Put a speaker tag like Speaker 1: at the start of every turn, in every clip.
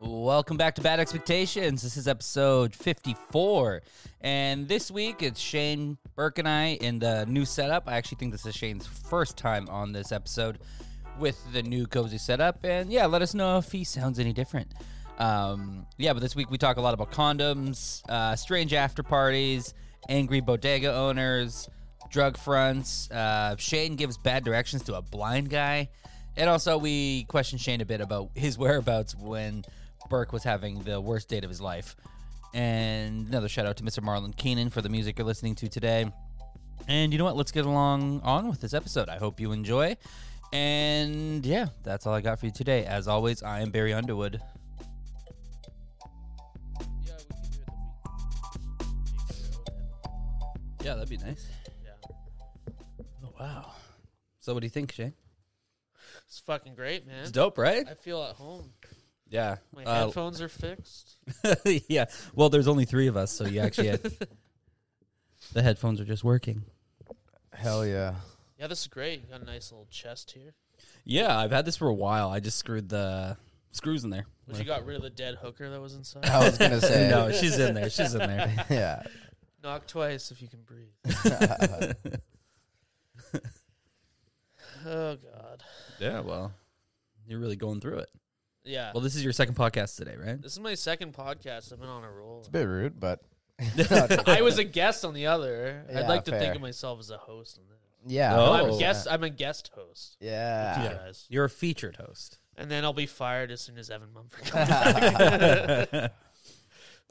Speaker 1: Welcome back to Bad Expectations. This is episode 54. And this week it's Shane Burke and I in the new setup. I actually think this is Shane's first time on this episode with the new cozy setup. And yeah, let us know if he sounds any different. Um, yeah, but this week we talk a lot about condoms, uh, strange after parties, angry bodega owners, drug fronts. Uh, Shane gives bad directions to a blind guy. And also, we questioned Shane a bit about his whereabouts when Burke was having the worst date of his life. And another shout out to Mr. Marlon Keenan for the music you're listening to today. And you know what? Let's get along on with this episode. I hope you enjoy. And yeah, that's all I got for you today. As always, I am Barry Underwood.
Speaker 2: Yeah, we can do it the week. Make sure we'll have
Speaker 1: Yeah, that'd be nice.
Speaker 2: it. Yeah.
Speaker 1: Oh, wow. So, what do you think, Shane?
Speaker 2: It's fucking great, man.
Speaker 1: It's dope, right?
Speaker 2: I feel at home.
Speaker 1: Yeah.
Speaker 2: My
Speaker 1: Uh,
Speaker 2: headphones are fixed.
Speaker 1: yeah. Well, there's only three of us, so you actually had. the headphones are just working.
Speaker 3: Hell yeah.
Speaker 2: Yeah, this is great. You got a nice little chest here.
Speaker 1: Yeah, I've had this for a while. I just screwed the screws in there.
Speaker 2: But you got rid of the dead hooker that was inside.
Speaker 3: I was gonna say
Speaker 1: no, she's in there. She's in there.
Speaker 3: Yeah.
Speaker 2: Knock twice if you can breathe. oh God.
Speaker 1: Yeah, well, you're really going through it.
Speaker 2: Yeah.
Speaker 1: Well, this is your second podcast today, right?
Speaker 2: this is my second podcast. I've been on a roll.
Speaker 3: It's a bit rude, but
Speaker 2: I was a guest on the other. I'd
Speaker 3: Yeah,
Speaker 2: like to think
Speaker 3: fair.
Speaker 2: of myself as a host on this.
Speaker 3: yeah.
Speaker 1: No,
Speaker 2: I'm
Speaker 1: Oh.
Speaker 2: a guest. I'm a guest host.
Speaker 3: Yeah.
Speaker 2: You guys.
Speaker 1: You're a featured host.
Speaker 2: And then I'll be fired as soon as Evan Mumford comes back.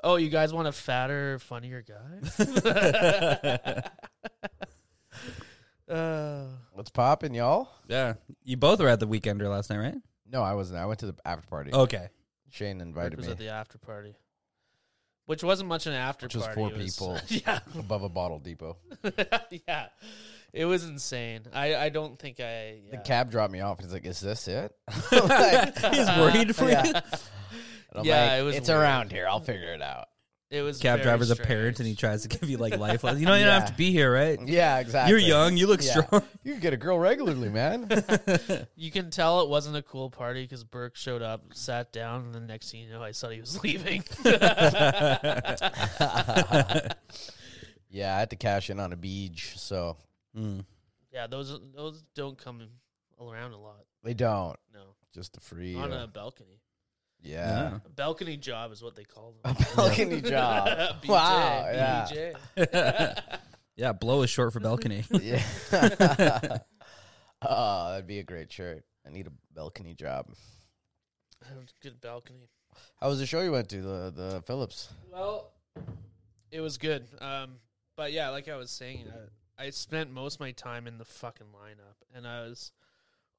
Speaker 2: oh, you guys want a fatter, funnier guy? uh,
Speaker 3: What's poppin', y'all?
Speaker 1: Yeah, you both were at the weekender last night, right?
Speaker 3: No, I wasn't. I went to the after party.
Speaker 1: Okay.
Speaker 3: Shane
Speaker 2: Burke
Speaker 3: invited
Speaker 2: was
Speaker 3: me
Speaker 2: at the after party, which wasn't much an after
Speaker 3: Which was
Speaker 2: party.
Speaker 3: four
Speaker 2: it
Speaker 3: people.
Speaker 2: yeah,
Speaker 3: above a bottle depot.
Speaker 2: yeah, it was insane. I, I don't think I. Yeah.
Speaker 3: The cab dropped me off. He's like, "Is this it?" I'm like,
Speaker 1: He's worried for
Speaker 3: Yeah.
Speaker 1: you.
Speaker 3: and I'm
Speaker 2: Yeah,
Speaker 3: like,
Speaker 2: it was
Speaker 3: It's
Speaker 2: weird.
Speaker 3: around here. I'll figure it out.
Speaker 2: it was
Speaker 1: Cab
Speaker 2: very
Speaker 1: driver's
Speaker 2: strange.
Speaker 1: a parent, and he tries to give you like life. lessons. You know, you don't have to
Speaker 3: Yeah.
Speaker 1: be here, right?
Speaker 3: Yeah, exactly.
Speaker 1: You're young. You look
Speaker 3: Yeah.
Speaker 1: strong.
Speaker 3: You can get a girl regularly, man.
Speaker 2: You can tell it wasn't a cool party because Burke showed up, sat down, and the next thing you know, I saw he was leaving.
Speaker 3: yeah, I had to cash in on a beach, so
Speaker 1: Mm.
Speaker 2: Yeah, those those don't come around a lot.
Speaker 3: they don't.
Speaker 2: No,
Speaker 3: Just the free.
Speaker 2: on
Speaker 3: uh,
Speaker 2: a balcony.
Speaker 3: yeah.
Speaker 1: Yeah.
Speaker 2: A balcony job is what they call
Speaker 3: A
Speaker 2: them.
Speaker 3: balcony job.
Speaker 2: BJ,
Speaker 3: wow. Yeah.
Speaker 2: BJ.
Speaker 1: Yeah, blow is short for balcony.
Speaker 3: Yeah. oh, that'd be a great shirt. I need a balcony job.
Speaker 2: Good balcony.
Speaker 3: How was the show you went to? The the Phillips.
Speaker 2: Well, it was good. Um, but yeah, like I was saying, uh, I, I spent most of my time in the fucking lineup, and I was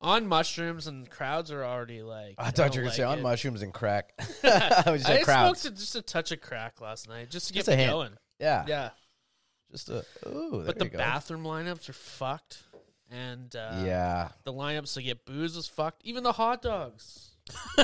Speaker 2: on mushrooms, and crowds are already like.
Speaker 3: I thought you were
Speaker 2: don't
Speaker 3: gonna say
Speaker 2: like
Speaker 3: on
Speaker 2: it.
Speaker 3: mushrooms and crack. I was
Speaker 2: I
Speaker 3: just crowds.
Speaker 2: smoked just a touch of crack last night, just to get
Speaker 3: Just
Speaker 2: me
Speaker 3: a hint.
Speaker 2: going.
Speaker 3: yeah.
Speaker 2: Yeah,
Speaker 3: Just a ooh. There
Speaker 2: but the
Speaker 3: you go.
Speaker 2: bathroom lineups are fucked, and uh,
Speaker 3: yeah.
Speaker 2: the lineups to get booze was fucked. Even the hot dogs.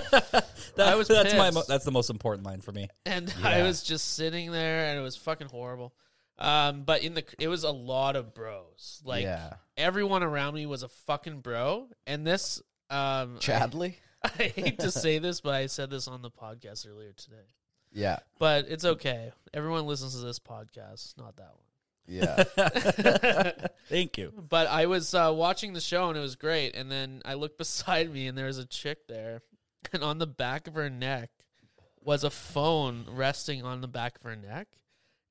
Speaker 1: That-
Speaker 2: I was
Speaker 1: that's my
Speaker 2: pissed.
Speaker 1: mo- that's the most important line for me.
Speaker 2: and I
Speaker 3: Yeah.
Speaker 2: was just sitting there, and it was fucking horrible. Um, but in the it was a lot of bros. Like
Speaker 3: yeah.
Speaker 2: everyone around me was a fucking bro. And this, um,
Speaker 3: Chadley.
Speaker 2: I, I hate to say this, but I said this on the podcast earlier today.
Speaker 3: Yeah.
Speaker 2: But it's okay. Everyone listens to this podcast, not that
Speaker 3: Yeah.
Speaker 2: one.
Speaker 1: Thank you.
Speaker 2: but I was uh, watching the show and it was great. And then I looked beside me and there was a chick there, and on the back of her neck was a phone resting on the back of her neck.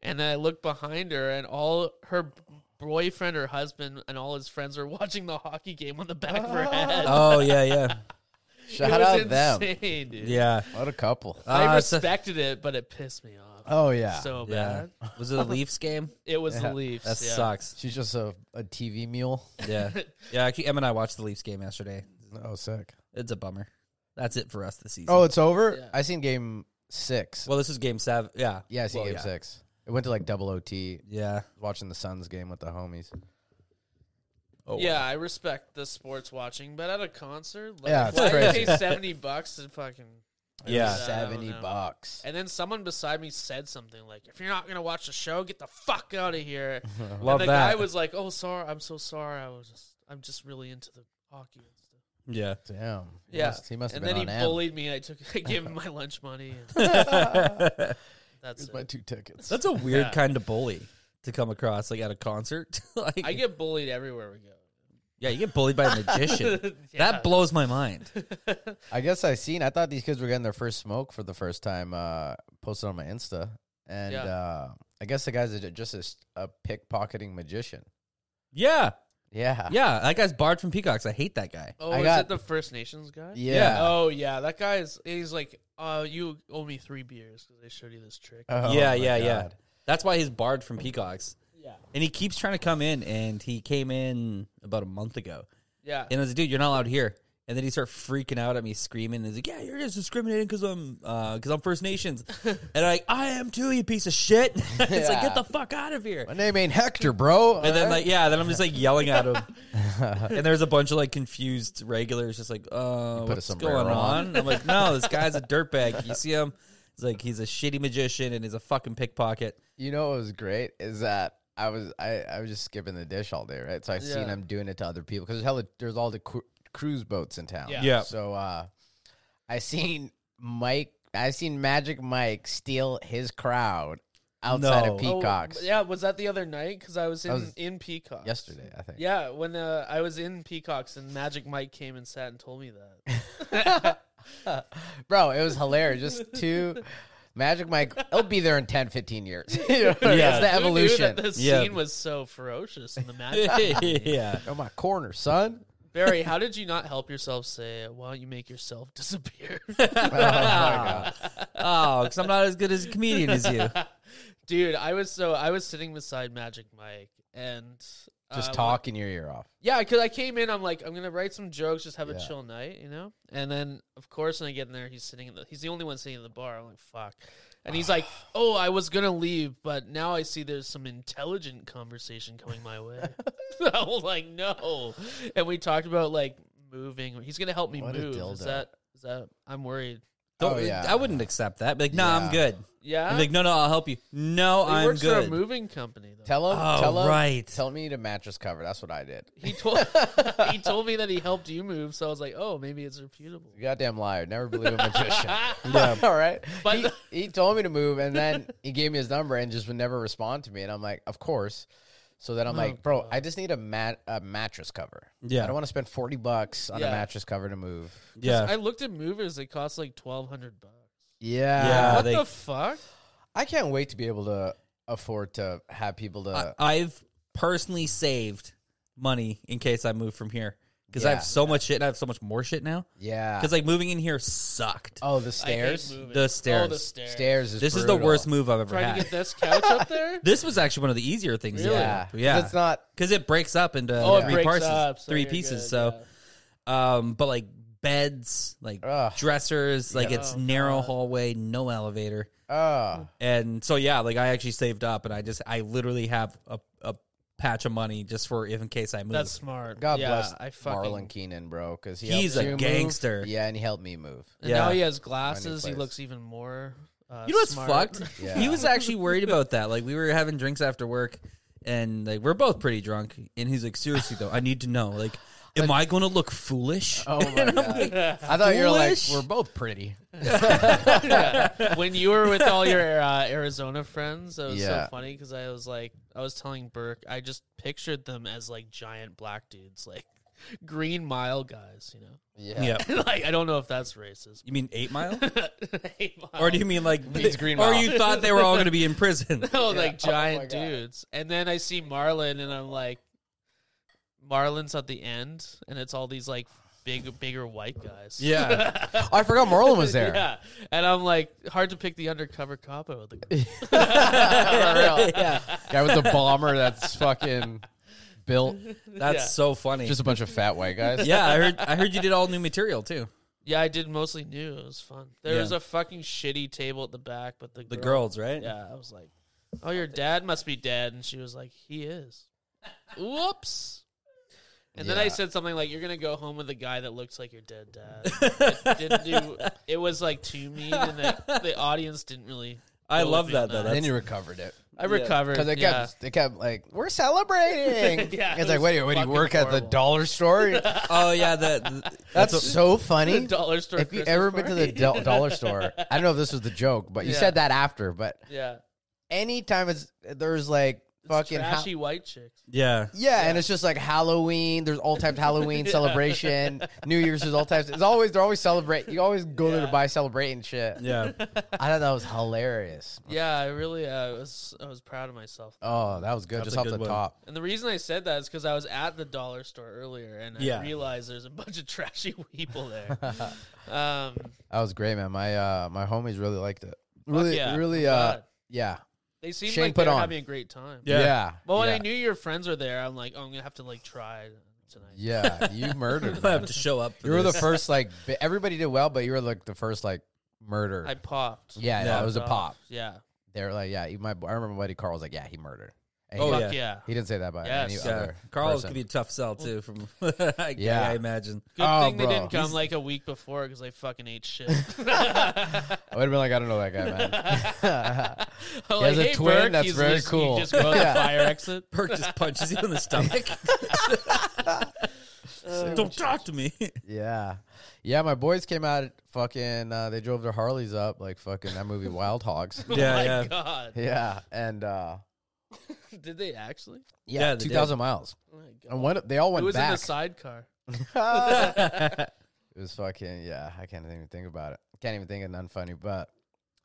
Speaker 2: And then I looked behind her, and all her boyfriend or husband and all his friends were watching the hockey game on the back of her head.
Speaker 1: Oh yeah, yeah,
Speaker 3: Shout
Speaker 2: it was
Speaker 3: out them.
Speaker 2: insane, dude.
Speaker 1: yeah.
Speaker 3: What a couple.
Speaker 2: I
Speaker 1: Uh, so-
Speaker 2: respected it, but it pissed me off
Speaker 3: Oh yeah.
Speaker 2: so
Speaker 1: Yeah.
Speaker 2: bad.
Speaker 1: Was it a Leafs game?
Speaker 2: It was
Speaker 3: Yeah,
Speaker 2: the Leafs.
Speaker 1: That
Speaker 2: yeah.
Speaker 1: sucks.
Speaker 3: She's just a, a TV mule.
Speaker 1: Yeah. Yeah, actually Em and I watched the Leafs game yesterday.
Speaker 3: Oh, sick.
Speaker 1: It's a bummer. That's it for us this season.
Speaker 3: Oh, it's over.
Speaker 2: Yeah.
Speaker 3: I seen game six.
Speaker 1: well, this is game seven. Yeah.
Speaker 3: yeah, I seen
Speaker 1: Well,
Speaker 3: game six. It went to like double OT.
Speaker 1: Yeah.
Speaker 3: Watching the Suns game with the homies.
Speaker 1: Oh,
Speaker 2: Yeah, I respect the sports watching, but at a concert, like,
Speaker 3: Yeah, it's
Speaker 2: why did I
Speaker 3: crazy.
Speaker 2: pay seventy bucks to fucking?
Speaker 1: Yeah.
Speaker 2: I
Speaker 3: Seventy
Speaker 2: don't know.
Speaker 3: bucks.
Speaker 2: And then someone beside me said something like, "If you're not gonna watch the show, get the fuck out of here."
Speaker 1: Love
Speaker 2: and the
Speaker 1: that.
Speaker 2: guy was like, "Oh, sorry, I'm so sorry. I was just, I'm just really into the hockey and stuff."
Speaker 1: Yeah.
Speaker 3: Damn. He
Speaker 2: Yeah.
Speaker 3: must- he must have
Speaker 2: and
Speaker 3: been
Speaker 2: then he
Speaker 3: on amp.
Speaker 2: bullied me. I took, I gave him my lunch money. And
Speaker 1: That's
Speaker 2: that's
Speaker 3: Here's
Speaker 2: it.
Speaker 3: my two tickets.
Speaker 1: a weird
Speaker 2: Yeah.
Speaker 1: kind of bully to come across, like at a concert. like,
Speaker 2: I get bullied everywhere we go.
Speaker 1: yeah, you get bullied by a magician.
Speaker 2: Yeah.
Speaker 1: That blows my mind.
Speaker 3: I guess I seen. I thought these kids were getting their first smoke for the first time. Uh, posted on my Insta, and
Speaker 2: Yeah.
Speaker 3: uh, I guess the guy's a, just a, s- a pickpocketing magician.
Speaker 1: Yeah,
Speaker 3: Yeah.
Speaker 1: yeah. That guy's barred from Peacocks. I hate that guy.
Speaker 2: Oh,
Speaker 3: I
Speaker 2: is
Speaker 3: got-
Speaker 2: it the First Nations guy?
Speaker 3: Yeah.
Speaker 2: Oh yeah, that guy is. He's like, uh, you owe me three beers because they showed you this trick.
Speaker 3: Oh
Speaker 1: yeah,
Speaker 3: my
Speaker 1: yeah, yeah.
Speaker 3: God.
Speaker 1: That's why he's barred from Peacocks.
Speaker 2: yeah,
Speaker 1: And he keeps trying to come in, and he came in about a month ago.
Speaker 2: yeah.
Speaker 1: And I was like, dude, you're not allowed here. And then he started freaking out at me, screaming. And he's like, yeah, you're just discriminating because I'm, because I'm First Nations. and I'm like, I am too, you piece of shit. it's like,
Speaker 3: Yeah.
Speaker 1: get the fuck out of here.
Speaker 3: My name ain't Hector, bro.
Speaker 1: And then like yeah, then I'm just like yelling at him, and there's a bunch of like confused regulars just like, uh,
Speaker 3: put a
Speaker 1: what's
Speaker 3: sombrero
Speaker 1: going on?
Speaker 3: on.
Speaker 1: I'm like, no, this guy's a dirtbag. You see him? He's like, he's a shitty magician and he's a fucking pickpocket.
Speaker 3: You know what was great is that I was I, I was just skipping the dish all day, right? So I seen
Speaker 2: Yeah.
Speaker 3: him doing it to other people because there's hella there's all the cru- cruise boats in town.
Speaker 2: Yeah.
Speaker 1: Yeah.
Speaker 3: So uh, I seen Mike. I seen Magic Mike steal his crowd outside
Speaker 1: No.
Speaker 3: of
Speaker 2: Oh,
Speaker 3: Peacocks
Speaker 2: yeah, was that the other night? Because I was in
Speaker 3: That was
Speaker 2: in Peacocks
Speaker 3: yesterday. I think.
Speaker 2: Yeah, when uh, I was in Peacocks and Magic Mike came and sat and told me that.
Speaker 3: Bro, it was hilarious. Just two. Magic Mike, he'll be there in 10, 15 years. You know,
Speaker 1: Yeah.
Speaker 3: It's the
Speaker 2: Who knew that
Speaker 3: evolution.
Speaker 2: the
Speaker 1: Yeah.
Speaker 2: scene was so ferocious in the Magic. Mike?
Speaker 1: yeah,
Speaker 3: Oh, my corner, son.
Speaker 2: Barry, how did you not help yourself say, "Why don't you make yourself disappear?"
Speaker 3: Oh, my God. Oh,
Speaker 1: oh, because I'm not as good as a comedian as you.
Speaker 2: Dude, I was so I was sitting beside Magic Mike and
Speaker 3: Just
Speaker 2: uh,
Speaker 3: talking your ear off.
Speaker 2: Yeah, because I came in, I'm like, I'm gonna write some jokes, just have a
Speaker 3: Yeah.
Speaker 2: chill night, you know. And then, of course, when I get in there, he's sitting in the, he's the only one sitting in the bar. I'm like, fuck. And he's like, oh, I was gonna leave, but now I see there's some intelligent conversation coming my way. so I was like, no. And we talked about like moving. He's gonna help me
Speaker 3: What a
Speaker 2: move. Is
Speaker 3: dildo.
Speaker 2: that is that? I'm worried.
Speaker 1: Don't,
Speaker 3: Oh, yeah.
Speaker 1: I wouldn't accept that. Be like, no, nah, I'm
Speaker 3: Yeah.
Speaker 1: good.
Speaker 2: Yeah.
Speaker 1: I'm like, no, no, I'll help you. No,
Speaker 2: he
Speaker 1: I'm
Speaker 2: works for a
Speaker 1: good.
Speaker 2: moving company though.
Speaker 3: Tell him.
Speaker 1: Oh,
Speaker 3: tell him.
Speaker 1: right.
Speaker 3: Tell me to mattress cover. That's what I did.
Speaker 2: he told he told me that he helped you move, so I was like, oh, maybe it's reputable.
Speaker 3: Goddamn liar. Never believe a magician. yeah. All right.
Speaker 2: But-
Speaker 3: But he, he told me to move, and then he gave me his number and just would never respond to me. And I'm like, of course. So then I'm like, bro, I just need a mat a mattress cover.
Speaker 1: Oh, Yeah.
Speaker 3: I don't want to spend forty bucks on
Speaker 2: Yeah.
Speaker 3: a mattress cover to move.
Speaker 1: yeah,
Speaker 2: I looked at movers; they cost like twelve hundred bucks.
Speaker 3: Yeah.
Speaker 1: Yeah.
Speaker 2: what
Speaker 1: Uh, they-
Speaker 2: the fuck?
Speaker 3: I can't wait to be able to afford to have people to.
Speaker 1: I, I've personally saved money in case I move from here because I
Speaker 3: Yeah.
Speaker 1: have so much shit and I have so much more shit now.
Speaker 3: yeah.
Speaker 1: Because like moving in here sucked.
Speaker 3: Oh,
Speaker 2: I
Speaker 3: the
Speaker 2: hate
Speaker 3: stairs.
Speaker 2: moving.
Speaker 1: The
Speaker 2: Oh, the
Speaker 1: stairs.
Speaker 2: stairs.
Speaker 3: Stairs is
Speaker 1: This is the
Speaker 3: brutal.
Speaker 1: worst move I've ever
Speaker 2: Trying to
Speaker 1: had.
Speaker 2: get this couch up there.
Speaker 1: this was actually one of the easier things.
Speaker 2: Really?
Speaker 1: Yeah,
Speaker 3: Yeah.
Speaker 1: yeah,
Speaker 3: It's not.
Speaker 1: because it breaks up into
Speaker 2: Oh, it
Speaker 1: three
Speaker 2: breaks
Speaker 1: parts,
Speaker 2: up, so
Speaker 1: three
Speaker 2: you're
Speaker 1: pieces.
Speaker 2: good,
Speaker 1: so, um, but like beds, like
Speaker 3: Ugh.
Speaker 1: dressers, like
Speaker 2: Yeah.
Speaker 1: it's
Speaker 2: Oh,
Speaker 1: narrow
Speaker 2: God.
Speaker 1: hallway, no elevator,
Speaker 3: Oh.
Speaker 1: and so yeah, like I actually saved up, and I just I literally have a, a patch of money just for if in case I move.
Speaker 2: That's smart.
Speaker 3: God
Speaker 2: yeah,
Speaker 3: bless
Speaker 2: I fucking.
Speaker 3: Marlon Keenan, bro, because he
Speaker 1: He's
Speaker 3: helped
Speaker 1: a
Speaker 3: you move.
Speaker 1: gangster.
Speaker 3: Yeah, and he helped me move.
Speaker 2: And
Speaker 1: Yeah.
Speaker 2: now he has glasses. He
Speaker 3: place.
Speaker 2: looks even more. Uh,
Speaker 1: You know what's
Speaker 2: smart.
Speaker 1: fucked?
Speaker 3: Yeah.
Speaker 1: He was actually worried about that. Like we were having drinks after work, and like we're both pretty drunk. And he's like, "Seriously though, I need to know. Like, am I going to look foolish?"
Speaker 3: Oh my god! I thought you were like we're both pretty.
Speaker 2: Yeah. When you were with all your uh, Arizona friends, it was
Speaker 3: Yeah.
Speaker 2: so funny because I was like, I was telling Burke, I just pictured them as like giant black dudes, like Green Mile guys, you know.
Speaker 3: Yeah.
Speaker 1: yeah.
Speaker 2: like I don't know if that's racist.
Speaker 1: You mean Eight Mile,
Speaker 2: Hey, Mile.
Speaker 1: or do you mean like
Speaker 3: Means Green
Speaker 1: or
Speaker 3: Mile.
Speaker 1: you thought they were all going to be in prison?
Speaker 2: no, like
Speaker 3: Oh my
Speaker 2: giant
Speaker 3: God.
Speaker 2: dudes. And then I see Marlin, and I'm like, Marlin's at the end, and it's all these like big, bigger white guys.
Speaker 1: Yeah.
Speaker 3: Oh, I forgot Marlon was there.
Speaker 2: yeah. And I'm like, hard to pick the undercover cop out. Of the group.
Speaker 1: yeah,
Speaker 3: Guy with the bomber that's fucking built.
Speaker 1: that's
Speaker 2: Yeah.
Speaker 1: so funny.
Speaker 3: Just a bunch of fat white guys.
Speaker 1: yeah, I heard. I heard you did all new material too.
Speaker 2: yeah, I did mostly new. It was fun. There
Speaker 1: Yeah.
Speaker 2: was a fucking shitty table at the back, but the
Speaker 1: The
Speaker 2: girl,
Speaker 1: girls, right?
Speaker 2: Yeah, I was like, oh, your dad must be dead, and she was like, he is. Whoops. And then I
Speaker 3: Yeah.
Speaker 2: said something like, "You're gonna go home with a guy that looks like your dead dad." it didn't do. It was like too mean, and the, the audience didn't really.
Speaker 1: I
Speaker 2: go
Speaker 1: love
Speaker 2: with me
Speaker 1: that
Speaker 2: on
Speaker 1: though.
Speaker 3: And
Speaker 1: That's,
Speaker 3: then you recovered it.
Speaker 2: I recovered.
Speaker 3: Because they kept,
Speaker 2: yeah.
Speaker 3: they kept like, we're celebrating.
Speaker 2: Yeah, it
Speaker 3: it's like,
Speaker 2: was
Speaker 3: wait, wait, do you
Speaker 2: fucking
Speaker 3: work at the
Speaker 2: horrible.
Speaker 3: dollar store? That's,
Speaker 4: Oh yeah, the, the- what-
Speaker 3: so funny.
Speaker 2: The dollar store.
Speaker 3: if you
Speaker 2: Christmas
Speaker 3: ever been to the
Speaker 2: party.
Speaker 3: do- dollar store, I don't know if this was the joke, but you
Speaker 2: Yeah.
Speaker 3: said that after. But
Speaker 2: yeah,
Speaker 3: anytime it's there's like
Speaker 2: It's
Speaker 3: fucking ha-
Speaker 2: trashy white chicks.
Speaker 4: yeah.
Speaker 3: yeah, and it's just like Halloween. There's all types of Halloween
Speaker 2: Yeah.
Speaker 3: celebration, New Year's. There's all types. It's always they're always celebrate. You always go there
Speaker 2: Yeah.
Speaker 3: to buy celebrating shit.
Speaker 4: Yeah.
Speaker 3: I thought that was hilarious.
Speaker 2: Yeah, I really uh, was. I was proud of myself.
Speaker 3: Oh, that was good.
Speaker 4: That's
Speaker 3: just
Speaker 4: a
Speaker 3: off
Speaker 4: good
Speaker 3: the
Speaker 4: one.
Speaker 3: top.
Speaker 2: And the reason I said that is because I was at the dollar store earlier, and I
Speaker 4: Yeah.
Speaker 2: realized there's a bunch of trashy people there. um,
Speaker 3: That was great, man. My uh, my homies really liked it. Really,
Speaker 2: yeah.
Speaker 3: really.
Speaker 2: I'm
Speaker 3: Uh,
Speaker 2: glad.
Speaker 3: yeah,
Speaker 2: they seemed
Speaker 3: Shane
Speaker 2: like
Speaker 3: put
Speaker 2: they were
Speaker 3: on.
Speaker 2: having a great time.
Speaker 4: Yeah.
Speaker 3: yeah, yeah.
Speaker 2: But when
Speaker 3: yeah.
Speaker 2: I knew your friends were there, I'm like, oh, I'm gonna have to like try tonight.
Speaker 3: you murdered.
Speaker 4: I
Speaker 3: man.
Speaker 4: have to show up. for
Speaker 3: You were the
Speaker 4: this.
Speaker 3: first like bi- everybody did well, but you were like the first like murder.
Speaker 2: I popped.
Speaker 3: yeah,
Speaker 4: Yeah.
Speaker 3: yeah, it was a pop.
Speaker 2: Yeah.
Speaker 3: They were like, yeah, you- my I remember my buddy Carl was like, yeah, he murdered. And
Speaker 4: Oh,
Speaker 3: he,
Speaker 2: Fuck
Speaker 4: yeah.
Speaker 2: yeah.
Speaker 3: he didn't say that by
Speaker 2: Yes.
Speaker 3: any
Speaker 2: Yeah.
Speaker 4: Yeah,
Speaker 3: other.
Speaker 4: Carl's
Speaker 3: person.
Speaker 4: could be a tough sell too. From I, yeah,
Speaker 3: Yeah.
Speaker 4: I imagine.
Speaker 2: Good
Speaker 3: Oh,
Speaker 2: thing they
Speaker 3: bro.
Speaker 2: didn't come
Speaker 3: He's-
Speaker 2: like a week before because I fucking ate shit.
Speaker 3: I would have been like, I don't know that guy, man.
Speaker 2: I'm
Speaker 3: He has a
Speaker 2: "Hey,
Speaker 3: twin? That's
Speaker 2: he's
Speaker 3: very
Speaker 2: just- he
Speaker 3: cool."
Speaker 2: just go to the
Speaker 3: Yeah.
Speaker 2: fire exit.
Speaker 4: Burke just punches you in the stomach. Don't talk to me.
Speaker 3: yeah, yeah. My boys came out. Fucking, uh, they drove their Harleys up, like fucking that movie Wild Hogs.
Speaker 4: Yeah,
Speaker 2: oh my
Speaker 4: yeah.
Speaker 2: god.
Speaker 3: yeah, and uh,
Speaker 2: Did they actually?
Speaker 4: Yeah,
Speaker 3: yeah,
Speaker 4: they did.
Speaker 3: two thousand miles.
Speaker 2: Oh my god.
Speaker 3: And one, they all
Speaker 2: It
Speaker 3: went
Speaker 2: was in the
Speaker 3: back.
Speaker 2: sidecar.
Speaker 3: It was fucking yeah. I can't even think about it. Can't even think of nothing funny. But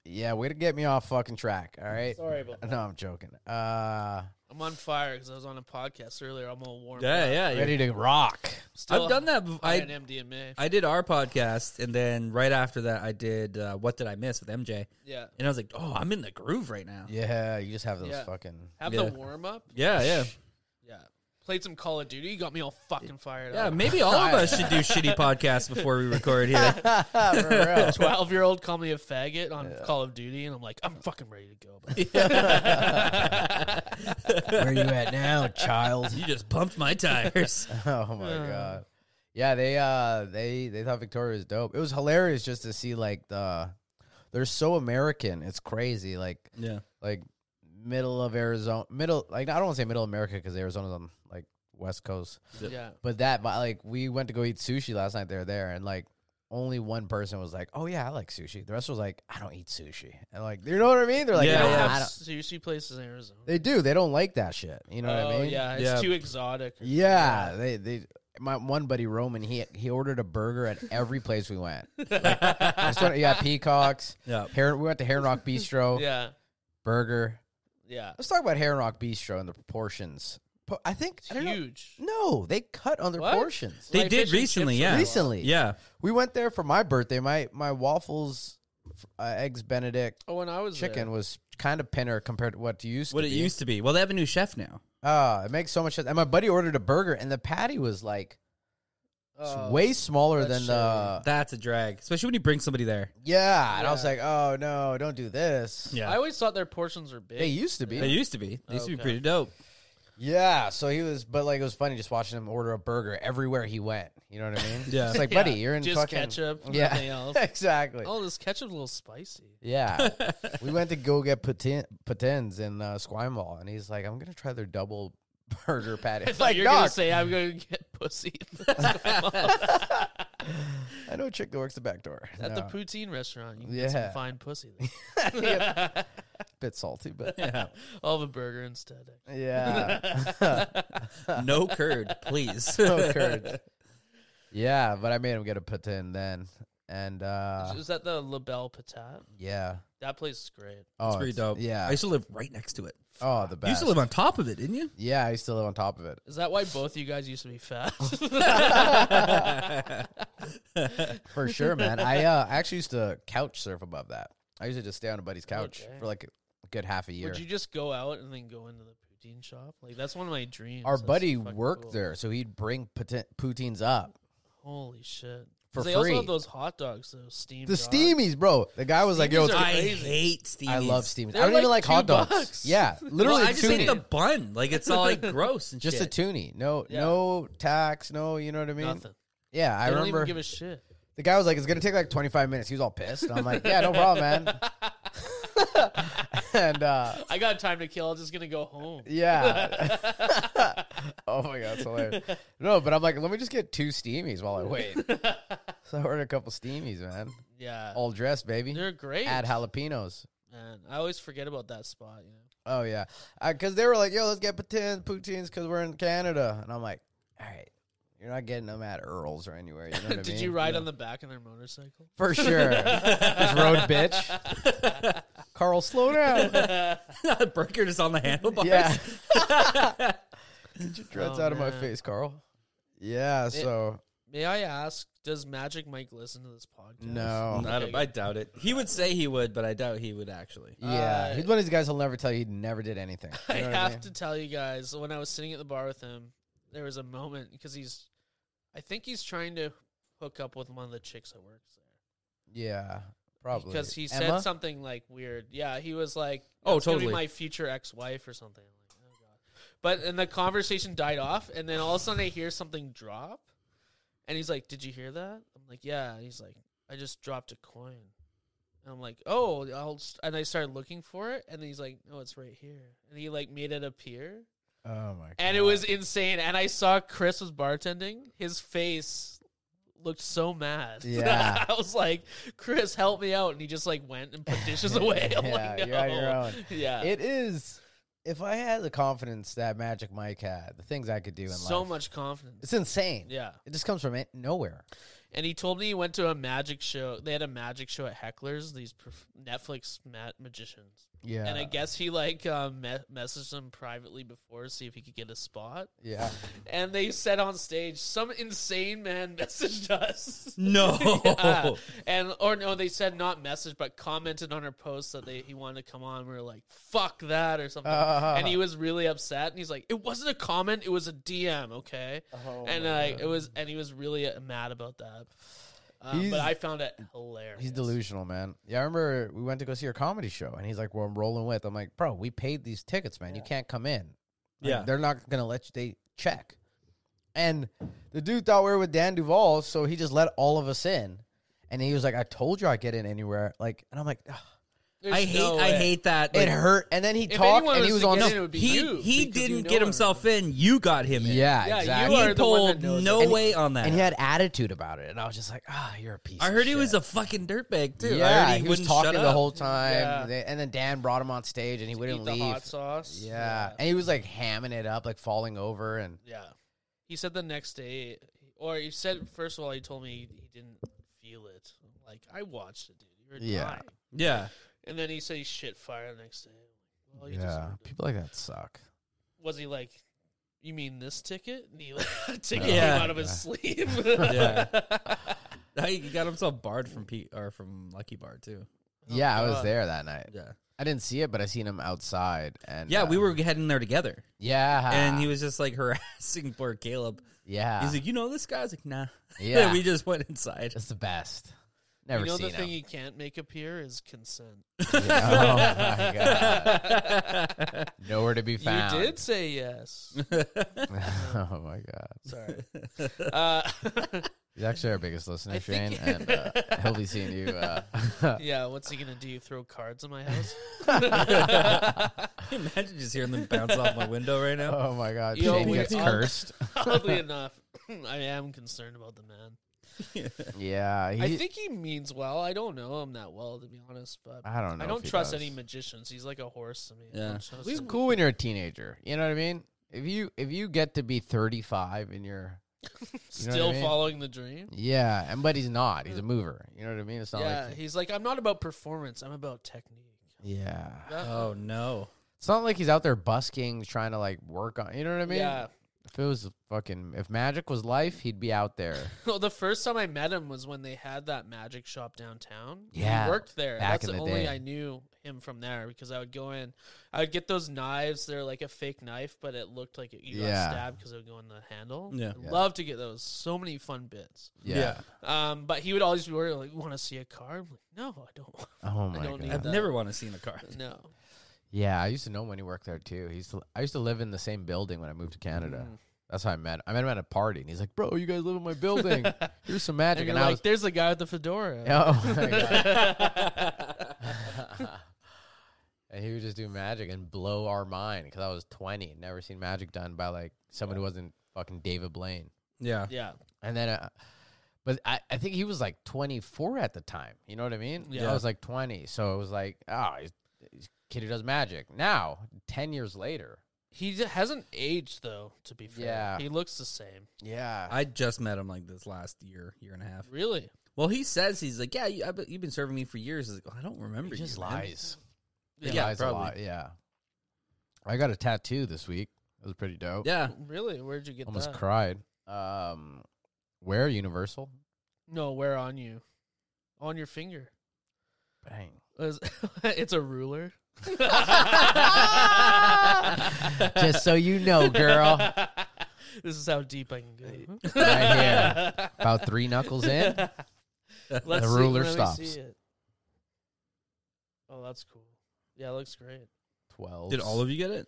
Speaker 3: yeah, way to get me off fucking track. All right.
Speaker 2: Sorry about
Speaker 3: No, I'm joking. Uh,
Speaker 2: I'm on fire because I was on a podcast earlier. I'm all warm.
Speaker 4: yeah, yeah. you're-
Speaker 3: ready to rock.
Speaker 4: I've done that. bef-
Speaker 2: I
Speaker 4: I
Speaker 2: had MDMA.
Speaker 4: I did our podcast, and then right after that, I did uh, what did I miss with MJ,
Speaker 2: yeah.
Speaker 4: and I was like, oh, I'm in the groove right now.
Speaker 3: Yeah, you just have those
Speaker 2: Yeah.
Speaker 3: fucking.
Speaker 2: Have
Speaker 4: Yeah.
Speaker 2: the warm up.
Speaker 4: Yeah, yeah,
Speaker 2: Yeah. Played some Call of Duty. You got me all fucking fired
Speaker 4: yeah.
Speaker 2: up.
Speaker 4: Maybe all of us should do shitty podcasts before we record here.
Speaker 3: For real.
Speaker 2: Twelve year old called me a faggot on Call of Duty, and I'm like, I'm fucking ready to go. But
Speaker 3: Where you at now, child?
Speaker 4: You just pumped my tires.
Speaker 3: Oh my god. Yeah, they uh they they thought Victoria was dope. It was hilarious just to see like the they're so American. It's crazy. Like
Speaker 4: yeah,
Speaker 3: like middle of Arizona, middle like I don't want to say middle America because Arizona's on like West Coast,
Speaker 2: yeah,
Speaker 3: but that but like we went to go eat sushi last night. They're there and like only one person was like, "Oh yeah, I like sushi." The rest was like, "I don't eat sushi," and like you know what I mean? They're like,
Speaker 4: Yeah,
Speaker 3: "Yeah,
Speaker 2: They don't
Speaker 4: yeah.
Speaker 2: have
Speaker 3: I don't."
Speaker 2: sushi places in Arizona.
Speaker 3: They do. They don't like that shit. You know
Speaker 2: oh
Speaker 3: what I mean?
Speaker 2: yeah, it's
Speaker 4: Yeah.
Speaker 2: too exotic.
Speaker 3: Yeah, they they my one buddy Roman he he ordered a burger at every place we went. Like, I just went- yeah, Peacocks.
Speaker 4: yeah.
Speaker 3: Heron, we went to Heron Rock Bistro.
Speaker 2: yeah,
Speaker 3: Burger.
Speaker 2: yeah.
Speaker 3: Let's talk about Heron Rock Bistro and the proportions. Po- I think
Speaker 2: It's
Speaker 3: I don't know-
Speaker 2: huge.
Speaker 3: No, they cut on their
Speaker 2: What?
Speaker 3: portions
Speaker 4: They
Speaker 2: Like
Speaker 4: did
Speaker 2: fish and
Speaker 4: recently,
Speaker 2: chips
Speaker 4: yeah.
Speaker 2: are-
Speaker 3: recently.
Speaker 4: Yeah,
Speaker 3: we went there for my birthday. My my waffles, uh, eggs Benedict
Speaker 2: Oh, when I was
Speaker 3: chicken
Speaker 2: there.
Speaker 3: was kind of pinner compared to what it used.
Speaker 4: what
Speaker 3: to
Speaker 4: it
Speaker 3: be.
Speaker 4: used to be. Well, they have a new chef now.
Speaker 3: Ah, it makes so much sense. And my buddy ordered a burger, and the patty was like s-
Speaker 2: Oh,
Speaker 3: way smaller
Speaker 2: that's
Speaker 3: than
Speaker 2: shitty.
Speaker 3: the
Speaker 4: That's a drag, especially when you bring somebody there.
Speaker 3: Yeah, and I was
Speaker 2: Yeah.
Speaker 3: like, "Oh no, don't do this."
Speaker 4: Yeah,
Speaker 2: I always thought their portions were big.
Speaker 3: They used to
Speaker 4: they
Speaker 3: be.
Speaker 4: used to be. They used to be
Speaker 2: Okay.
Speaker 4: pretty dope.
Speaker 3: Yeah, so he was, but like it was funny just watching him order a burger everywhere he went. You know what I mean?
Speaker 4: Yeah.
Speaker 3: it's like,
Speaker 2: Yeah,
Speaker 3: buddy, you're in
Speaker 2: just
Speaker 3: fucking
Speaker 2: ketchup,
Speaker 3: Yeah,
Speaker 2: nothing else.
Speaker 3: exactly.
Speaker 2: Oh, this ketchup's a little spicy.
Speaker 3: Yeah, we went to go get patin- patins in uh, Squamall, and he's like, "I'm gonna try their double burger patty."
Speaker 2: I
Speaker 3: It's
Speaker 2: thought
Speaker 3: like,
Speaker 2: you were gonna
Speaker 3: "Dog,
Speaker 2: say I'm gonna get pussy
Speaker 3: I know a chick that works the back door.
Speaker 2: at the
Speaker 3: No,
Speaker 2: poutine restaurant. You can get some
Speaker 3: Yeah.
Speaker 2: fine pussy. There.
Speaker 3: bit salty, but
Speaker 4: Yeah,
Speaker 2: I'll have a burger instead.
Speaker 3: yeah,
Speaker 4: no curd, please.
Speaker 3: no curds. Yeah, but I made him get a patin then, and uh
Speaker 2: Is that the La Belle Patat?
Speaker 3: yeah.
Speaker 2: That place is great.
Speaker 3: Oh,
Speaker 4: It's pretty dope.
Speaker 3: Yeah.
Speaker 4: I used to live right next to it.
Speaker 3: oh, the
Speaker 4: You used
Speaker 3: best.
Speaker 4: to live on top of it, didn't you?
Speaker 3: yeah, I used to live on top of it.
Speaker 2: Is that why both of you guys used to be fat?
Speaker 3: For sure, man. I uh, I actually used to couch surf above that. I used to just stay on a buddy's couch
Speaker 2: Okay.
Speaker 3: for like a good half a year.
Speaker 2: Would you just go out and then go into the poutine shop? Like that's one of my dreams.
Speaker 3: Our
Speaker 2: That's
Speaker 3: buddy
Speaker 2: fucking
Speaker 3: worked
Speaker 2: cool.
Speaker 3: there, so he'd bring pouten- poutines up.
Speaker 2: Holy shit! 'Cause
Speaker 3: For
Speaker 2: they also have
Speaker 3: free.
Speaker 2: those hot dogs, those steamed.
Speaker 3: The
Speaker 2: dogs.
Speaker 3: steamies, bro. The guy was like, "Yo,
Speaker 2: Steamies
Speaker 3: it's-
Speaker 2: are
Speaker 4: I
Speaker 2: Amazing.
Speaker 4: hate Stevie's.
Speaker 3: I love steamies.
Speaker 2: They're
Speaker 3: I don't even
Speaker 2: like
Speaker 3: like hot
Speaker 2: two
Speaker 3: dogs."
Speaker 2: bucks.
Speaker 3: Yeah, literally
Speaker 4: Well, I
Speaker 3: a
Speaker 4: just hate
Speaker 3: toonie.
Speaker 4: the bun. Like it's all like gross and
Speaker 3: just a
Speaker 4: shit.
Speaker 3: toonie. No,
Speaker 2: Yeah.
Speaker 3: no tax. No, you know what I mean.
Speaker 2: Nothing.
Speaker 3: Yeah, I
Speaker 2: They don't
Speaker 3: remember
Speaker 2: even give a shit.
Speaker 3: the guy was like, "It's gonna take like 25 minutes." He was all pissed. I'm like, "Yeah, no problem, man." and uh,
Speaker 2: I got time to kill. I'm just gonna go home.
Speaker 3: yeah. oh my god, it's hilarious. No, but I'm like, let me just get two steamies while I wait. so I ordered a couple steamies, man.
Speaker 2: yeah,
Speaker 3: All dressed, baby.
Speaker 2: they're great.
Speaker 3: Add jalapenos.
Speaker 2: Man, I always forget about that spot. You know.
Speaker 3: Oh yeah, because they were like, "Yo, let's get poutine, poutines," because we're in Canada, and I'm like, "All right, you're not getting them at Earl's or anywhere." You know what I mean?
Speaker 2: Did you ride
Speaker 3: Yeah.
Speaker 2: on the back of their motorcycle?
Speaker 3: for sure? Just road bitch. Carl, slow down.
Speaker 4: Burger just on the handlebars.
Speaker 3: yeah. Get your dreads
Speaker 2: Oh,
Speaker 3: out of my
Speaker 2: man.
Speaker 3: face, Carl. Yeah. So
Speaker 2: May I ask, does Magic Mike listen to this podcast?
Speaker 3: no.
Speaker 4: I, don't- I doubt it. He would say he would, but I doubt he would actually.
Speaker 3: Yeah,
Speaker 2: Uh,
Speaker 3: he's one of these guys who'll never tell you he never did anything. You
Speaker 2: I
Speaker 3: know what
Speaker 2: have
Speaker 3: mean?
Speaker 2: to tell you guys, when I was sitting at the bar with him, there was a moment because he's, I think he's trying to hook up with one of the chicks that works there
Speaker 3: Yeah, probably
Speaker 2: because he
Speaker 3: Emma?
Speaker 2: said something like weird. Yeah, he was like,
Speaker 4: Oh,
Speaker 2: "It's gonna be
Speaker 4: totally.
Speaker 2: my future ex-wife or something." I'm like, oh god. But and the conversation died off, and then all of a sudden I hear something drop, and he's like, "Did you hear that?" I'm like, "Yeah." He's like, "I just dropped a coin." And I'm like, "Oh," I'll st-, and I started looking for it, and he's like, "No, it's right here," and he like made it appear.
Speaker 3: Oh my! God.
Speaker 2: And it was insane. And I saw Chris was bartending. His face looked so mad.
Speaker 3: Yeah.
Speaker 2: I was like, Chris, help me out. And he just like went and put dishes away. I'm like, no.
Speaker 3: Yeah, you're on your own.
Speaker 2: Yeah.
Speaker 3: It is. If I had the confidence that Magic Mike had, the things I could do in
Speaker 2: so
Speaker 3: life,
Speaker 2: much confidence.
Speaker 3: it's insane.
Speaker 2: Yeah.
Speaker 3: It just comes from it, nowhere.
Speaker 2: And he told me he went to a magic show. They had a magic show at Heckler's, these prof- Netflix ma- magicians.
Speaker 3: Yeah,
Speaker 2: And I guess he like um, me- messaged them privately before to see if he could get a spot.
Speaker 3: yeah.
Speaker 2: And they said on stage, some insane man messaged us.
Speaker 4: No.
Speaker 2: Yeah. And or no, they said not message, but commented on her post that they he wanted to come on. We were like, "Fuck that" or something.
Speaker 3: Ah.
Speaker 2: and he was really upset. And he's like, "It wasn't a comment. It was a DM." Okay.
Speaker 3: Oh,
Speaker 2: and like it was, and he was really uh, mad about that. Um,
Speaker 3: He's-
Speaker 2: but I found it hilarious.
Speaker 3: He's delusional, man. Yeah, I remember we went to go see your comedy show, and he's like, "Well, I'm rolling with." I'm like, "Bro, we paid these tickets, man. You can't come in. Like,
Speaker 4: Yeah.
Speaker 3: they're not gonna let you. They check." And the dude thought we were with Dan Duvall, so he just let all of us in. And he was like, "I told you I get in anywhere." Like, and I'm like, "Ugh."
Speaker 2: There's
Speaker 4: I hate.
Speaker 2: no
Speaker 4: I
Speaker 2: way.
Speaker 4: hate that.
Speaker 3: it
Speaker 4: like,
Speaker 3: hurt. And then he
Speaker 2: If
Speaker 3: talked,
Speaker 2: anyone
Speaker 3: and he
Speaker 2: was
Speaker 3: was
Speaker 2: to
Speaker 3: on.
Speaker 2: get
Speaker 3: No,
Speaker 2: in, it would be
Speaker 4: He
Speaker 2: you,
Speaker 4: he
Speaker 2: because you
Speaker 4: didn't
Speaker 2: know
Speaker 4: get
Speaker 2: him.
Speaker 4: himself in. You got him in.
Speaker 3: yeah,
Speaker 2: Yeah, you
Speaker 3: exactly.
Speaker 2: are
Speaker 4: He
Speaker 2: the one
Speaker 4: pulled
Speaker 2: that knows
Speaker 4: no
Speaker 2: it.
Speaker 4: way on that.
Speaker 3: and he had attitude about it, and I was just like, "Ah, you're a piece."
Speaker 4: I
Speaker 3: of
Speaker 4: heard he was a
Speaker 3: shit."
Speaker 4: fucking dirtbag too. I heard
Speaker 3: yeah.
Speaker 4: he,
Speaker 3: He was
Speaker 4: wouldn't
Speaker 3: talking
Speaker 4: shut
Speaker 3: the
Speaker 4: up.
Speaker 3: whole time,
Speaker 2: Yeah.
Speaker 3: They- and then Dan brought him on stage, and he
Speaker 2: Eat
Speaker 3: wouldn't
Speaker 2: the
Speaker 3: leave.
Speaker 2: hot sauce.
Speaker 3: Yeah. And he was like hamming it up, like falling over and
Speaker 2: Yeah. He said the next day, or he said, first of all, he told me he didn't feel it. Like, I watched it, dude. You were
Speaker 3: Yeah.
Speaker 2: dying.
Speaker 4: Yeah.
Speaker 2: And then he said he shit fire the next day. Well, Oh, you
Speaker 3: yeah.
Speaker 2: deserved it.
Speaker 3: People like that suck.
Speaker 2: Was he like, you mean this ticket? And he like, a ticket
Speaker 4: Yeah.
Speaker 2: came out of his sleeve.
Speaker 4: Yeah. He got himself barred from P- or from Lucky Bar too.
Speaker 3: yeah, I was
Speaker 2: Oh, God.
Speaker 3: there that night.
Speaker 4: Yeah.
Speaker 3: I didn't see it, but I seen him outside and
Speaker 4: Yeah, we
Speaker 3: uh,
Speaker 4: were heading there together,
Speaker 3: Yeah.
Speaker 4: and he was just like harassing poor Caleb.
Speaker 3: Yeah.
Speaker 4: He's like, "You know this guy?" I was like, "Nah."
Speaker 3: Ah. Yeah.
Speaker 4: we just went inside.
Speaker 3: That's the best.
Speaker 2: You
Speaker 3: Never
Speaker 2: know
Speaker 3: seen
Speaker 2: the thing
Speaker 3: him.
Speaker 2: you can't make appear is consent.
Speaker 3: Yeah. oh my god. Nowhere to be found.
Speaker 2: You did say yes.
Speaker 3: oh my god.
Speaker 2: Sorry. Uh,
Speaker 3: He's actually our biggest listener,
Speaker 2: I
Speaker 3: Shane,
Speaker 2: think-
Speaker 3: and uh, he'll be seeing you. Uh,
Speaker 2: yeah, what's he gonna do? Throw cards in my house?
Speaker 4: Imagine just hearing them bounce off my window right now.
Speaker 3: oh my god,
Speaker 2: Yo,
Speaker 3: Shane
Speaker 2: we-
Speaker 3: gets
Speaker 2: I'll-
Speaker 3: cursed.
Speaker 2: Oddly enough, I am concerned about the man.
Speaker 3: Yeah, he,
Speaker 2: I think he means well. I don't know him that well, to be honest. But
Speaker 3: I don't know
Speaker 2: I
Speaker 3: if
Speaker 2: don't
Speaker 3: he
Speaker 2: trust
Speaker 3: does.
Speaker 2: any magicians. He's like a horse to me. I
Speaker 4: Yeah.
Speaker 2: don't trust
Speaker 3: It's
Speaker 2: him.
Speaker 3: cool when you're a teenager. You know what I mean? If you if you get to be 35 and you're you know what I
Speaker 2: Still
Speaker 3: mean?
Speaker 2: following the dream.
Speaker 3: yeah, and but he's not. He's a mover. You know what I mean? It's not
Speaker 2: yeah,
Speaker 3: like
Speaker 2: he's like, I'm not about performance. I'm about technique.
Speaker 3: yeah.
Speaker 2: That-
Speaker 4: Oh no!
Speaker 3: It's not like he's out there busking trying to like work on. You know what I mean?
Speaker 2: yeah.
Speaker 3: If it was fucking if magic was life, he'd be out there.
Speaker 2: Well, the first time I met him was when they had that magic shop downtown.
Speaker 3: Yeah,
Speaker 2: he worked there.
Speaker 3: back
Speaker 2: That's
Speaker 3: in
Speaker 2: the,
Speaker 3: the
Speaker 2: only
Speaker 3: day.
Speaker 2: I knew him from there because I would go in. I would get those knives. They're like a fake knife, but it looked like it, you
Speaker 3: Yeah.
Speaker 2: got stabbed because it would go in the handle.
Speaker 4: Yeah.
Speaker 2: I
Speaker 3: Yeah.
Speaker 2: love to get those. So many fun bits.
Speaker 3: Yeah.
Speaker 4: Yeah.
Speaker 2: Um, but he would always be worried, like, "Want to see a car?" I'm like, "No, I don't.
Speaker 3: Oh my
Speaker 2: don't
Speaker 3: god.
Speaker 2: need
Speaker 4: I've
Speaker 2: that.
Speaker 4: never want to see in the car.
Speaker 2: No."
Speaker 3: Yeah, I used to know him when he worked there too. He's I used to live in the same building when I moved to Canada.
Speaker 2: Mm.
Speaker 3: That's how I met. I met him at a party, and he's like, "Bro, you guys live in my building. Here's some magic."
Speaker 2: And
Speaker 3: And,
Speaker 2: you're
Speaker 3: I
Speaker 2: like,
Speaker 3: was,
Speaker 2: "There's the guy with the fedora."
Speaker 3: oh my god. and he would just do magic and blow our mind because I was 20 and never seen magic done by like someone who wasn't fucking David Blaine.
Speaker 4: Yeah.
Speaker 2: Yeah.
Speaker 3: And then, uh, but I, I think he was like 24 at the time. You know what I mean?
Speaker 2: Yeah.
Speaker 3: I was like 20. So it was like, oh, he's, he's a kid who does magic. Now, 10 years later.
Speaker 2: He d- hasn't aged though. To be fair,
Speaker 3: Yeah.
Speaker 2: he looks the same.
Speaker 3: Yeah.
Speaker 4: I just met him like this last year, year and a half.
Speaker 2: Really?
Speaker 4: Well, he says he's like, yeah, you, I, bet you've been serving me for years. He's like, "Well, I don't remember.
Speaker 3: he just
Speaker 4: you, man."
Speaker 3: lies.
Speaker 4: Yeah,
Speaker 3: He lies
Speaker 4: probably.
Speaker 3: a lot. Yeah. I got a tattoo this week. It was pretty dope.
Speaker 4: Yeah.
Speaker 2: Really? Where'd you get
Speaker 3: Almost
Speaker 2: that?
Speaker 3: cried. Um, where? Universal?
Speaker 2: no, where on you? On your finger.
Speaker 3: Bang.
Speaker 2: Is- it's a ruler.
Speaker 3: Just so you know, girl.
Speaker 2: this is how deep I can go.
Speaker 3: Right here. About three knuckles in.
Speaker 2: Let's
Speaker 3: The
Speaker 2: see-
Speaker 3: ruler
Speaker 2: let me
Speaker 3: stops.
Speaker 2: see it. Oh, that's cool. Yeah, it looks great.
Speaker 3: 12.
Speaker 4: Did all of you get it?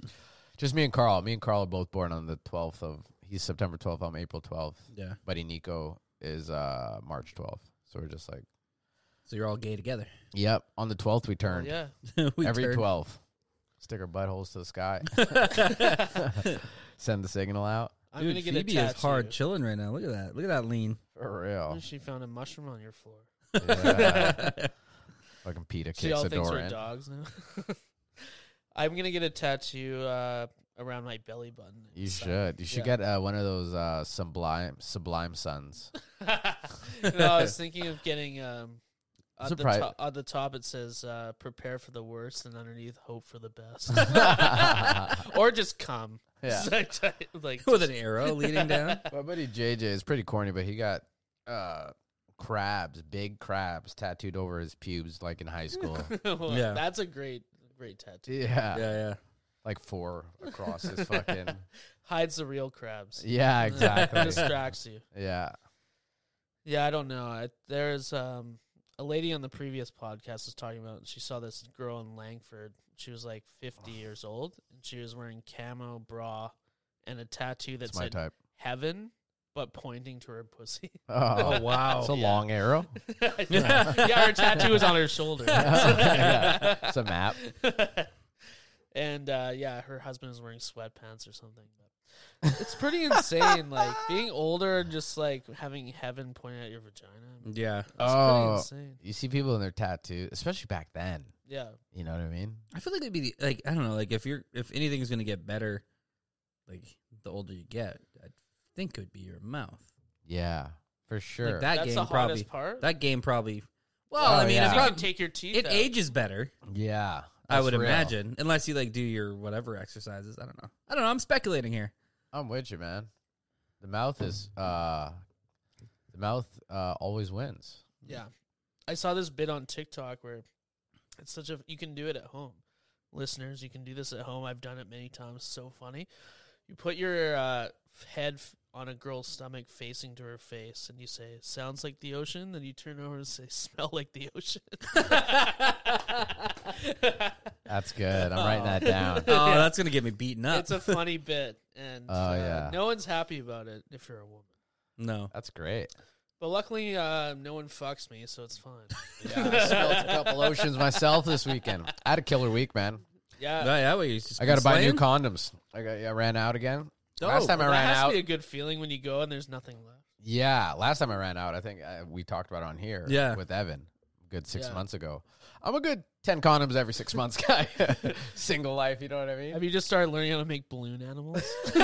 Speaker 3: Just me and Carl. Me and Carl are both born on the 12th of. He's September 12th. I'm April 12th.
Speaker 4: Yeah.
Speaker 3: Buddy Nico is uh March 12th. So we're just like,
Speaker 4: So you're all gay together.
Speaker 3: yep. On the 12th we
Speaker 2: Well,
Speaker 3: turn.
Speaker 2: yeah.
Speaker 4: We
Speaker 3: Every
Speaker 4: turned-
Speaker 3: 12th. Stick our buttholes to the sky. Send the signal out.
Speaker 2: I'm
Speaker 4: Dude,
Speaker 2: gonna get
Speaker 4: Phoebe
Speaker 2: a
Speaker 4: is
Speaker 2: tattoo.
Speaker 4: hard chilling right now. Look at that. Look at that lean.
Speaker 3: For real.
Speaker 2: She found a mushroom on your floor.
Speaker 3: Yeah. Fucking Peter
Speaker 2: She
Speaker 3: kicks
Speaker 2: all
Speaker 3: the
Speaker 2: thinks
Speaker 3: door
Speaker 2: we're
Speaker 3: in.
Speaker 2: dogs now. I'm gonna get a tattoo uh, around my belly button. and
Speaker 3: You
Speaker 2: stuff.
Speaker 3: should. You should
Speaker 2: Yeah.
Speaker 3: get uh, one of those uh, sublime sublime sons.
Speaker 2: no, I was thinking of getting um, on, the
Speaker 3: Surprise.
Speaker 2: top, on the top. It says uh, "Prepare for the worst," and underneath, "Hope for the best,"
Speaker 3: yeah.
Speaker 2: or just come. like
Speaker 4: With an arrow leading down.
Speaker 3: My buddy JJ is pretty corny, but he got uh, crabs, big crabs, tattooed over his pubes like in high school.
Speaker 2: Well,
Speaker 4: Yeah.
Speaker 2: that's a great, great tattoo.
Speaker 3: yeah.
Speaker 4: yeah,
Speaker 3: like four across his fucking.
Speaker 2: Hides the real crabs.
Speaker 3: Yeah, exactly.
Speaker 2: Distracts you.
Speaker 3: yeah,
Speaker 2: Yeah, I don't know. I, there's um, a lady on the previous podcast was talking about. She saw this girl in Langford. She was like 50 years old, and she was wearing camo bra and a tattoo that
Speaker 3: it's my
Speaker 2: said
Speaker 3: type.
Speaker 2: "heaven," but pointing to her pussy.
Speaker 3: Oh,
Speaker 4: wow.
Speaker 3: it's a long arrow.
Speaker 2: yeah, her tattoo was on her shoulder.
Speaker 3: Yeah, It's a map.
Speaker 2: and uh, yeah, her husband is wearing sweatpants or something. But it's pretty insane, like being older and just like having heaven pointing at your vagina. It's
Speaker 4: yeah.
Speaker 3: Oh.
Speaker 2: pretty insane.
Speaker 3: You see people in their tattoo, especially back then.
Speaker 2: Yeah,
Speaker 3: You know what I mean?
Speaker 4: I feel like it'd be the, like I don't know, like if you're if anything's gonna get better, like the older you get, I think it would be your mouth.
Speaker 3: Yeah, for sure.
Speaker 4: Like that
Speaker 2: that's the
Speaker 4: game
Speaker 2: hardest
Speaker 4: probably.
Speaker 2: part.
Speaker 4: That game probably. Well, I
Speaker 3: Oh,
Speaker 4: mean,
Speaker 3: yeah.
Speaker 4: it's
Speaker 2: you can
Speaker 4: probably,
Speaker 2: take your teeth.
Speaker 4: it
Speaker 2: out.
Speaker 4: ages better.
Speaker 3: yeah,
Speaker 4: I
Speaker 3: that's
Speaker 4: would
Speaker 3: real.
Speaker 4: imagine, unless you like do your whatever exercises. I don't know. I don't know. I'm speculating here.
Speaker 3: I'm with you, man. The mouth is uh, the mouth uh always wins.
Speaker 2: Yeah, I saw this bit on TikTok where it's such a you can do it at home, listeners. You can do this at home. I've done it many times. So funny. You put your uh, f- head f- on a girl's stomach, facing to her face, and you say, "Sounds like the ocean." Then you turn over and say, "Smell like the ocean."
Speaker 3: That's good. I'm writing that down.
Speaker 4: Oh, that's gonna get me beaten up.
Speaker 2: it's a funny bit, and
Speaker 3: Oh,
Speaker 2: uh,
Speaker 3: yeah.
Speaker 2: no one's happy about it if you're a woman.
Speaker 4: no.
Speaker 3: That's great.
Speaker 2: But luckily, uh, no one fucks me, so it's fine.
Speaker 3: Yeah, I smelled a couple oceans myself this weekend. I had a killer week, man.
Speaker 2: Yeah,
Speaker 4: Oh, yeah, what, you just
Speaker 3: I got to buy
Speaker 4: slaying?
Speaker 3: new condoms. I got yeah, I ran out again.
Speaker 4: Dope.
Speaker 3: Last time I
Speaker 2: Well, Oh, that
Speaker 3: ran
Speaker 2: has
Speaker 3: out.
Speaker 2: to be a good feeling when you go and there's nothing left.
Speaker 3: yeah, last time I ran out, I think uh, we talked about it on here.
Speaker 4: Yeah.
Speaker 3: with Evan, a good six
Speaker 2: Yeah.
Speaker 3: months ago. I'm a good ten condoms every six months guy. Single life, you know what I mean.
Speaker 2: Have you just started learning how to make balloon animals?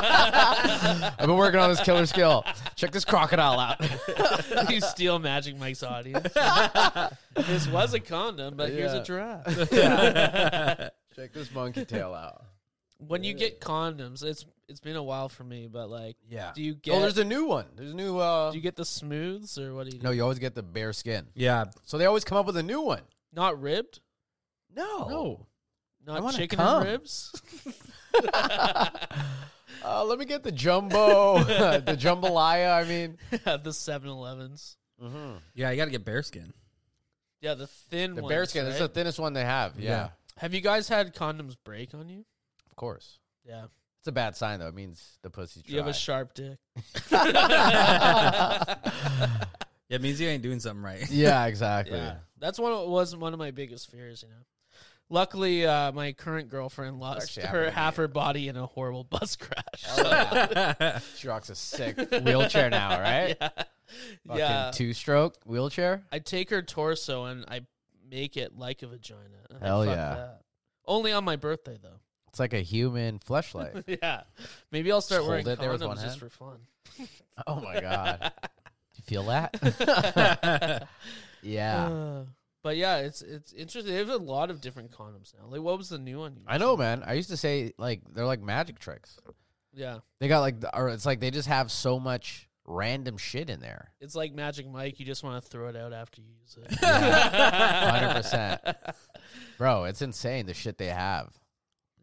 Speaker 3: I've been working on this killer skill. Check this crocodile out.
Speaker 2: you steal Magic Mike's audience. this was a condom, but here's a
Speaker 3: Yeah.
Speaker 2: giraffe.
Speaker 3: Check this monkey tail out.
Speaker 2: When you get condoms, it's it's been a while for me, but like,
Speaker 3: Yeah.
Speaker 2: do you get
Speaker 3: Oh, there's a new one. There's a new. Uh,
Speaker 2: do you get the smooths or what do you do?
Speaker 3: no, you always get the bare skin.
Speaker 4: Yeah.
Speaker 3: So they always come up with a new one.
Speaker 2: Not ribbed,
Speaker 3: No.
Speaker 4: No.
Speaker 3: I
Speaker 2: not
Speaker 3: wanna
Speaker 2: chicken
Speaker 3: come.
Speaker 2: and ribs.
Speaker 3: Uh, let me get the jumbo, the jambalaya. I mean,
Speaker 2: the 7-Elevens.
Speaker 4: Yeah, you got to get bearskin.
Speaker 2: Yeah, the thin
Speaker 3: the
Speaker 2: ones,
Speaker 3: bear skin. It's the
Speaker 2: right?
Speaker 3: thinnest one they have. Yeah,
Speaker 4: Yeah.
Speaker 2: Have you guys had condoms break on you?
Speaker 3: of course.
Speaker 2: Yeah.
Speaker 3: It's a bad sign though. It means the pussy's dry.
Speaker 2: You have a sharp dick.
Speaker 4: Yeah, it means you ain't doing something right.
Speaker 3: yeah, exactly.
Speaker 2: Yeah, that's one of, was one of my biggest fears. You know, Luckily, uh, my current girlfriend lost
Speaker 3: actually happened
Speaker 2: her
Speaker 3: to me.
Speaker 2: half her body in a horrible bus crash.
Speaker 3: She rocks a sick wheelchair now, right? Fucking
Speaker 2: yeah,
Speaker 3: two stroke wheelchair.
Speaker 2: I take her torso and I make it like a vagina. I
Speaker 3: Hell
Speaker 2: fuck
Speaker 3: yeah.
Speaker 2: that. Only on my birthday though.
Speaker 3: It's like a human fleshlight.
Speaker 2: yeah, maybe I'll start
Speaker 3: Just
Speaker 2: wearing
Speaker 3: hold it there with one
Speaker 2: condoms just
Speaker 3: hand.
Speaker 2: for fun.
Speaker 3: oh my god. You feel that?
Speaker 2: Uh,
Speaker 3: yeah.
Speaker 2: but yeah, it's it's interesting. They have a lot of different condoms now. Like, what was the new one? you
Speaker 3: I know,
Speaker 2: said?
Speaker 3: man. I used to say like they're like magic tricks.
Speaker 2: Yeah,
Speaker 3: They got like, the- or it's like they just have so much random shit in there.
Speaker 2: it's like Magic Mike. You just want to throw it out after you use it.
Speaker 3: Hundred percent, bro. It's insane the shit they have.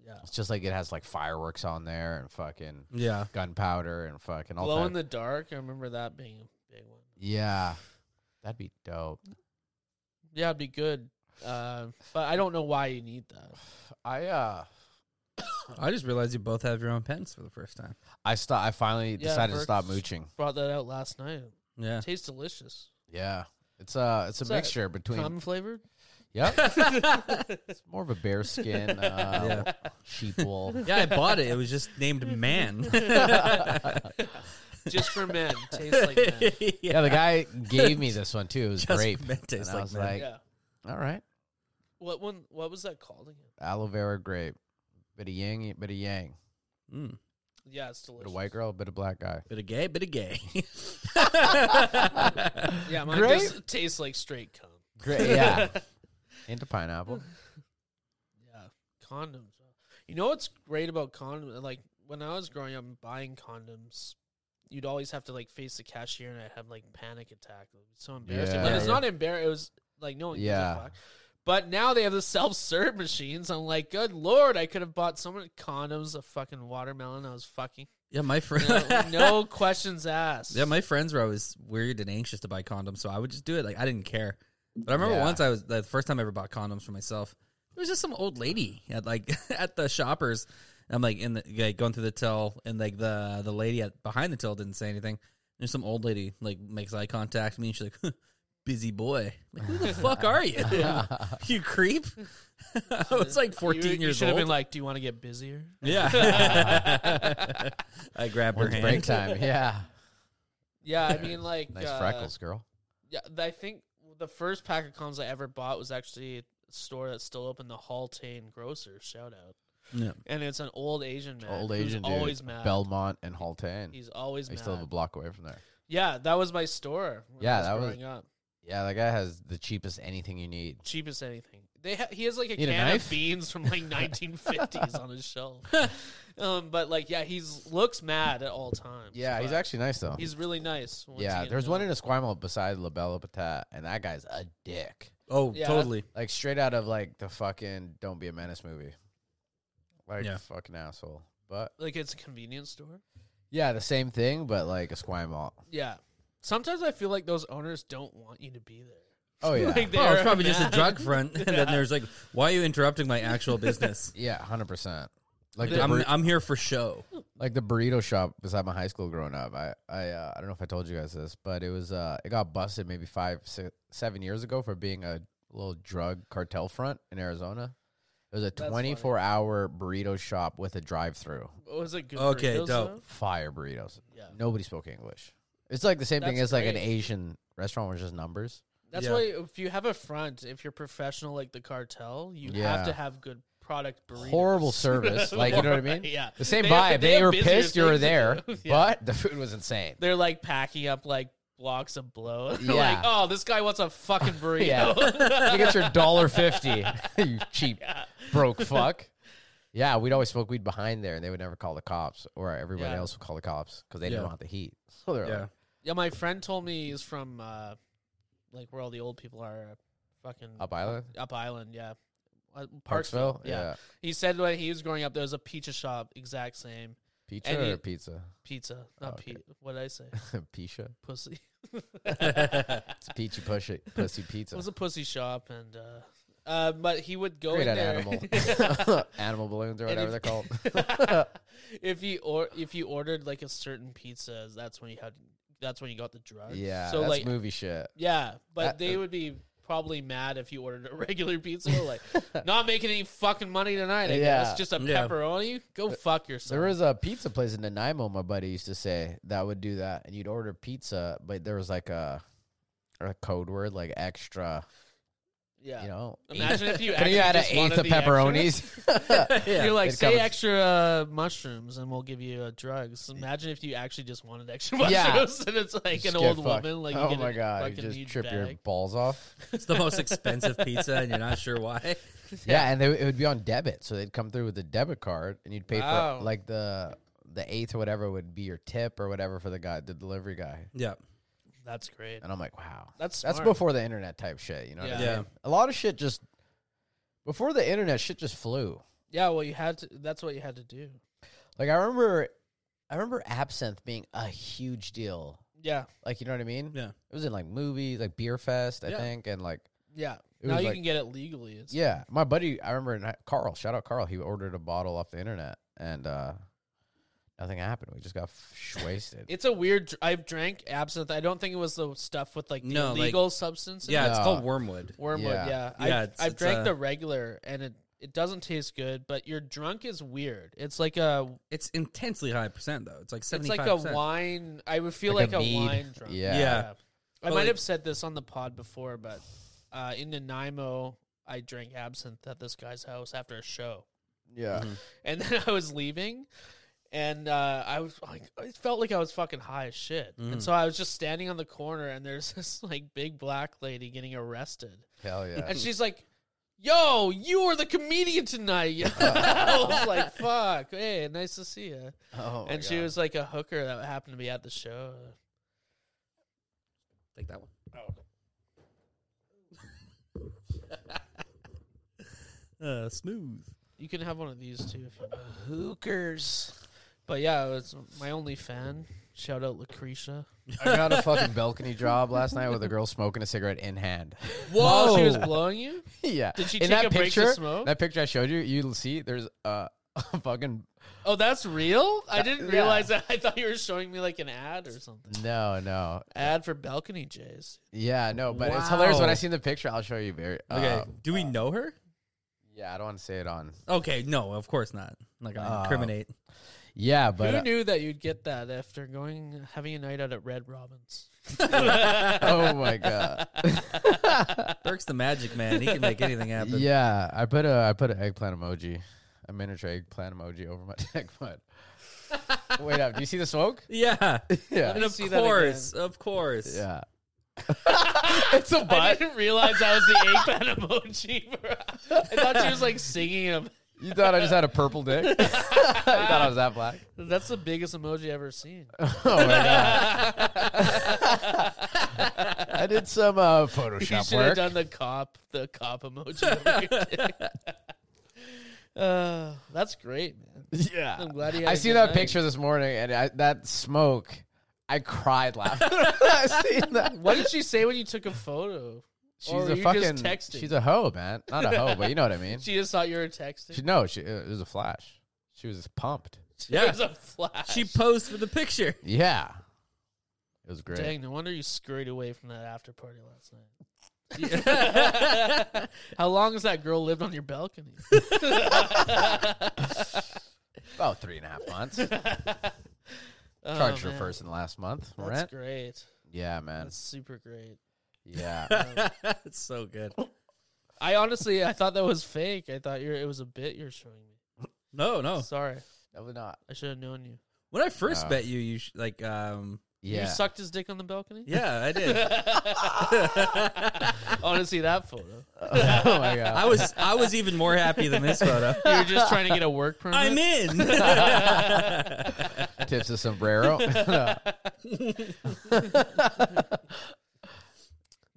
Speaker 2: Yeah.
Speaker 3: It's just like it has like fireworks on there and fucking
Speaker 4: Yeah.
Speaker 3: gunpowder and fucking all
Speaker 2: Glow
Speaker 3: that.
Speaker 2: in the dark. I remember that being a big one.
Speaker 3: yeah, that'd be dope.
Speaker 2: Yeah, it'd be good. Uh, but I don't know why you need that.
Speaker 3: I uh,
Speaker 4: I just realized you both have your own pens for the first time.
Speaker 3: I stop. I finally
Speaker 2: Yeah,
Speaker 3: decided to stop
Speaker 2: Virg's-
Speaker 3: mooching.
Speaker 2: Brought that out last night.
Speaker 4: Yeah.
Speaker 2: tastes delicious.
Speaker 3: Yeah, it's uh, it's a
Speaker 2: It's a
Speaker 3: mixture between.
Speaker 2: Cum flavored.
Speaker 3: yep, it's more of a bear skin, uh, sheep wool.
Speaker 4: Yeah, I bought it. It was just named Man.
Speaker 2: Just for men. Tastes like men.
Speaker 3: Yeah, the guy gave me this one too. It was
Speaker 4: Just
Speaker 3: grape.
Speaker 4: meant to taste
Speaker 3: and
Speaker 4: like
Speaker 3: I was
Speaker 4: mint.
Speaker 3: like,
Speaker 2: Yeah.
Speaker 3: all right,
Speaker 2: What one? What was that called again?
Speaker 3: aloe vera grape, bit of yang, bit of yang,
Speaker 4: Mm.
Speaker 2: Yeah, it's
Speaker 3: bit
Speaker 2: delicious.
Speaker 3: of white girl, bit of black guy.
Speaker 4: Bit of gay, bit of gay.
Speaker 2: Yeah, mine
Speaker 3: Grape?
Speaker 2: just tastes like straight cum.
Speaker 3: Great, yeah, into pineapple.
Speaker 2: Yeah, condoms. uh, You know what's great about condoms? Like when I was growing up and buying condoms, you'd always have to like face the cashier, and I'd have like panic attack. It was so embarrassing.
Speaker 3: Yeah.
Speaker 2: Like, it's
Speaker 4: Yeah.
Speaker 2: not embarrassing. It was like no one
Speaker 3: Yeah.
Speaker 2: gives a fuck. But now they have the self serve machines. I'm like, good lord, I could have bought so many condoms, a fucking watermelon. I was fucking
Speaker 4: yeah, my friend.
Speaker 2: no, no questions asked.
Speaker 4: Yeah, my friends were always weird and anxious to buy condoms, so I would just do it. Like I didn't care. But I remember
Speaker 3: Yeah.
Speaker 4: once I was the first time I ever bought condoms for myself. It was just some old lady at like at the shoppers. I'm like in the like, going through the till, and like the the lady at, behind the till didn't say anything. There's some old lady like makes eye contact with me, and she's like, "Busy boy, I'm like, who the fuck are you? you creep." I was like 14
Speaker 2: you, you
Speaker 4: years
Speaker 2: should
Speaker 4: old.
Speaker 2: have been like, do you want to get busier?
Speaker 4: yeah, I grabbed her
Speaker 3: When's
Speaker 4: hand.
Speaker 3: break time? Yeah,
Speaker 2: Yeah, I mean like
Speaker 3: nice
Speaker 2: uh,
Speaker 3: freckles, girl.
Speaker 2: Yeah, th- I think the first pack of condoms I ever bought was actually a store that's still open, the Haltane Grocer. Shout out.
Speaker 4: Yeah.
Speaker 2: And it's an old Asian man.
Speaker 3: Old
Speaker 2: who's
Speaker 3: Asian dude,
Speaker 2: always mad.
Speaker 3: Belmont and Halton.
Speaker 2: He's always
Speaker 3: I
Speaker 2: mad.
Speaker 3: still live a block away from there.
Speaker 2: yeah, that was my store. When I
Speaker 3: Yeah,
Speaker 2: was
Speaker 3: that was-
Speaker 2: growing up.
Speaker 3: Yeah, that guy has the cheapest anything you need.
Speaker 2: Cheapest anything. They ha- he has like a
Speaker 3: Need a
Speaker 2: can of
Speaker 3: knife?
Speaker 2: beans from like 1950s on his shelf. Um, but like, yeah, he's looks mad at all times.
Speaker 3: Yeah, he's
Speaker 2: but
Speaker 3: actually nice though.
Speaker 2: he's really nice. once you
Speaker 3: yeah,
Speaker 2: get
Speaker 3: there's
Speaker 2: to
Speaker 3: one
Speaker 2: know
Speaker 3: in
Speaker 2: him.
Speaker 3: Esquimalt beside La Bella Patat, and that guy's a dick.
Speaker 4: Oh,
Speaker 2: Yeah.
Speaker 4: totally.
Speaker 3: Like straight out of like the fucking Don't Be a Menace movie. Like
Speaker 4: Yeah.
Speaker 3: fucking asshole. But
Speaker 2: like it's a convenience store.
Speaker 3: yeah, the same thing, but like Esquimalt.
Speaker 2: Yeah. Sometimes I feel like those owners don't want you to be there.
Speaker 3: Oh yeah,
Speaker 2: Like
Speaker 4: Oh, it's
Speaker 2: they're
Speaker 4: probably just a
Speaker 2: mad.
Speaker 4: drug front. And then there's like, why are you interrupting my actual business?
Speaker 3: yeah, hundred percent. Like the
Speaker 4: I'm,
Speaker 3: bur-
Speaker 4: I'm here for show.
Speaker 3: like the burrito shop beside my high school growing up. I I uh, I don't know if I told you guys this, but it was uh it got busted maybe five si seven years ago for being a little drug cartel front in Arizona. It was a
Speaker 2: funny.
Speaker 3: twenty four hour burrito shop with a drive through.
Speaker 2: Was it good?
Speaker 4: Okay,
Speaker 2: burritos,
Speaker 4: dope.
Speaker 3: fire burritos.
Speaker 2: though? Yeah.
Speaker 3: Nobody spoke English. It's like the same thing
Speaker 2: That's
Speaker 3: as like an
Speaker 2: great.
Speaker 3: Asian restaurant where it's just numbers.
Speaker 2: That's
Speaker 4: Yeah.
Speaker 2: why if you have a front, if you're professional like the cartel, you have
Speaker 3: Yeah.
Speaker 2: to have good product burritos.
Speaker 3: Horrible service, like you know what I mean?
Speaker 2: Yeah.
Speaker 3: The same
Speaker 2: They
Speaker 3: vibe.
Speaker 2: have-
Speaker 3: they,
Speaker 2: have
Speaker 3: were
Speaker 2: busier
Speaker 3: pissed you were
Speaker 2: things to
Speaker 3: there,
Speaker 2: do. Yeah.
Speaker 3: but the food was insane.
Speaker 2: they're like packing up like blocks of blow. They're like,
Speaker 3: Yeah.
Speaker 2: oh, this guy wants a fucking burrito.
Speaker 3: Yeah, you get your dollar fifty, you cheap broke fuck. Yeah, we'd always smoke weed behind there, and they would never call the cops, or everybody
Speaker 2: Yeah.
Speaker 3: else would call the cops because they
Speaker 4: Yeah.
Speaker 3: didn't want the heat. So they're
Speaker 4: Yeah.
Speaker 3: like,
Speaker 2: Yeah, my friend told me he's from uh like where all the old people are uh, fucking
Speaker 3: Up Island,
Speaker 2: up island, yeah. Uh,
Speaker 3: Parksville, yeah.
Speaker 2: He said when he was growing up there was a pizza shop, exact same.
Speaker 3: Pizza
Speaker 2: And
Speaker 3: or
Speaker 2: you-
Speaker 3: pizza,
Speaker 2: Pizza. Not
Speaker 3: Oh, okay.
Speaker 2: pe- what did I say?
Speaker 3: Pisha,
Speaker 2: Pussy.
Speaker 3: it's peachy pushy, pussy pizza.
Speaker 2: It was a pussy shop, and uh, uh, but he would go
Speaker 3: Great
Speaker 2: in
Speaker 3: at
Speaker 2: there.
Speaker 3: animal, animal balloons or
Speaker 2: And
Speaker 3: whatever
Speaker 2: if-
Speaker 3: they're called.
Speaker 2: if you or if you ordered like a certain pizza, that's when you had that's when you got the drugs.
Speaker 3: Yeah,
Speaker 2: So
Speaker 3: that's
Speaker 2: like
Speaker 3: movie shit.
Speaker 2: yeah, but
Speaker 3: That- uh,
Speaker 2: they would be probably mad if you ordered a regular pizza. Like, not making any fucking money tonight. I
Speaker 3: Yeah.
Speaker 2: guess just a
Speaker 4: Yeah.
Speaker 2: pepperoni. Go fuck yourself.
Speaker 3: There was a pizza place in Nanaimo, my buddy used to say that would do that, and you'd order pizza, but there was like a a code word like extra,
Speaker 2: yeah.
Speaker 3: you know.
Speaker 2: Imagine if you
Speaker 3: Can you
Speaker 2: actually
Speaker 3: add an
Speaker 2: just
Speaker 3: eighth
Speaker 2: wanted
Speaker 3: of
Speaker 2: the extra.
Speaker 3: pepperonis?
Speaker 2: You're like,
Speaker 3: It
Speaker 2: say
Speaker 3: covers-
Speaker 2: extra uh, mushrooms and we'll give you uh, drugs. Imagine if you actually just wanted extra mushrooms
Speaker 3: Yeah.
Speaker 2: and it's like
Speaker 3: Just
Speaker 2: an
Speaker 3: get
Speaker 2: old
Speaker 3: fucked.
Speaker 2: woman. Like, you
Speaker 3: oh
Speaker 2: get
Speaker 3: my
Speaker 2: a
Speaker 3: god, you
Speaker 2: fucking
Speaker 3: just
Speaker 2: huge
Speaker 3: trip your
Speaker 2: bag.
Speaker 3: balls off.
Speaker 4: It's the most expensive pizza, and you're not sure why.
Speaker 3: Yeah, and they, it would be on debit, so they'd come through with a debit card, and you'd pay
Speaker 2: Wow.
Speaker 3: for like the the eighth or whatever would be your tip or whatever for the guy, the delivery guy.
Speaker 4: Yeah.
Speaker 2: That's great.
Speaker 3: And I'm like, wow,
Speaker 2: That's
Speaker 3: that's
Speaker 2: smart.
Speaker 3: before the internet type shit. You know, what I
Speaker 2: Yeah.
Speaker 3: mean? a lot of shit just before the internet shit just flew.
Speaker 2: Yeah, well, you had to. That's what you had to do.
Speaker 3: Like I remember, I remember absinthe being a huge deal.
Speaker 2: Yeah,
Speaker 3: Like you know what I mean?
Speaker 4: Yeah.
Speaker 3: It was in like movies, like Beer Fest, I
Speaker 4: Yeah.
Speaker 3: think, and like
Speaker 2: yeah.
Speaker 3: It
Speaker 2: now
Speaker 3: was
Speaker 2: you
Speaker 3: like-
Speaker 2: can get it legally. It's,
Speaker 3: yeah, my buddy. I remember in hi- Carl. Shout out Carl. He ordered a bottle off the internet, and uh nothing happened. We just got f- wasted.
Speaker 2: it's a weird. dr- I've drank absinthe. I don't think it was the stuff with like the
Speaker 4: No, like-
Speaker 2: illegal substances.
Speaker 4: Yeah, it's
Speaker 3: Yeah.
Speaker 4: called Wormwood.
Speaker 2: wormwood.
Speaker 3: Yeah.
Speaker 2: Yeah,
Speaker 4: Yeah,
Speaker 2: I've,
Speaker 4: it's-
Speaker 2: I've
Speaker 4: it's
Speaker 2: drank
Speaker 4: a-
Speaker 2: the regular, and it it doesn't taste good. But your drunk is weird. It's like a
Speaker 4: It's intensely high percent though. It's like
Speaker 2: it's
Speaker 4: seventy five.
Speaker 2: like a wine. I would feel like,
Speaker 3: Like a
Speaker 2: a,
Speaker 3: mead.
Speaker 2: wine drunk.
Speaker 3: Yeah.
Speaker 4: Yeah.
Speaker 2: I
Speaker 4: But,
Speaker 2: might
Speaker 4: like-
Speaker 2: have said this on the pod before, but uh, in Nanaimo, I drank absinthe at this guy's house after a show.
Speaker 3: yeah,
Speaker 2: and then I was leaving, and uh, I was like, it felt like I was fucking high as shit,
Speaker 4: Mhm.
Speaker 3: Mm.
Speaker 2: and so I was just standing on the corner, and there's this like big black lady getting arrested,
Speaker 3: hell yeah.
Speaker 2: and she's like. Yo, you were the comedian tonight. I was like, "Fuck, hey, nice to see you."
Speaker 3: Oh my
Speaker 2: and she
Speaker 3: God.
Speaker 2: was like a hooker that happened to be at the show.
Speaker 4: Take that one.
Speaker 2: Oh,
Speaker 4: uh, smooth.
Speaker 2: You can have one of these too. If you hookers. But yeah, it was my only fan. Shout out Lucretia.
Speaker 3: I got a fucking balcony job last night with a girl smoking a cigarette in hand.
Speaker 2: While she was
Speaker 3: Whoa.
Speaker 2: blowing you.
Speaker 3: yeah.
Speaker 2: Did she
Speaker 3: in
Speaker 2: take
Speaker 3: that
Speaker 2: a break to
Speaker 3: picture,
Speaker 2: smoke?
Speaker 3: That picture I showed you, you'll see there's a, a fucking
Speaker 2: Oh, that's real? I didn't
Speaker 3: yeah.
Speaker 2: realize that. I thought you were showing me like an ad or something.
Speaker 3: no, no,
Speaker 2: Ad for balcony jays.
Speaker 3: yeah, no. But it's hilarious when I
Speaker 4: Wow.
Speaker 3: seen the picture. I'll show you very.
Speaker 4: Okay.
Speaker 3: uh,
Speaker 4: Do we know her?
Speaker 3: yeah, I don't want to say it on.
Speaker 4: Okay. No, of course not. Like I
Speaker 3: Uh,
Speaker 4: incriminate.
Speaker 3: Yeah, but
Speaker 2: Who
Speaker 3: uh,
Speaker 2: knew that you'd get that after going having a night out at Red Robin's?
Speaker 3: oh my god.
Speaker 4: Burke's the magic man. He can make anything happen.
Speaker 3: yeah, I put a I put an eggplant emoji, a miniature eggplant emoji over my eggplant. Wait up! Do you see the smoke?
Speaker 4: Yeah.
Speaker 3: Yeah,
Speaker 4: And of
Speaker 2: see that
Speaker 4: course, of course.
Speaker 3: yeah. it's a
Speaker 2: I
Speaker 3: butt.
Speaker 2: didn't realize that was the ape man emoji. bro. I thought she was like singing him.
Speaker 3: You thought I just had a purple dick? you thought I was that black?
Speaker 2: That's the biggest emoji I've ever seen.
Speaker 3: Oh my god! I did some uh,
Speaker 2: You
Speaker 3: Photoshop
Speaker 2: should have
Speaker 3: work.
Speaker 2: done the cop, the cop emoji. over your dick. uh, that's great, man.
Speaker 3: yeah,
Speaker 2: I'm glad you had
Speaker 3: I
Speaker 2: a
Speaker 3: see
Speaker 2: good
Speaker 3: that
Speaker 2: night.
Speaker 3: picture this morning, and I, that smoke. I cried laughing. when I seen that.
Speaker 2: What did she say when you took a photo?
Speaker 3: She's
Speaker 2: Or were
Speaker 3: a
Speaker 2: you
Speaker 3: fucking.
Speaker 2: just texting?
Speaker 3: She's a hoe, man. Not a hoe, but you know what I mean.
Speaker 2: She just thought you were texting.
Speaker 3: She, no, she it was a flash. She was pumped.
Speaker 2: It
Speaker 4: Yeah.
Speaker 2: was a flash.
Speaker 4: She posed for the picture.
Speaker 3: Yeah, it was great.
Speaker 2: Dang, no wonder you scurried away from that after party last night.
Speaker 4: Yeah.
Speaker 2: How long has that girl lived on your balcony?
Speaker 3: About three and a half months.
Speaker 2: Oh,
Speaker 3: Charged her
Speaker 2: man.
Speaker 3: first and last month
Speaker 2: That's
Speaker 3: rent.
Speaker 2: great.
Speaker 3: Yeah, man.
Speaker 2: That's super great.
Speaker 3: Yeah.
Speaker 4: it's so good.
Speaker 2: I honestly, I thought that was fake. I thought you're, it was a bit you're showing me.
Speaker 4: No,
Speaker 3: Oh.
Speaker 4: no.
Speaker 2: Sorry,
Speaker 3: Definitely not.
Speaker 2: I should have known you.
Speaker 4: When I first
Speaker 3: Wow.
Speaker 4: met you, you sh- like um
Speaker 2: You
Speaker 3: Yeah.
Speaker 2: sucked his dick on the balcony.
Speaker 4: yeah, I did.
Speaker 2: Honestly, that photo.
Speaker 3: oh my god.
Speaker 4: I was I was even more happy than this photo.
Speaker 2: You were just trying to get a work permit.
Speaker 4: I'm in.
Speaker 3: tips a sombrero.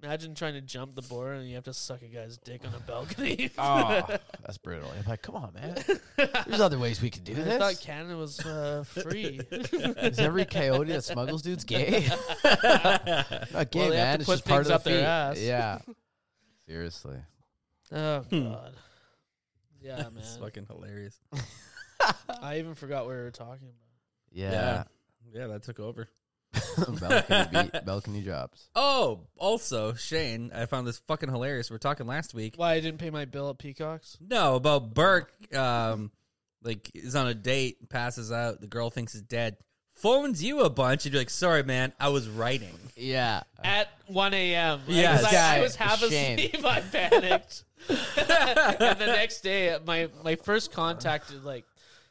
Speaker 2: Imagine trying to jump the border and you have to suck a guy's dick on a balcony.
Speaker 3: oh, that's brutal. I'm like, come on, man. There's other ways we could do
Speaker 2: I thought
Speaker 3: this. Hmm.
Speaker 2: Canada was uh, free.
Speaker 3: Is every coyote that smuggles dudes gay? Not gay,
Speaker 2: Well, they have to
Speaker 3: man. It's
Speaker 2: put
Speaker 3: just
Speaker 2: things
Speaker 3: part of the
Speaker 2: up their
Speaker 3: feat.
Speaker 2: ass.
Speaker 3: Yeah. Seriously.
Speaker 2: oh God. Yeah,
Speaker 4: It's
Speaker 2: man.
Speaker 4: fucking hilarious.
Speaker 2: I even forgot what we were talking about.
Speaker 3: Yeah.
Speaker 4: Yeah, that took over.
Speaker 3: balcony, be- balcony jobs.
Speaker 4: Oh, also, Shane, I found this fucking hilarious. We are talking last week.
Speaker 2: Why I didn't pay my bill at Peacocks?
Speaker 4: No, about Burke. Um, like is on a date, passes out. The girl thinks he's dead. Phones you a bunch, and you're like, "Sorry, man, I was writing."
Speaker 3: Yeah.
Speaker 2: At 1 a.m. Like,
Speaker 4: Yes.
Speaker 2: 'cause I, I was
Speaker 3: Guy,
Speaker 2: half
Speaker 3: shame.
Speaker 2: asleep. I panicked. and the next day, my, my first contact is like,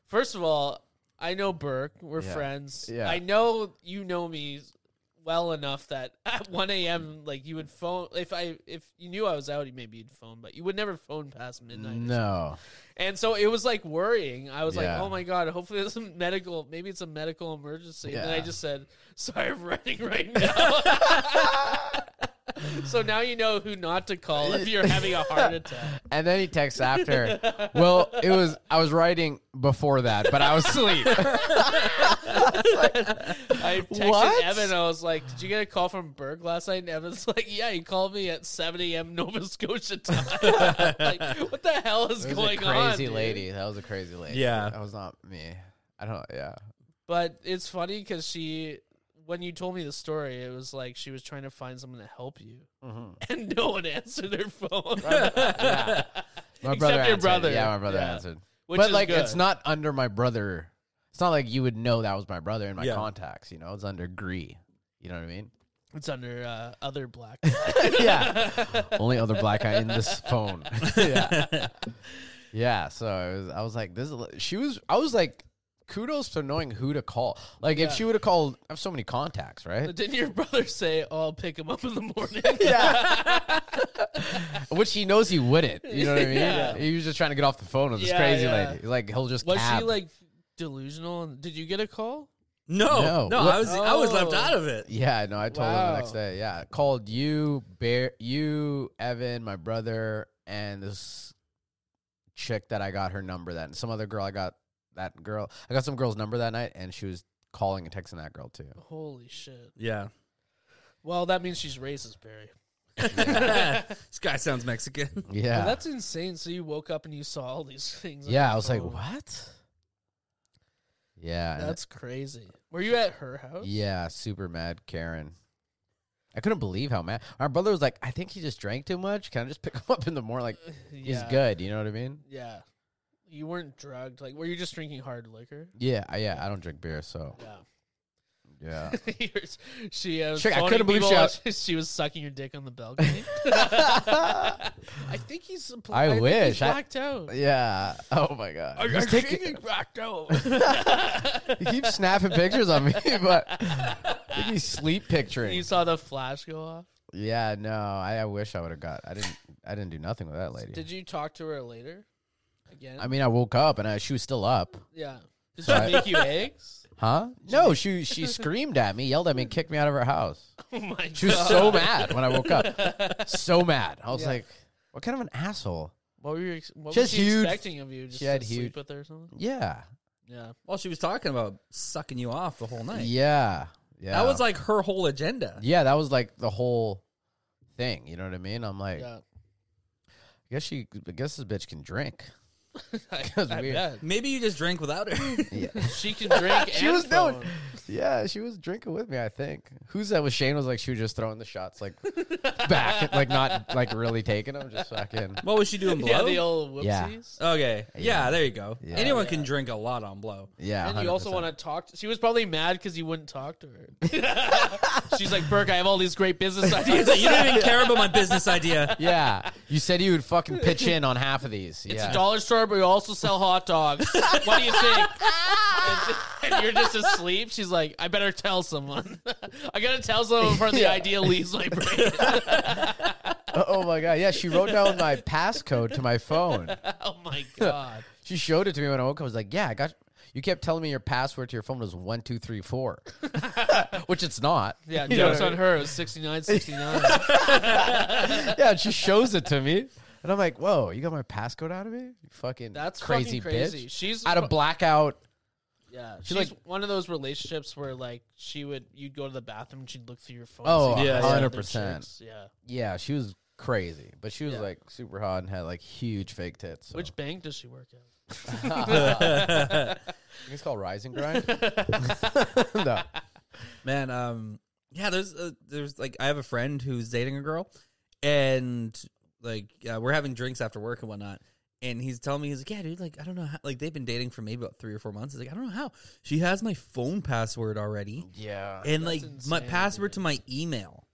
Speaker 2: first of all, I know Burke. We're
Speaker 3: Yeah.
Speaker 2: friends.
Speaker 3: Yeah.
Speaker 2: I know you know me well enough that at 1 a.m., like, you would phone. If I if you knew I was out, maybe you'd phone, but you would never phone past midnight. or
Speaker 3: No.
Speaker 2: And so it was like worrying. I was like,
Speaker 3: Yeah.
Speaker 2: oh my God, hopefully there's a medical, maybe it's a medical emergency. And then I
Speaker 3: Yeah.
Speaker 2: just said, sorry, I'm running right now. so now you know who not to call if you're having a heart attack.
Speaker 3: And then he texts after. well, it was I was writing before that, but I was asleep.
Speaker 2: I texted
Speaker 3: What?
Speaker 2: Evan. I was like, did you get a call from Berg last night? And Evan's like, yeah, he called me at 7 a.m. Nova Scotia time. like, what the hell is
Speaker 3: It was
Speaker 2: going
Speaker 3: a
Speaker 2: on?
Speaker 3: crazy
Speaker 2: dude?
Speaker 3: lady. That was a crazy lady.
Speaker 4: Yeah.
Speaker 3: That was not me. I don't yeah.
Speaker 2: But it's funny because she, when you told me the story, it was like she was trying to find someone to help you.
Speaker 3: Mm-hmm.
Speaker 2: and no one answered their phone.
Speaker 3: My
Speaker 2: Except
Speaker 3: brother
Speaker 2: your
Speaker 3: answered.
Speaker 2: brother.
Speaker 3: Yeah, my brother
Speaker 2: Yeah.
Speaker 3: answered.
Speaker 2: Which
Speaker 3: but
Speaker 2: is
Speaker 3: like
Speaker 2: good.
Speaker 3: it's not under my brother. It's not like you would know that was my brother in my
Speaker 4: Yeah.
Speaker 3: contacts, you know. It's under Gree. You know what I mean?
Speaker 2: It's under uh, other black.
Speaker 3: yeah. Only other black guy in this phone. yeah. Yeah. So I was, I was like, this is, li- she was, I was like, kudos to knowing who to call. Like, if she would have called, I have so many contacts, right?
Speaker 2: But didn't your brother say, "Oh, I'll pick him up in the morning"?
Speaker 3: Which he knows he wouldn't. You know what I mean?
Speaker 2: Yeah.
Speaker 3: He was just trying to get off the phone with this
Speaker 2: Yeah,
Speaker 3: crazy
Speaker 2: yeah.
Speaker 3: lady. Like, he'll just,
Speaker 2: Was
Speaker 3: cab.
Speaker 2: she like delusional? And Did you get a call?
Speaker 4: No, no,
Speaker 3: No.
Speaker 4: I was I was left
Speaker 2: Oh.
Speaker 4: out of it.
Speaker 3: yeah, no, I told him
Speaker 2: Wow.
Speaker 3: the next day. Yeah. Called you, Bear, you, Evan, my brother, and this chick that I got her number that, and some other girl I got that girl. I got some girl's number that night, and she was calling and texting that girl too.
Speaker 2: Holy shit!
Speaker 4: Yeah,
Speaker 2: Well, that means she's racist, Barry.
Speaker 4: this guy sounds Mexican.
Speaker 3: Yeah.
Speaker 2: Well, that's insane. So you woke up and you saw all these things. on
Speaker 3: yeah.
Speaker 2: your
Speaker 3: I was like,
Speaker 2: phone.
Speaker 3: what? Yeah. and-
Speaker 2: That's crazy. Were you at her house?
Speaker 3: yeah. Super mad, Karen. I couldn't believe how mad. Our brother was like, I think he just drank too much. Can I just pick him up in the morning? Like, he's
Speaker 2: Uh, Yeah.
Speaker 3: good. You know what I mean?
Speaker 2: Yeah. You weren't drugged. Like, were you just drinking hard liquor?
Speaker 3: Yeah. I- Yeah. I don't drink beer. So,
Speaker 2: Yeah.
Speaker 3: yeah.
Speaker 2: Yours- she uh, was
Speaker 3: Chick, I
Speaker 2: phoning
Speaker 3: couldn't believe
Speaker 2: people
Speaker 3: she-
Speaker 2: while she, she was sucking your dick on the balcony. I think he's. a pl-
Speaker 3: I
Speaker 2: think
Speaker 3: wish.
Speaker 2: he's
Speaker 3: I-
Speaker 2: blacked out.
Speaker 3: yeah. Oh, my God.
Speaker 2: I,
Speaker 3: He's
Speaker 2: I
Speaker 3: taking-
Speaker 2: think he's blacked out.
Speaker 3: he keeps snapping pictures on me, but I think he's sleep picturing.
Speaker 2: you saw the flash go off.
Speaker 3: yeah. No, I, I wish I would have got. I didn't. I didn't do nothing with that lady.
Speaker 2: Did you talk to her later? Again?
Speaker 3: I mean, I woke up and I, she was still up.
Speaker 2: yeah. Did she
Speaker 3: So I-
Speaker 2: make you eggs?
Speaker 3: Huh? No, she she screamed at me, yelled at me, and kicked me out of her house.
Speaker 2: Oh my
Speaker 3: She was
Speaker 2: god!
Speaker 3: so mad when I woke up. So mad. I was
Speaker 2: Yeah.
Speaker 3: like, what kind of an asshole?
Speaker 2: what were you? ex- What
Speaker 3: She
Speaker 2: was
Speaker 3: has
Speaker 2: she
Speaker 3: huge-
Speaker 2: expecting of you? Just
Speaker 3: she had
Speaker 2: to sleep
Speaker 3: huge-
Speaker 2: with her or something?
Speaker 3: Yeah.
Speaker 2: Yeah.
Speaker 4: Well, she was talking about sucking you off the whole night.
Speaker 3: Yeah. Yeah.
Speaker 4: That was like her whole agenda.
Speaker 3: Yeah, that was like the whole thing. You know what I mean? I'm like,
Speaker 2: Yeah.
Speaker 3: I guess she I guess this bitch can drink.
Speaker 2: I,
Speaker 3: was
Speaker 2: I
Speaker 3: weird.
Speaker 2: bet.
Speaker 4: Maybe you just drank without her.
Speaker 3: Yeah.
Speaker 2: she can drink.
Speaker 3: She
Speaker 2: and
Speaker 3: was doing-
Speaker 2: phone.
Speaker 3: yeah, she was drinking with me, I think. Who's that was Shane was like she was just throwing the shots like back, like not like really taking them, just fucking
Speaker 4: what was she doing? Blow.
Speaker 2: Yeah, the old whoopsies.
Speaker 3: Yeah.
Speaker 4: okay. Yeah. there you go.
Speaker 3: Yeah.
Speaker 4: Anyone can drink a lot on blow.
Speaker 3: Yeah.
Speaker 2: And you also want to talk. To, she was probably mad because you wouldn't talk to her. She's like, Burke, I have all these great business
Speaker 4: He's
Speaker 2: ideas.
Speaker 4: like, you don't even care about my business idea.
Speaker 3: Yeah. You said you would fucking pitch in on half of these.
Speaker 2: It's
Speaker 3: yeah.
Speaker 2: a dollar store, but we also sell hot dogs. what do you think? And, and you're just asleep. She's like, I better tell someone. I gotta tell someone before the
Speaker 3: Yeah.
Speaker 2: idea leaves my brain.
Speaker 3: Oh my god. Yeah, she wrote down my passcode to my phone.
Speaker 2: oh my god.
Speaker 3: She showed it to me when I woke up. I was like, Yeah, I got you kept telling me your password to your phone was one, two, three, four. Which it's not.
Speaker 2: Yeah,
Speaker 3: You know
Speaker 2: jokes
Speaker 3: what I
Speaker 2: on her. It was 69, 69.
Speaker 3: mean? Yeah, and she shows it to me. And I'm like, Whoa, you got my passcode out of me? You fucking
Speaker 2: That's
Speaker 3: crazy,
Speaker 2: fucking crazy.
Speaker 3: bitch.
Speaker 2: She's
Speaker 3: Out of blackout.
Speaker 2: yeah. She's,
Speaker 3: like-
Speaker 2: one of those relationships where like she would you'd go to the bathroom, and she'd look through your phone.
Speaker 3: Oh,
Speaker 2: see if
Speaker 4: Yeah,
Speaker 2: there's other
Speaker 3: 100%.
Speaker 2: chicks. Yeah.
Speaker 3: Yeah, she was crazy. But she was
Speaker 2: Yeah.
Speaker 3: like super hot and had like huge fake tits. so-
Speaker 2: Which bank does she work at?
Speaker 3: I think it's called Rise and Grind. no.
Speaker 1: Man, um, yeah, there's uh there's like I have a friend who's dating a girl, and like uh, we're having drinks after work and whatnot, and he's telling me he's like, yeah, dude, like I don't know, how, like they've been dating for maybe about three or four months. He's like, I don't know how she has my phone password already,
Speaker 3: Yeah.
Speaker 1: and like
Speaker 2: Oh, That's
Speaker 1: my
Speaker 2: insane,
Speaker 1: password
Speaker 2: dude.
Speaker 1: to my email.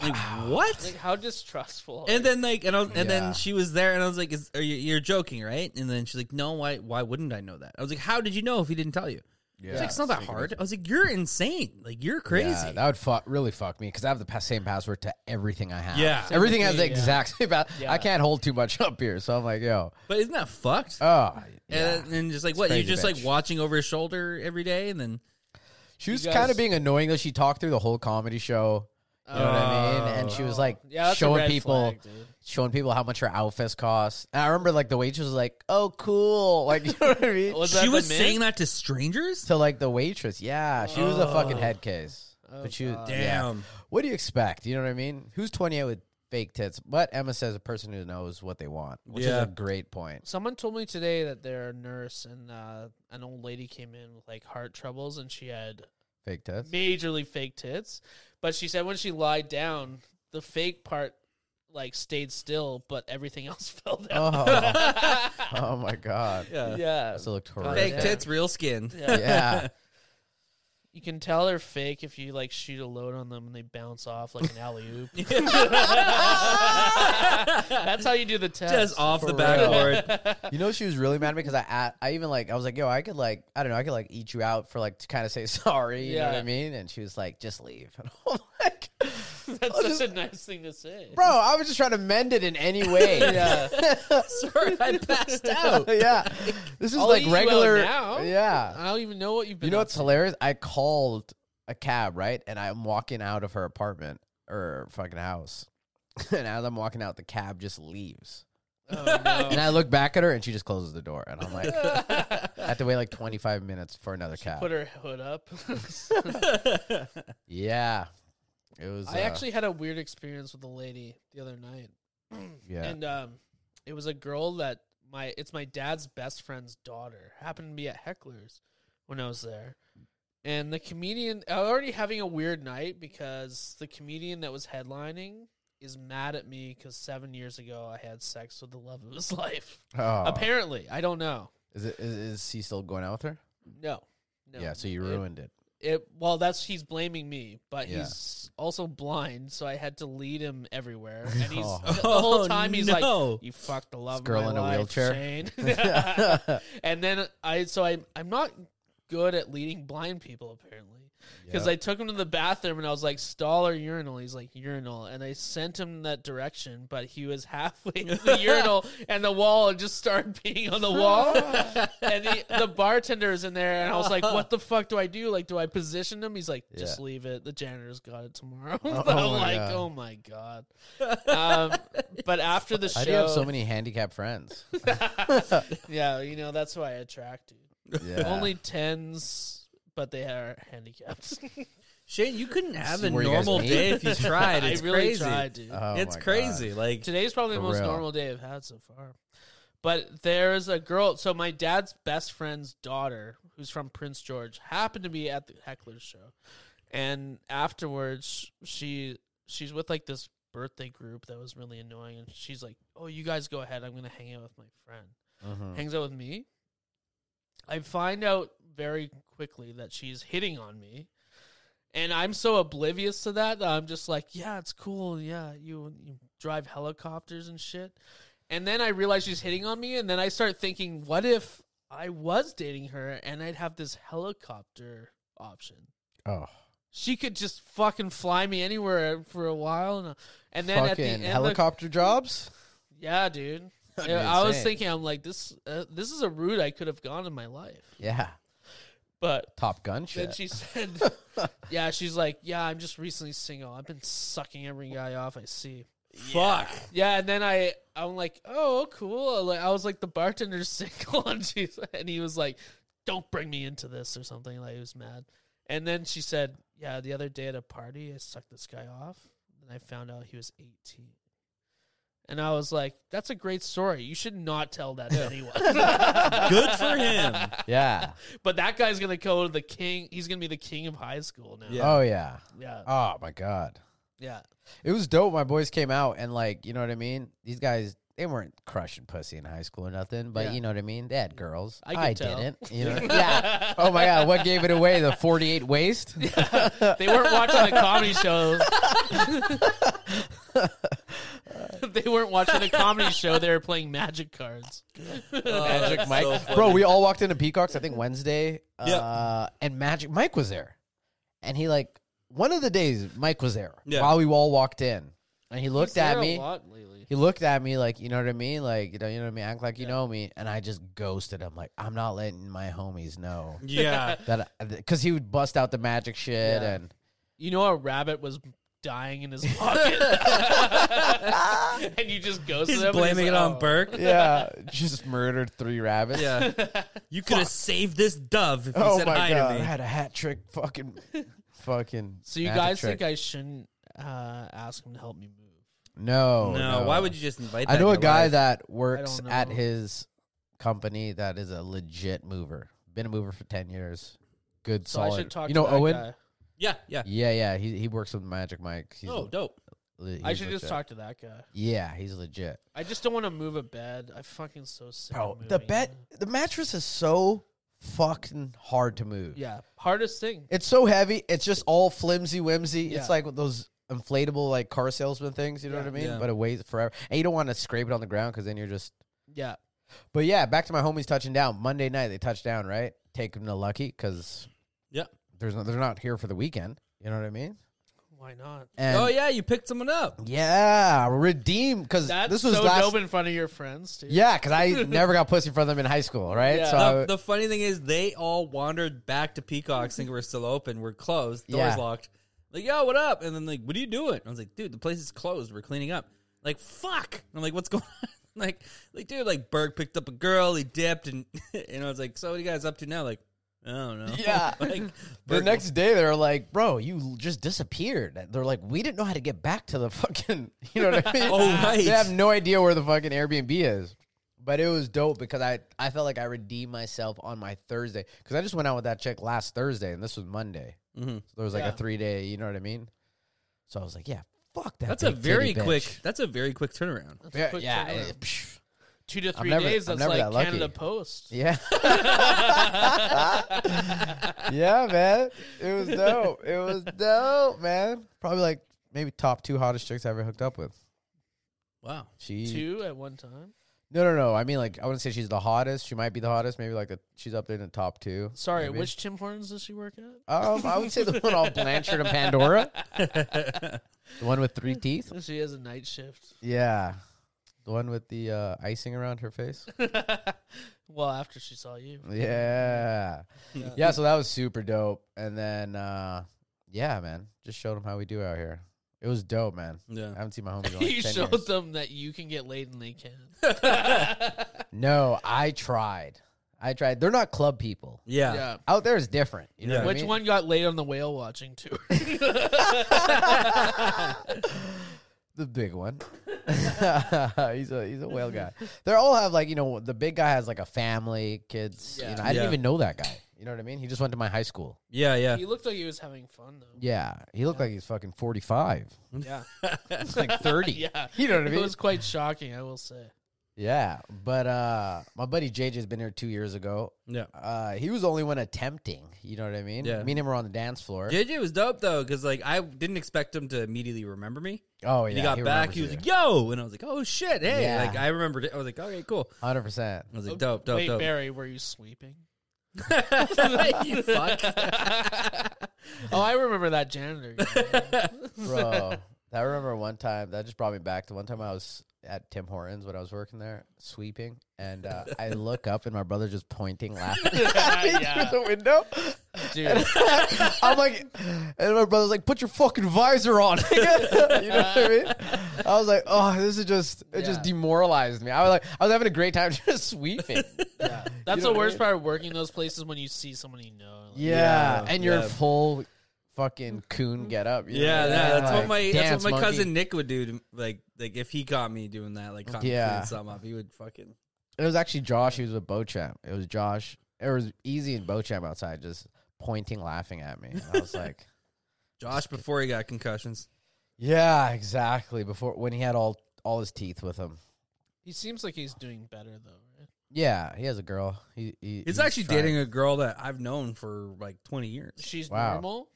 Speaker 1: Like what?
Speaker 2: Like how distrustful.
Speaker 1: and then like and, I, and
Speaker 3: Yeah.
Speaker 1: then she was there and I was like, Is, "Are you you're joking, right?" And then she's like, "No, why why wouldn't I know that?" I was like, "How did you know if he didn't tell you?"
Speaker 3: yeah.
Speaker 1: It's like, "It's not that
Speaker 3: Taking
Speaker 1: hard."
Speaker 3: it-
Speaker 1: I was like, "You're insane! Like you're crazy."
Speaker 3: Yeah, that would fuck really fuck me because I have the pa- same password to everything I have.
Speaker 1: Yeah. Same
Speaker 3: everything has the
Speaker 2: me, yeah.
Speaker 3: exact same. Pa-
Speaker 2: Yeah.
Speaker 3: I can't hold too much up here, so I'm like, yo,
Speaker 1: but isn't that fucked?
Speaker 3: oh, yeah.
Speaker 1: and, and just like what you're
Speaker 3: crazy,
Speaker 1: just
Speaker 3: bitch.
Speaker 1: like watching over his shoulder every day, and then
Speaker 3: She was
Speaker 2: You guys-
Speaker 3: kind of being annoying though. She talked through the whole comedy show. You know what I mean? And she was like
Speaker 2: Oh, Yeah, that's a
Speaker 3: showing
Speaker 2: red
Speaker 3: people,
Speaker 2: flag, dude.
Speaker 3: showing people how much her outfits cost. And I remember like the waitress was like, "Oh, cool!" Like you know what I mean?
Speaker 2: Was that
Speaker 1: she
Speaker 2: the
Speaker 1: was
Speaker 2: mint?
Speaker 1: saying that to strangers.
Speaker 3: to like the waitress, yeah, she was a fucking
Speaker 2: Oh.
Speaker 3: head case.
Speaker 2: Oh,
Speaker 3: but she, was-
Speaker 2: God.
Speaker 3: yeah.
Speaker 1: Damn,
Speaker 3: What do you expect? You know what I mean? Who's 28 with fake tits? But Emma says a person who knows what they want, which
Speaker 1: Yeah.
Speaker 3: is a great point.
Speaker 2: Someone told me today that their nurse and uh, an old lady came in with like heart troubles and she had
Speaker 3: Fake tits.
Speaker 2: majorly fake tits. But she said when she lied down, the fake part like stayed still, but everything else fell down.
Speaker 3: Oh, oh my god.
Speaker 1: yeah,
Speaker 2: yeah.
Speaker 3: That's looked
Speaker 1: fake
Speaker 3: horrific.
Speaker 2: Yeah.
Speaker 1: tits, real skin.
Speaker 2: yeah.
Speaker 3: Yeah.
Speaker 2: You can tell they're fake if you like shoot a load on them and they bounce off like an alley oop. That's how you do the test.
Speaker 1: Just off
Speaker 3: For
Speaker 1: the
Speaker 3: real.
Speaker 1: backboard.
Speaker 3: You know, she was really mad at me because I, at- I even like, I was like, yo, I could like, I don't know, I could like eat you out for like to kind of say sorry. You know what I
Speaker 2: Yeah.
Speaker 3: mean? And she was like, just leave. And I'm like,
Speaker 2: That's
Speaker 3: I'll
Speaker 2: such
Speaker 3: just-
Speaker 2: a nice thing to say.
Speaker 3: bro, I was just trying to mend it in any way.
Speaker 2: Yeah.
Speaker 1: Sorry, I passed out.
Speaker 3: yeah. This is
Speaker 2: I'll
Speaker 3: like
Speaker 2: eat you out
Speaker 3: regular.
Speaker 2: now.
Speaker 3: Yeah.
Speaker 2: I don't even know what you've been.
Speaker 3: You know
Speaker 2: up
Speaker 3: what's
Speaker 2: to.
Speaker 3: hilarious? I called a cab, right? And I'm walking out of her apartment or fucking house. And as I'm walking out, the cab just leaves.
Speaker 2: Oh, no.
Speaker 3: And I look back at her and she just closes the door. And I'm like, I have to wait like 25 minutes for another cab.
Speaker 2: Put her hood up.
Speaker 3: yeah. It was.
Speaker 2: I
Speaker 3: uh,
Speaker 2: actually had a weird experience with a lady the other night,
Speaker 3: Yeah.
Speaker 2: and um, it was a girl that my it's my dad's best friend's daughter happened to be at Heckler's when I was there, and the comedian I was already having a weird night because the comedian that was headlining is mad at me because seven years ago I had sex with the love of his life.
Speaker 3: Oh.
Speaker 2: Apparently, I don't know.
Speaker 3: Is, it, is, is he still going out with her?
Speaker 2: No. No.
Speaker 3: Yeah. So you
Speaker 2: It-
Speaker 3: ruined it.
Speaker 2: it well that's he's blaming me but
Speaker 3: Yeah.
Speaker 2: he's also blind so i had to lead him everywhere and he's
Speaker 3: Oh.
Speaker 2: the whole time he's
Speaker 1: no.
Speaker 2: like you fucked the love
Speaker 3: This girl
Speaker 2: of my
Speaker 3: in a
Speaker 2: life,
Speaker 3: wheelchair."
Speaker 2: Shane." and then i so i i'm not good at leading blind people apparently because I took him to the bathroom and I was like, stall or urinal? He's like, urinal. And I sent him that direction, but he was halfway to the urinal and the wall and just started peeing on the wall. and the, the bartender is in there and I was like, what the fuck do I do? Like, do I position him? He's like, just
Speaker 3: Yeah.
Speaker 2: leave it. The janitor's got it tomorrow.
Speaker 3: Oh,
Speaker 2: I'm
Speaker 3: oh my
Speaker 2: like,
Speaker 3: God.
Speaker 2: oh my God. Um, but after the show.
Speaker 3: I do have so many handicapped friends.
Speaker 2: yeah, you know, that's who I attract to.
Speaker 3: Yeah.
Speaker 2: Only tens, but they are handicapped.
Speaker 1: Shane, you couldn't have
Speaker 3: See
Speaker 1: a
Speaker 3: where you guys
Speaker 1: normal
Speaker 3: meet.
Speaker 1: day if you tried. It's
Speaker 2: I really
Speaker 1: crazy.
Speaker 2: tried, dude.
Speaker 3: Oh
Speaker 1: it's
Speaker 3: my God.
Speaker 1: crazy. Like
Speaker 2: Today's probably the
Speaker 3: For
Speaker 2: most
Speaker 3: real.
Speaker 2: normal day I've had so far. But there's a girl. So my dad's best friend's daughter, who's from Prince George, happened to be at the Heckler's show, and afterwards she she's with like this birthday group that was really annoying, and she's like, "Oh, you guys go ahead. I'm gonna hang out with my friend."
Speaker 3: Mhm.
Speaker 2: Hangs out with me. I find out very quickly that she's hitting on me. And I'm so oblivious to that that I'm just like, yeah, it's cool. Yeah, you, you drive helicopters and shit. And then I realize she's hitting on me. And then I start thinking, what if I was dating her and I'd have this helicopter option?
Speaker 3: Oh.
Speaker 2: She could just fucking fly me anywhere for a while. And, and then at the
Speaker 3: Fucking
Speaker 2: end, the-
Speaker 3: helicopter jobs?
Speaker 2: yeah, dude.
Speaker 3: That'd be
Speaker 2: Yeah, I was
Speaker 3: insane.
Speaker 2: thinking, I'm like, this uh, this is a route I could have gone in my life.
Speaker 3: Yeah.
Speaker 2: But
Speaker 3: Top Gun
Speaker 2: then
Speaker 3: shit.
Speaker 2: she said, yeah, she's like, yeah, I'm just recently single. I've been sucking every guy off I see.
Speaker 1: fuck.
Speaker 2: Yeah, and then I, I'm like, oh, cool. Like, I was like, the bartender's single, and she's, and he was like, don't bring me into this or something. Like he was mad. And then she said, yeah, the other day at a party, I sucked this guy off, and I found out he was 18. And I was like, that's a great story. You should not tell that to anyone.
Speaker 1: Good for him.
Speaker 3: Yeah.
Speaker 2: But that guy's going to go to the king. He's going to be the king of high school now.
Speaker 1: Yeah.
Speaker 3: Oh yeah.
Speaker 2: Yeah.
Speaker 3: Oh my god.
Speaker 2: yeah.
Speaker 3: It was dope. My boys came out and like, you know what I mean? These guys they weren't crushing pussy in high school or nothing, but
Speaker 2: Yeah.
Speaker 3: you know what I mean? They had girls.
Speaker 2: I could tell.
Speaker 3: didn't. You know? yeah. Oh my god, what gave it away? The forty eight waist?
Speaker 2: They weren't watching the comedy shows. they weren't watching a comedy show. They were playing magic cards.
Speaker 1: Magic
Speaker 3: Mike. Bro, we all walked into Peacocks, I think Wednesday. Uh,
Speaker 1: Yeah.
Speaker 3: and Magic Mike was there. And he like one of the days Mike was there
Speaker 1: Yeah.
Speaker 3: while we all walked in. And he looked at me.
Speaker 2: A lot lately.
Speaker 3: He looked at me like, you know what I mean? Like, you know, you know what I mean? Act like you know me. And I just ghosted him. Like, I'm not letting my homies know
Speaker 1: Yeah.
Speaker 3: that because he would bust out the magic shit.
Speaker 2: Yeah.
Speaker 3: And
Speaker 2: You know, a rabbit was dying in his pocket, and you just go.
Speaker 1: He's blaming it
Speaker 2: oh.
Speaker 1: on Burke.
Speaker 3: yeah, just murdered three rabbits.
Speaker 1: Yeah. You could have saved this dove if you
Speaker 3: Oh
Speaker 1: said
Speaker 3: my
Speaker 1: hi
Speaker 3: God. I
Speaker 1: to me.
Speaker 3: had a hat trick. Fucking, fucking.
Speaker 2: So you
Speaker 3: magic
Speaker 2: guys
Speaker 3: trick.
Speaker 2: think I shouldn't uh, ask him to help me move?
Speaker 3: Oh, No,
Speaker 1: no, why would you just invite that
Speaker 3: I know a
Speaker 1: in your
Speaker 3: guy
Speaker 1: life?
Speaker 3: that works
Speaker 2: don't
Speaker 3: at
Speaker 2: know.
Speaker 3: his company that is a legit mover. Been a mover for ten years. Good,
Speaker 2: So
Speaker 3: solid.
Speaker 2: I should talk.
Speaker 3: you know
Speaker 2: to that
Speaker 3: Owen?
Speaker 2: Guy.
Speaker 1: Yeah, yeah.
Speaker 3: Yeah, yeah. He he works with Magic Mike. He's
Speaker 1: Oh, dope.
Speaker 3: le-
Speaker 2: I
Speaker 3: he's
Speaker 2: should just
Speaker 3: legit.
Speaker 2: talk to that guy.
Speaker 3: Yeah, he's legit.
Speaker 2: I just don't want to move a bed. I fucking so sick.
Speaker 3: Bro,
Speaker 2: of
Speaker 3: the
Speaker 2: moving.
Speaker 3: bet the mattress is so fucking hard to move.
Speaker 2: Yeah, hardest thing.
Speaker 3: It's so heavy. It's just all flimsy whimsy.
Speaker 2: Yeah.
Speaker 3: It's like with those inflatable like car salesman things, you know
Speaker 2: Yeah.
Speaker 3: what I mean?
Speaker 1: Yeah.
Speaker 3: But it weighs forever. And you don't want to scrape it on the ground cuz then you're just
Speaker 2: Yeah,
Speaker 3: But yeah, back to my homies touching down. Monday night they touch down, right? Take them to Lucky cuz
Speaker 1: Yeah.
Speaker 3: There's no, they're not here for the weekend, you know what I mean?
Speaker 2: why not?
Speaker 3: And
Speaker 1: oh yeah, you picked someone up.
Speaker 3: yeah, redeem cuz
Speaker 2: That's
Speaker 3: this was
Speaker 2: so
Speaker 3: last
Speaker 2: dope in front of your friends too.
Speaker 3: Yeah, cuz I never got pussy from them in high school, right?
Speaker 2: Yeah.
Speaker 3: So I-
Speaker 1: the, the funny thing is, they all wandered back to Peacocks thinking we're still open. We're closed. Doors
Speaker 3: Yeah.
Speaker 1: locked. Like, yo, what up? And then like, what are you doing? I was like, dude, the place is closed. We're cleaning up. Like, fuck. I'm like, what's going on? Like, like, dude, like Berg picked up a girl. He dipped, and and I was like, so what are you guys up to now? Like, I don't know.
Speaker 3: Yeah.
Speaker 1: like
Speaker 3: The next day, they're like, "Bro, you l- just disappeared." They're like, "We didn't know how to get back to the fucking." You know what I mean?
Speaker 1: Oh, right.
Speaker 3: They have no idea where the fucking Airbnb is. But it was dope because I I felt like I redeemed myself on my Thursday because I just went out with that chick last Thursday and this was Monday.
Speaker 1: Mhm.
Speaker 3: So there was like
Speaker 2: Yeah.
Speaker 3: a three day. You know what I mean? So I was like, "Yeah, fuck that."
Speaker 1: That's a
Speaker 3: big
Speaker 1: very
Speaker 3: titty bitch."
Speaker 1: quick. That's a very quick turnaround.
Speaker 3: Yeah,
Speaker 2: Quick
Speaker 3: yeah,
Speaker 2: turnaround.
Speaker 3: it- psh,
Speaker 2: two to 3
Speaker 3: never-
Speaker 2: days.
Speaker 3: I'm
Speaker 2: That's
Speaker 3: never
Speaker 2: like
Speaker 3: that lucky.
Speaker 2: Canada Post.
Speaker 3: Yeah. yeah, man. It was dope. It was dope, man. Probably like maybe top two hottest chicks I ever hooked up with.
Speaker 1: Wow.
Speaker 3: She
Speaker 2: Two at one time.
Speaker 3: No no no. I mean like I wouldn't say she's the hottest. She might be the hottest. Maybe like the, she's up there in the top two.
Speaker 2: Sorry,
Speaker 3: maybe.
Speaker 2: which Tim Hortons does she work at?
Speaker 3: um I would say the one on Blanchard and Pandora. the one with three teeth.
Speaker 2: She has a night shift.
Speaker 3: Yeah. The one with the uh, icing around her face.
Speaker 2: well, after she saw you,
Speaker 3: Yeah. Mm,
Speaker 2: Uh,
Speaker 3: Yeah, so that was super dope. And then uh yeah, man. Just showed them how we do out here. It was dope, man.
Speaker 1: Yeah.
Speaker 3: I haven't seen my homies in like
Speaker 2: you
Speaker 3: 10
Speaker 2: showed
Speaker 3: years.
Speaker 2: them that you can get laid and they can.
Speaker 3: No, I tried. I tried. They're not club people.
Speaker 1: Yeah.
Speaker 2: yeah.
Speaker 3: Out there is different. You know
Speaker 1: Yeah.
Speaker 3: what I
Speaker 2: Which
Speaker 3: mean?
Speaker 2: one got laid on the whale watching tour?
Speaker 3: The big one. he's a he's a whale guy. They all have like you know the big guy has like a family, kids. You
Speaker 2: Yeah.
Speaker 3: know, I didn't
Speaker 1: Yeah.
Speaker 3: even know that guy. You know what I mean? He just went to my high school.
Speaker 1: Yeah. Yeah.
Speaker 2: he looked like he was having fun though.
Speaker 3: Yeah, he looked like he's fucking forty five.
Speaker 2: Yeah,
Speaker 3: He's like thirty.
Speaker 2: yeah.
Speaker 3: You know what I
Speaker 2: It
Speaker 3: mean?
Speaker 2: was quite shocking, I will say.
Speaker 3: Yeah, but uh, my buddy JJ's been here two years ago.
Speaker 1: Yeah.
Speaker 3: Uh, he was the only one attempting. You know what I mean?
Speaker 1: Yeah.
Speaker 3: Me and him were on the dance floor.
Speaker 1: JJ was dope though, because like I didn't expect him to immediately remember me.
Speaker 3: Oh yeah,
Speaker 1: And he got back. He was like, "Yo," and I was like, "Oh shit, hey!"
Speaker 3: Yeah. Oh,
Speaker 1: Like I remembered. It. I was like, "Okay, cool."
Speaker 3: hundred percent.
Speaker 1: I was like, "Dope, dope,
Speaker 2: Wait,
Speaker 1: dope."
Speaker 2: Barry, were you sleeping?
Speaker 1: you fuck.
Speaker 2: Oh, I remember that janitor.
Speaker 3: Bro, I remember one time that just brought me back to one time I was at Tim Hortons when I was working there sweeping, and uh, I look up and my brother just pointing, laughing at me
Speaker 2: Yeah.
Speaker 3: through the window.
Speaker 2: Dude,
Speaker 3: I'm like, and my brother's like, "Put your fucking visor on." you know what I mean? I was like, "Oh, this is just it just
Speaker 2: Yeah.
Speaker 3: demoralized me." I was like, I was having a great time just sweeping.
Speaker 2: yeah. that's the
Speaker 3: know what I
Speaker 2: worst
Speaker 3: mean?
Speaker 2: part of working those places when you see someone you know. like-
Speaker 3: Yeah,
Speaker 1: Yeah,
Speaker 3: and you're in
Speaker 1: yeah.
Speaker 3: full fucking coon get up. you know?
Speaker 1: Yeah, yeah, that's
Speaker 3: Like,
Speaker 1: what my that's
Speaker 3: dance,
Speaker 1: what my
Speaker 3: monkey.
Speaker 1: cousin Nick would do. To, like, like if he caught me doing that, like caught me
Speaker 3: Yeah.
Speaker 1: cleaning something up, he would fucking.
Speaker 3: It was actually Josh. He was with Bocham. It was Josh. It was Easy and Bocham outside, just pointing, laughing at me. And I was like,
Speaker 1: Josh before he got concussions.
Speaker 3: Yeah, exactly. Before when he had all all his teeth with him.
Speaker 2: He seems like he's doing better though. Right?
Speaker 3: Yeah, he has a girl. He, he
Speaker 1: He's, actually dating a girl that I've known for like twenty years.
Speaker 2: She's
Speaker 3: Wow.
Speaker 2: normal.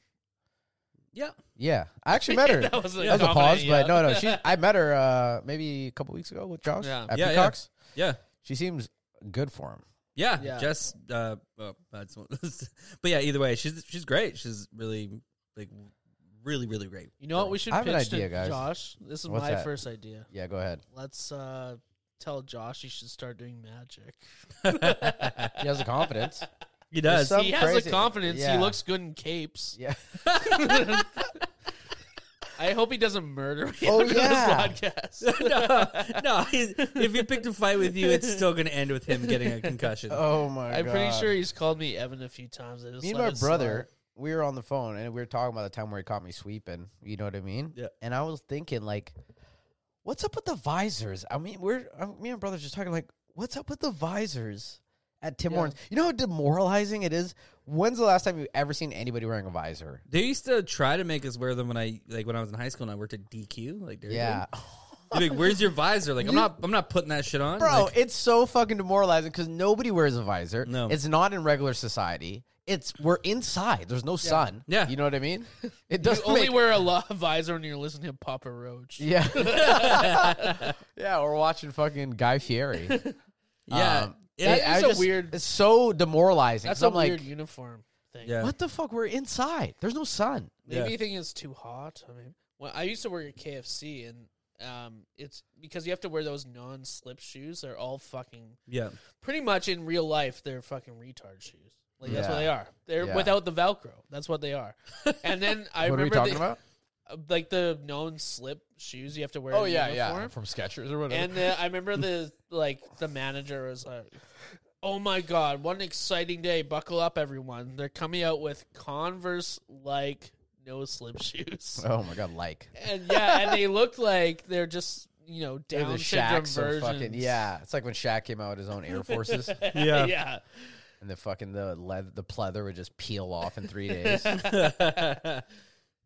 Speaker 1: Yeah,
Speaker 3: Yeah, I actually met her.
Speaker 2: that was,
Speaker 1: That
Speaker 3: that was a pause,
Speaker 2: confident,
Speaker 3: but
Speaker 2: yeah.
Speaker 3: no, no. She, I met her uh, maybe a couple weeks ago with Josh
Speaker 2: Yeah.
Speaker 3: at
Speaker 1: Yeah, yeah.
Speaker 3: Peacocks.
Speaker 1: yeah,
Speaker 3: She seems good for him.
Speaker 1: yeah.
Speaker 2: Yeah.
Speaker 1: Just uh, well, that's one. but yeah, either way, she's she's great. She's really like really really great.
Speaker 2: You know what? We should
Speaker 3: I have an
Speaker 2: pitch
Speaker 3: idea,
Speaker 2: to
Speaker 3: guys.
Speaker 2: Josh. This is
Speaker 3: What's
Speaker 2: my
Speaker 3: that?
Speaker 2: first idea.
Speaker 3: Yeah, go ahead.
Speaker 2: Let's uh, tell Josh he should start doing magic.
Speaker 3: He has the confidence.
Speaker 1: He does.
Speaker 3: Some
Speaker 2: he has
Speaker 3: crazy-
Speaker 2: the confidence.
Speaker 3: yeah.
Speaker 2: He looks good in capes.
Speaker 3: Yeah.
Speaker 2: I hope he doesn't murder me
Speaker 3: Oh,
Speaker 2: on
Speaker 3: yeah. Oh
Speaker 2: this podcast.
Speaker 1: no, no. he's- If he picked a fight with you, it's still going to end with him getting a concussion.
Speaker 3: Oh my
Speaker 2: I'm
Speaker 3: god.
Speaker 2: pretty sure he's called me Evan a few times. I just
Speaker 3: me and
Speaker 2: let
Speaker 3: my
Speaker 2: it
Speaker 3: brother we were on the phone and we were talking about the time where he caught me sweeping you know what i mean
Speaker 1: Yeah.
Speaker 3: and i was thinking like what's up with the visors i mean we're I, me and my brother's just talking like what's up with the visors at tim
Speaker 2: Yeah.
Speaker 3: hortons you know how demoralizing it is when's the last time you've ever seen anybody wearing a visor
Speaker 1: They used to try to make us wear them when I like when I was in high school and I worked at DQ. Like, they're
Speaker 3: yeah
Speaker 1: like, where's your visor? Like, I'm not, I'm not putting that shit on,
Speaker 3: bro
Speaker 1: Like,
Speaker 3: it's so fucking demoralizing because nobody wears a visor
Speaker 1: No.
Speaker 3: it's not in regular society it's we're inside there's no sun
Speaker 1: Yeah.
Speaker 3: you know what i mean
Speaker 2: slide.
Speaker 3: it doesn't
Speaker 2: You only
Speaker 3: make
Speaker 2: wear a lo- visor when you're listening to Papa Roach.
Speaker 3: Yeah. yeah, we're watching fucking Guy Fieri.
Speaker 1: yeah,
Speaker 3: Um,
Speaker 1: yeah,
Speaker 2: that- is a weird-
Speaker 3: It's so demoralizing.
Speaker 2: That's
Speaker 3: 'cause
Speaker 2: a
Speaker 3: I'm like,
Speaker 2: weird uniform thing.
Speaker 1: yeah.
Speaker 3: what the fuck? We're inside. There's no sun.
Speaker 2: Maybe
Speaker 1: Yeah.
Speaker 2: you think it's too hot. I mean, well, I used to work at KFC, and um, it's because you have to wear those non-slip shoes. They're all fucking
Speaker 1: yeah.
Speaker 2: pretty much in real life. They're fucking retard shoes. Like that's what
Speaker 3: Yeah.
Speaker 2: they are. They're
Speaker 3: Yeah.
Speaker 2: without the Velcro. That's what they are. And then I
Speaker 3: what are we
Speaker 2: remember
Speaker 3: talking
Speaker 2: the-
Speaker 3: about?
Speaker 2: uh, like the known slip shoes you have to wear.
Speaker 3: Oh,
Speaker 2: in uniform.
Speaker 3: From Skechers or whatever.
Speaker 2: And the, I remember the like the manager was like, "Oh my god, what an exciting day! Buckle up, everyone! They're coming out with Converse like no slip shoes."
Speaker 3: oh my god, like.
Speaker 2: and yeah, and they looked like they're just you know
Speaker 3: They're
Speaker 2: down
Speaker 3: the
Speaker 2: syndrome
Speaker 3: Shaqs of
Speaker 2: versions.
Speaker 3: fucking yeah. It's like when Shaq came out with his own Air Forces,
Speaker 1: Yeah.
Speaker 2: yeah.
Speaker 3: and the fucking the leather, the pleather would just peel off in three days.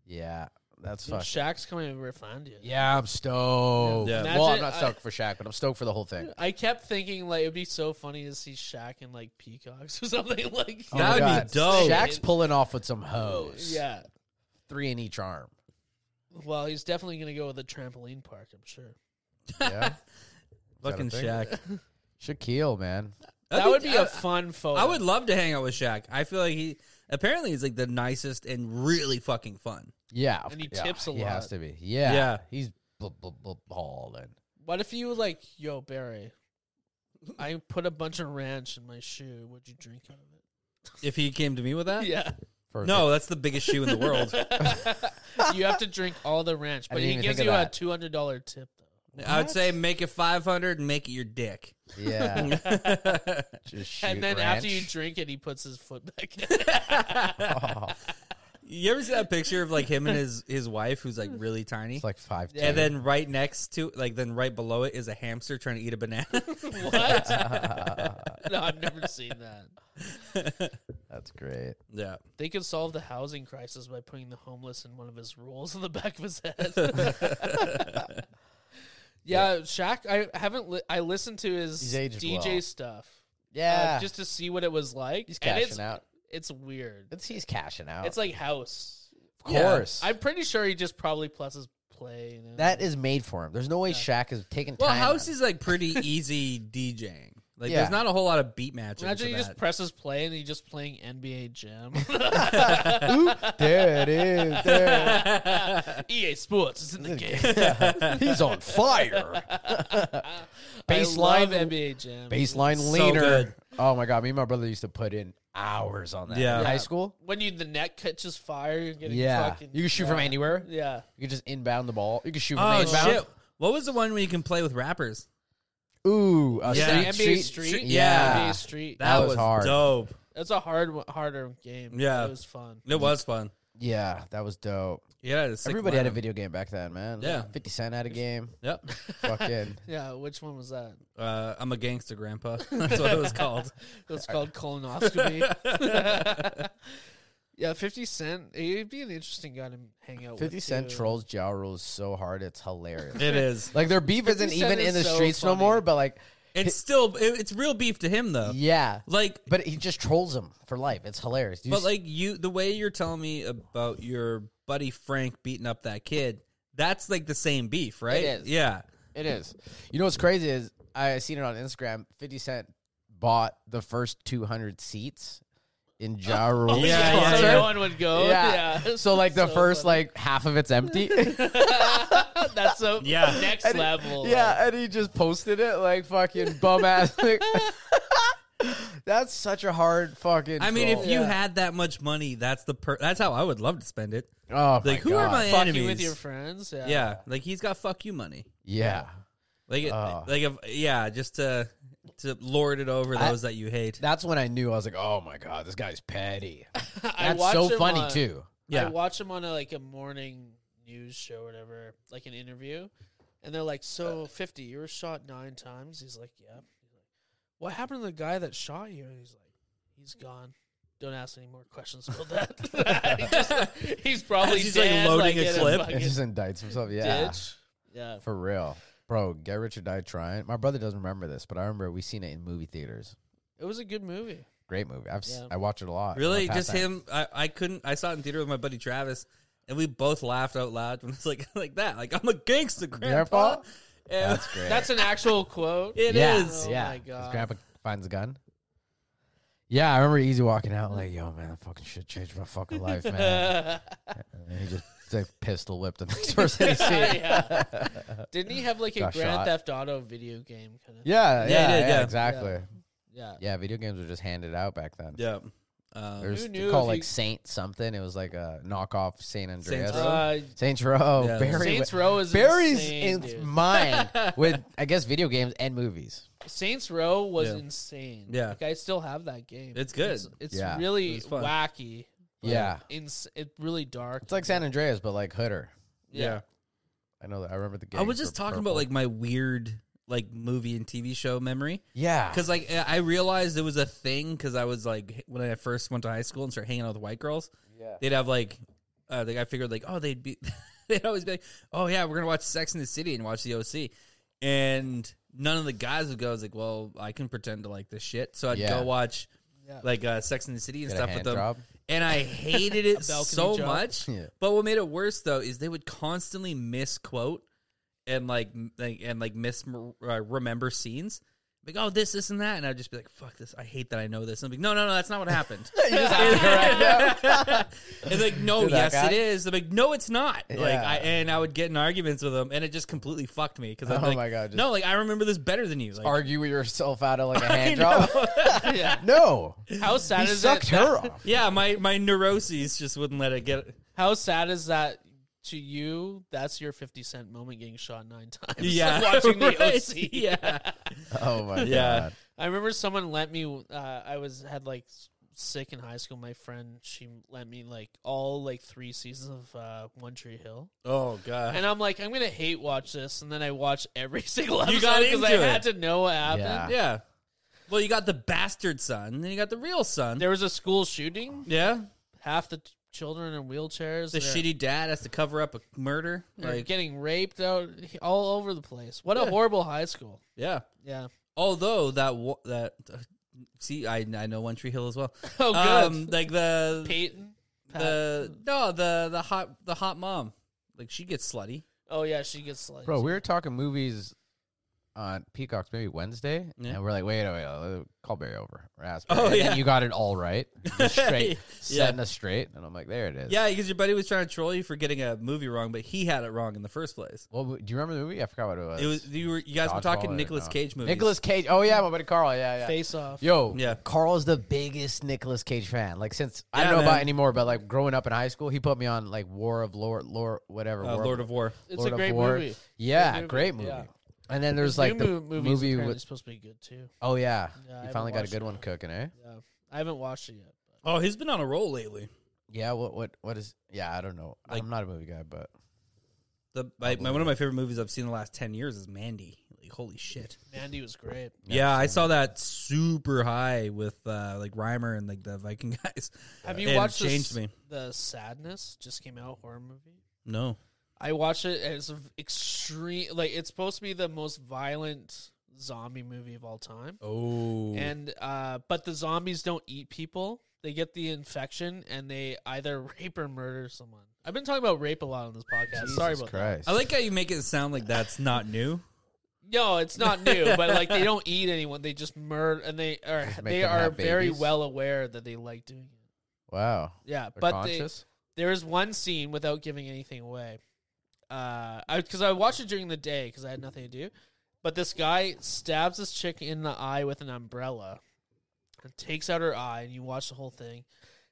Speaker 3: yeah, that's
Speaker 2: Dude,
Speaker 3: fucking.
Speaker 2: Shaq's coming to Reflandia.
Speaker 3: yeah, I'm stoked.
Speaker 1: Yeah.
Speaker 3: Well, I'm
Speaker 2: Imagine-
Speaker 3: not stoked for Shaq, but I'm stoked for the whole thing.
Speaker 2: I kept thinking like it'd be so funny to see Shaq in like peacocks or something like
Speaker 3: Oh
Speaker 1: That
Speaker 3: my
Speaker 1: would be
Speaker 3: God.
Speaker 1: dope. Oh,
Speaker 3: Shaq's pulling off with some hoes.
Speaker 2: Yeah.
Speaker 3: three in each arm.
Speaker 2: Well, he's definitely gonna go with a trampoline park. I'm sure.
Speaker 3: Yeah,
Speaker 1: Fucking
Speaker 3: thing?
Speaker 1: Shaq.
Speaker 3: Shaquille, man.
Speaker 2: That would be
Speaker 1: a.
Speaker 2: a fun photo.
Speaker 1: I would love to hang out with Shaq. I feel like he apparently he's like the nicest and really fucking fun.
Speaker 3: Yeah,
Speaker 2: And he
Speaker 3: yeah,
Speaker 2: tips a
Speaker 3: He has
Speaker 2: lot.
Speaker 3: to be. Yeah,
Speaker 1: Yeah.
Speaker 3: He's bl- bl- bl- balling.
Speaker 2: What if you were like, yo, Barry, I put a bunch of ranch in my shoe. Would you drink out of
Speaker 1: If he came to me with that,
Speaker 2: it? Yeah.
Speaker 3: Perfect.
Speaker 1: no, that's the biggest shoe in the world.
Speaker 2: you have to drink all the ranch,
Speaker 3: I
Speaker 2: but
Speaker 3: didn't
Speaker 2: he
Speaker 3: even
Speaker 2: gives
Speaker 3: think
Speaker 2: you
Speaker 3: of
Speaker 2: a
Speaker 3: that.
Speaker 2: two hundred dollar tip though.
Speaker 1: I would say make it five hundred and make it your dick.
Speaker 3: Yeah. Just shoot
Speaker 2: and then after you
Speaker 3: ranch.
Speaker 2: drink it, he puts his foot back in.
Speaker 3: Oh,
Speaker 1: You ever see that picture of like him and his his wife who's like really tiny?
Speaker 3: it's like five.
Speaker 2: Yeah,
Speaker 1: and then right next to like then right below it is a hamster trying to eat a banana.
Speaker 2: what? no, I've never seen that.
Speaker 3: That's great.
Speaker 2: Uh,
Speaker 1: yeah.
Speaker 2: They could solve the housing crisis by putting the homeless in one of his rolls in the back of his head. yeah, Shaq. I haven't. Li- I listened to his
Speaker 3: He's aged
Speaker 2: DJ
Speaker 3: well.
Speaker 2: stuff. uh,
Speaker 3: Yeah,
Speaker 2: just to see what it was like.
Speaker 3: he's
Speaker 2: And
Speaker 3: cashing
Speaker 2: it's,
Speaker 3: out.
Speaker 2: It's weird.
Speaker 3: It's, he's cashing out.
Speaker 2: It's like house.
Speaker 3: of course.
Speaker 2: I'm pretty sure he just probably pluses play. You know?
Speaker 3: that is made for him. There's no way Shaq is taking
Speaker 1: Well,
Speaker 3: time.
Speaker 1: house
Speaker 3: on-
Speaker 1: is like pretty easy DJing. Like
Speaker 3: Yeah.
Speaker 1: there's not a whole lot of beat matching.
Speaker 2: Imagine
Speaker 1: to
Speaker 2: he just
Speaker 1: that.
Speaker 2: presses play and he just playing NBA Jam.
Speaker 3: there it is. There.
Speaker 2: EA E Sports is in the game.
Speaker 3: he's on fire.
Speaker 2: Baseline
Speaker 3: Baseline-
Speaker 2: NBA Jam.
Speaker 3: Baseline
Speaker 1: So
Speaker 3: leaner.
Speaker 1: good.
Speaker 3: Oh my god, me and my brother used to put in hours on that.
Speaker 1: Yeah.
Speaker 3: In
Speaker 1: Yeah.
Speaker 3: high school.
Speaker 2: When you the net catches fire, you're getting
Speaker 3: Yeah,
Speaker 2: fucking.
Speaker 3: you can shoot from
Speaker 2: yeah.
Speaker 3: anywhere.
Speaker 2: Yeah.
Speaker 3: You can just inbound the ball. You can shoot from
Speaker 1: Oh
Speaker 3: inbound.
Speaker 1: shit! What was the one where you can play with rappers?
Speaker 3: Ooh, a
Speaker 1: Yeah.
Speaker 3: street,
Speaker 2: NBA
Speaker 3: street,
Speaker 2: Street.
Speaker 1: street-
Speaker 3: yeah.
Speaker 2: NBA Street.
Speaker 1: That,
Speaker 3: was hard.
Speaker 1: dope.
Speaker 2: That's a hard, one- harder game.
Speaker 1: Yeah.
Speaker 2: It was fun.
Speaker 1: It was fun.
Speaker 3: Yeah, that was dope.
Speaker 1: Yeah, it's a sick
Speaker 3: Everybody had a
Speaker 1: lineup.
Speaker 3: video game back then, man.
Speaker 1: Yeah.
Speaker 3: Fifty Cent had a game.
Speaker 1: Yep.
Speaker 3: Fucking
Speaker 2: Yeah, which one was that?
Speaker 1: Uh, I'm a gangster grandpa. That's what it was called.
Speaker 2: That's called colonoscopy. yeah, Fifty Cent. He'd be an interesting guy to hang out with.
Speaker 3: Fifty Cent
Speaker 2: too.
Speaker 3: trolls Ja Rule so hard, it's hilarious.
Speaker 1: It is.
Speaker 3: like their beef
Speaker 2: 50
Speaker 3: isn't
Speaker 2: Cent
Speaker 3: even
Speaker 2: is
Speaker 3: in the
Speaker 2: so
Speaker 3: streets no
Speaker 2: funny.
Speaker 3: more, but like,
Speaker 1: It's still it, it's real beef to him though.
Speaker 3: yeah,
Speaker 1: Like
Speaker 3: but he just trolls him for life. It's hilarious. You
Speaker 1: but
Speaker 3: s-
Speaker 1: like you the way you're telling me about your buddy Frank beating up that kid, that's like the same beef, right?
Speaker 3: is.
Speaker 1: Yeah.
Speaker 3: It is. You know what's crazy is I seen it on Instagram. Fifty Cent bought the first two hundred seats in Ja
Speaker 1: Yeah, Oh,
Speaker 3: Rule's
Speaker 1: yeah,
Speaker 2: so
Speaker 3: concert.
Speaker 2: no one would go.
Speaker 3: Yeah.
Speaker 2: Yeah.
Speaker 3: So like the
Speaker 2: So
Speaker 3: first
Speaker 2: funny.
Speaker 3: like half of it's empty.
Speaker 2: That's a
Speaker 1: Yeah.
Speaker 2: next
Speaker 3: And-
Speaker 2: level.
Speaker 3: yeah, and he just posted it like fucking bum ass. like- That's such a hard fucking.
Speaker 1: I mean,
Speaker 3: troll.
Speaker 1: if you
Speaker 2: Yeah.
Speaker 1: had that much money, that's the per- that's how I would love to spend it.
Speaker 3: oh my
Speaker 1: Like, who
Speaker 3: God.
Speaker 1: are my
Speaker 2: Fuck you
Speaker 1: enemies?
Speaker 2: with your friends. Yeah.
Speaker 1: yeah, like he's got fuck you money.
Speaker 3: Yeah,
Speaker 1: Like, it,
Speaker 3: Oh.
Speaker 1: like if yeah, just to to lord it over
Speaker 3: I-
Speaker 1: those that you hate.
Speaker 3: that's when I knew I was like, oh my god, this guy's petty.
Speaker 2: I
Speaker 3: That's
Speaker 2: watch
Speaker 3: so
Speaker 2: him
Speaker 3: funny
Speaker 2: on-
Speaker 3: too.
Speaker 1: Yeah.
Speaker 2: I watch him on a, like a morning news show or whatever, like an interview, and they're like,
Speaker 3: Uh,
Speaker 2: "So fifty, you were shot nine times." He's like, "Yeah." He's like, "What happened to the guy that shot you?" And he's like, "He's gone." Don't ask any more questions about that. He just- he's probably
Speaker 1: As he's, like,
Speaker 2: dead,
Speaker 1: loading a
Speaker 2: in
Speaker 1: clip.
Speaker 3: He
Speaker 2: fucking
Speaker 3: just indicts himself. Yeah.
Speaker 2: ditch. Yeah.
Speaker 3: For real. Bro, Get Rich or Die Trying. My brother doesn't remember this, but I remember we seen it in movie theaters.
Speaker 2: It was a good movie.
Speaker 3: Great movie. I've s
Speaker 2: Yeah.
Speaker 3: I watch it a lot.
Speaker 1: Really,
Speaker 3: My
Speaker 1: just
Speaker 3: pastime.
Speaker 1: him. I, I couldn't. I saw it in theater with my buddy Travis, and we both laughed out loud when it's like like that. Like I'm a gangster grandpa.
Speaker 3: Grandpa?
Speaker 1: And
Speaker 3: That's great.
Speaker 2: That's an actual quote.
Speaker 1: it is.
Speaker 3: yeah.
Speaker 2: Oh
Speaker 3: yeah.
Speaker 2: my
Speaker 3: His
Speaker 2: God.
Speaker 3: grandpa finds a gun. Yeah, I remember Easy walking out like, yo, man, that fucking shit changed my fucking life, man. and he just like, pistol whipped the next person he see. Yeah,
Speaker 2: yeah. Didn't he have like a
Speaker 3: Got
Speaker 2: Grand
Speaker 3: shot.
Speaker 2: Theft Auto video game kind of?
Speaker 3: yeah, yeah,
Speaker 1: did, yeah.
Speaker 3: exactly. Yeah.
Speaker 2: Yeah.
Speaker 3: video games were just handed out back then.
Speaker 1: Yeah. Um,
Speaker 3: There's
Speaker 2: Who
Speaker 3: they
Speaker 2: knew
Speaker 3: call
Speaker 2: if
Speaker 3: like
Speaker 2: you-
Speaker 3: Saint something. It was like a knockoff Saint Andreas.
Speaker 1: Row?
Speaker 2: Uh,
Speaker 3: Saints Row.
Speaker 1: Yeah.
Speaker 3: Barry
Speaker 2: Saints Row is
Speaker 3: Barry's
Speaker 2: insane,
Speaker 3: in
Speaker 2: dude.
Speaker 3: mine with I guess video games and movies.
Speaker 2: Saints Row was
Speaker 1: Yeah.
Speaker 2: insane.
Speaker 1: Yeah.
Speaker 2: like I still have that game.
Speaker 1: It's good.
Speaker 2: It's, it's
Speaker 3: Yeah.
Speaker 2: really
Speaker 1: It was fun.
Speaker 2: wacky. but
Speaker 3: Yeah.
Speaker 2: ins- it's really dark.
Speaker 3: It's like San Andreas, but like hooder.
Speaker 1: yeah.
Speaker 3: I know that. I remember the game.
Speaker 1: I was just talking about like my weird like movie and TV show memory
Speaker 3: yeah,
Speaker 1: because like I realized it was a thing because I was like when I first went to high school and started hanging out with white girls,
Speaker 3: Yeah.
Speaker 1: they'd have like uh, like I figured like oh they'd be they'd always be like oh yeah we're gonna watch Sex in the City and watch the OC and none of the guys would go. I was like well I can pretend to like this shit so I'd
Speaker 3: Yeah.
Speaker 1: go watch
Speaker 2: Yeah.
Speaker 1: like uh, Sex in the City and
Speaker 3: Get a
Speaker 1: stuff
Speaker 3: hand
Speaker 1: with them
Speaker 3: job?
Speaker 1: and I hated it
Speaker 2: balcony
Speaker 1: so
Speaker 2: job.
Speaker 1: much.
Speaker 3: Yeah.
Speaker 1: But what made it worse though is they would constantly misquote and like, m- like and like mis uh, remember scenes. Like oh this this and that, and I'd just be like fuck this. I hate that I know this. And I'm like no no no that's not what happened. and like no
Speaker 3: You're that
Speaker 1: yes
Speaker 3: guy?
Speaker 1: it is. I'm like no it's not. Like
Speaker 3: Yeah.
Speaker 1: I and I would get in arguments with them, and it just completely fucked me because I'm
Speaker 3: Oh
Speaker 1: like
Speaker 3: my God, just-
Speaker 1: no like I remember this better than you. Like,
Speaker 3: argue with yourself out of like a hand job.
Speaker 2: yeah.
Speaker 3: no,
Speaker 2: How sad
Speaker 3: he
Speaker 2: is
Speaker 3: sucked
Speaker 2: it?
Speaker 3: her off.
Speaker 1: yeah my my neuroses just wouldn't let it get.
Speaker 2: How sad is that to you? That's your Fifty Cent moment getting shot nine times.
Speaker 1: Yeah,
Speaker 2: watching the
Speaker 1: right?
Speaker 2: OC.
Speaker 1: Yeah.
Speaker 3: Oh my
Speaker 1: Yeah.
Speaker 3: god.
Speaker 2: I remember someone lent me. Uh, I was had like s- sick in high school. My friend she lent me like all like three seasons of uh, One Tree Hill.
Speaker 1: Oh god.
Speaker 2: And I'm like, I'm gonna hate watch this, and then I watch every single episode
Speaker 1: You got
Speaker 2: because I
Speaker 1: into it.
Speaker 2: had to know what happened.
Speaker 1: Yeah. Well, you got the bastard son, then you got the real son.
Speaker 2: There was a school shooting.
Speaker 1: yeah.
Speaker 2: Half the t- children in wheelchairs.
Speaker 1: The
Speaker 2: they're,
Speaker 1: shitty dad has to cover up a murder.
Speaker 2: they're
Speaker 1: Like,
Speaker 2: getting raped out all over the place. What a horrible high school.
Speaker 1: yeah.
Speaker 2: Yeah.
Speaker 1: Although that wa- that uh, see, I I know One Tree Hill as well. Um,
Speaker 2: Oh, good.
Speaker 1: like the
Speaker 2: Peyton. Pat-
Speaker 1: the no the the hot the hot mom, like she gets slutty.
Speaker 2: oh yeah, she gets sliced.
Speaker 3: Bro, we were talking movies on Peacocks maybe Wednesday,
Speaker 1: Yeah.
Speaker 3: and we're like, wait, wait, wait, call Barry over. Or ask
Speaker 1: Oh,
Speaker 3: Barry. And
Speaker 1: yeah.
Speaker 3: you got it all right, Just
Speaker 1: Yeah.
Speaker 3: straight, setting us straight, and I'm like, there it is.
Speaker 1: Yeah, because your buddy was trying to troll you for getting a movie wrong, but he had it wrong in the first place.
Speaker 3: Well, do you remember the movie? I forgot what it was.
Speaker 1: It was you were you guys were
Speaker 3: Dodgeball
Speaker 1: talking
Speaker 3: or
Speaker 1: Nicolas
Speaker 3: no?
Speaker 1: Cage movies.
Speaker 3: Nicolas Cage. Oh yeah, my buddy Carl. Yeah, yeah.
Speaker 2: Face off.
Speaker 3: Yo,
Speaker 1: Yeah.
Speaker 3: Carl's the biggest Nicolas Cage fan. Like since I
Speaker 1: Yeah,
Speaker 3: don't know about
Speaker 1: man.
Speaker 3: anymore, but like growing up in high school, he put me on like War of Lord, Lord, whatever.
Speaker 1: uh,
Speaker 3: War
Speaker 1: Lord of War.
Speaker 2: it's
Speaker 3: Lord
Speaker 2: a
Speaker 3: of
Speaker 2: great
Speaker 3: War.
Speaker 2: movie.
Speaker 3: Yeah,
Speaker 2: Great movie,
Speaker 3: great movie.
Speaker 2: yeah.
Speaker 3: And then there's
Speaker 2: His
Speaker 3: like
Speaker 2: new
Speaker 3: the
Speaker 2: mo- movie's
Speaker 3: movie
Speaker 2: apparently
Speaker 3: with
Speaker 2: supposed to be good too.
Speaker 3: oh
Speaker 2: Yeah,
Speaker 3: yeah,
Speaker 2: I
Speaker 3: you
Speaker 2: haven't
Speaker 3: finally got a
Speaker 2: watched
Speaker 3: good
Speaker 2: it
Speaker 3: one
Speaker 2: yet.
Speaker 3: cooking, eh?
Speaker 2: Yeah, I haven't watched it yet.
Speaker 1: Oh, he's been on a roll lately.
Speaker 3: Yeah, what what what is? Yeah, I don't know.
Speaker 1: Like-
Speaker 3: I'm not a movie guy, but
Speaker 1: The my, my, one of my favorite movies I've seen in the last ten years is Mandy. Like, holy shit!
Speaker 2: Mandy was great.
Speaker 1: Yeah, I saw that super high with uh, like Reimer and like the Viking guys.
Speaker 2: Have you
Speaker 1: And
Speaker 2: watched the
Speaker 1: changed
Speaker 2: s-
Speaker 1: me.
Speaker 2: The Sadness just came out horror movie.
Speaker 1: No,
Speaker 2: I watched it and it's a v- extreme like it's supposed to be the most violent zombie movie of all time.
Speaker 1: oh,
Speaker 2: And uh but the zombies don't eat people. They get the infection and they either rape or murder someone. I've been talking about rape a lot on this podcast. Sorry about that.
Speaker 3: Christ.
Speaker 1: I like how you make it sound like that's not new.
Speaker 2: No, it's not new, but like they don't eat anyone. They just murder and they are
Speaker 3: Just make
Speaker 2: they
Speaker 3: them
Speaker 2: are
Speaker 3: have
Speaker 2: very
Speaker 3: babies?
Speaker 2: well aware that they like doing it.
Speaker 3: wow.
Speaker 2: Yeah,
Speaker 3: They're
Speaker 2: but they,
Speaker 3: conscious.
Speaker 2: there is one scene without giving anything away. Uh, I because I watched it during the day because I had nothing to do, but this guy stabs this chick in the eye with an umbrella, and takes out her eye, and you watch the whole thing,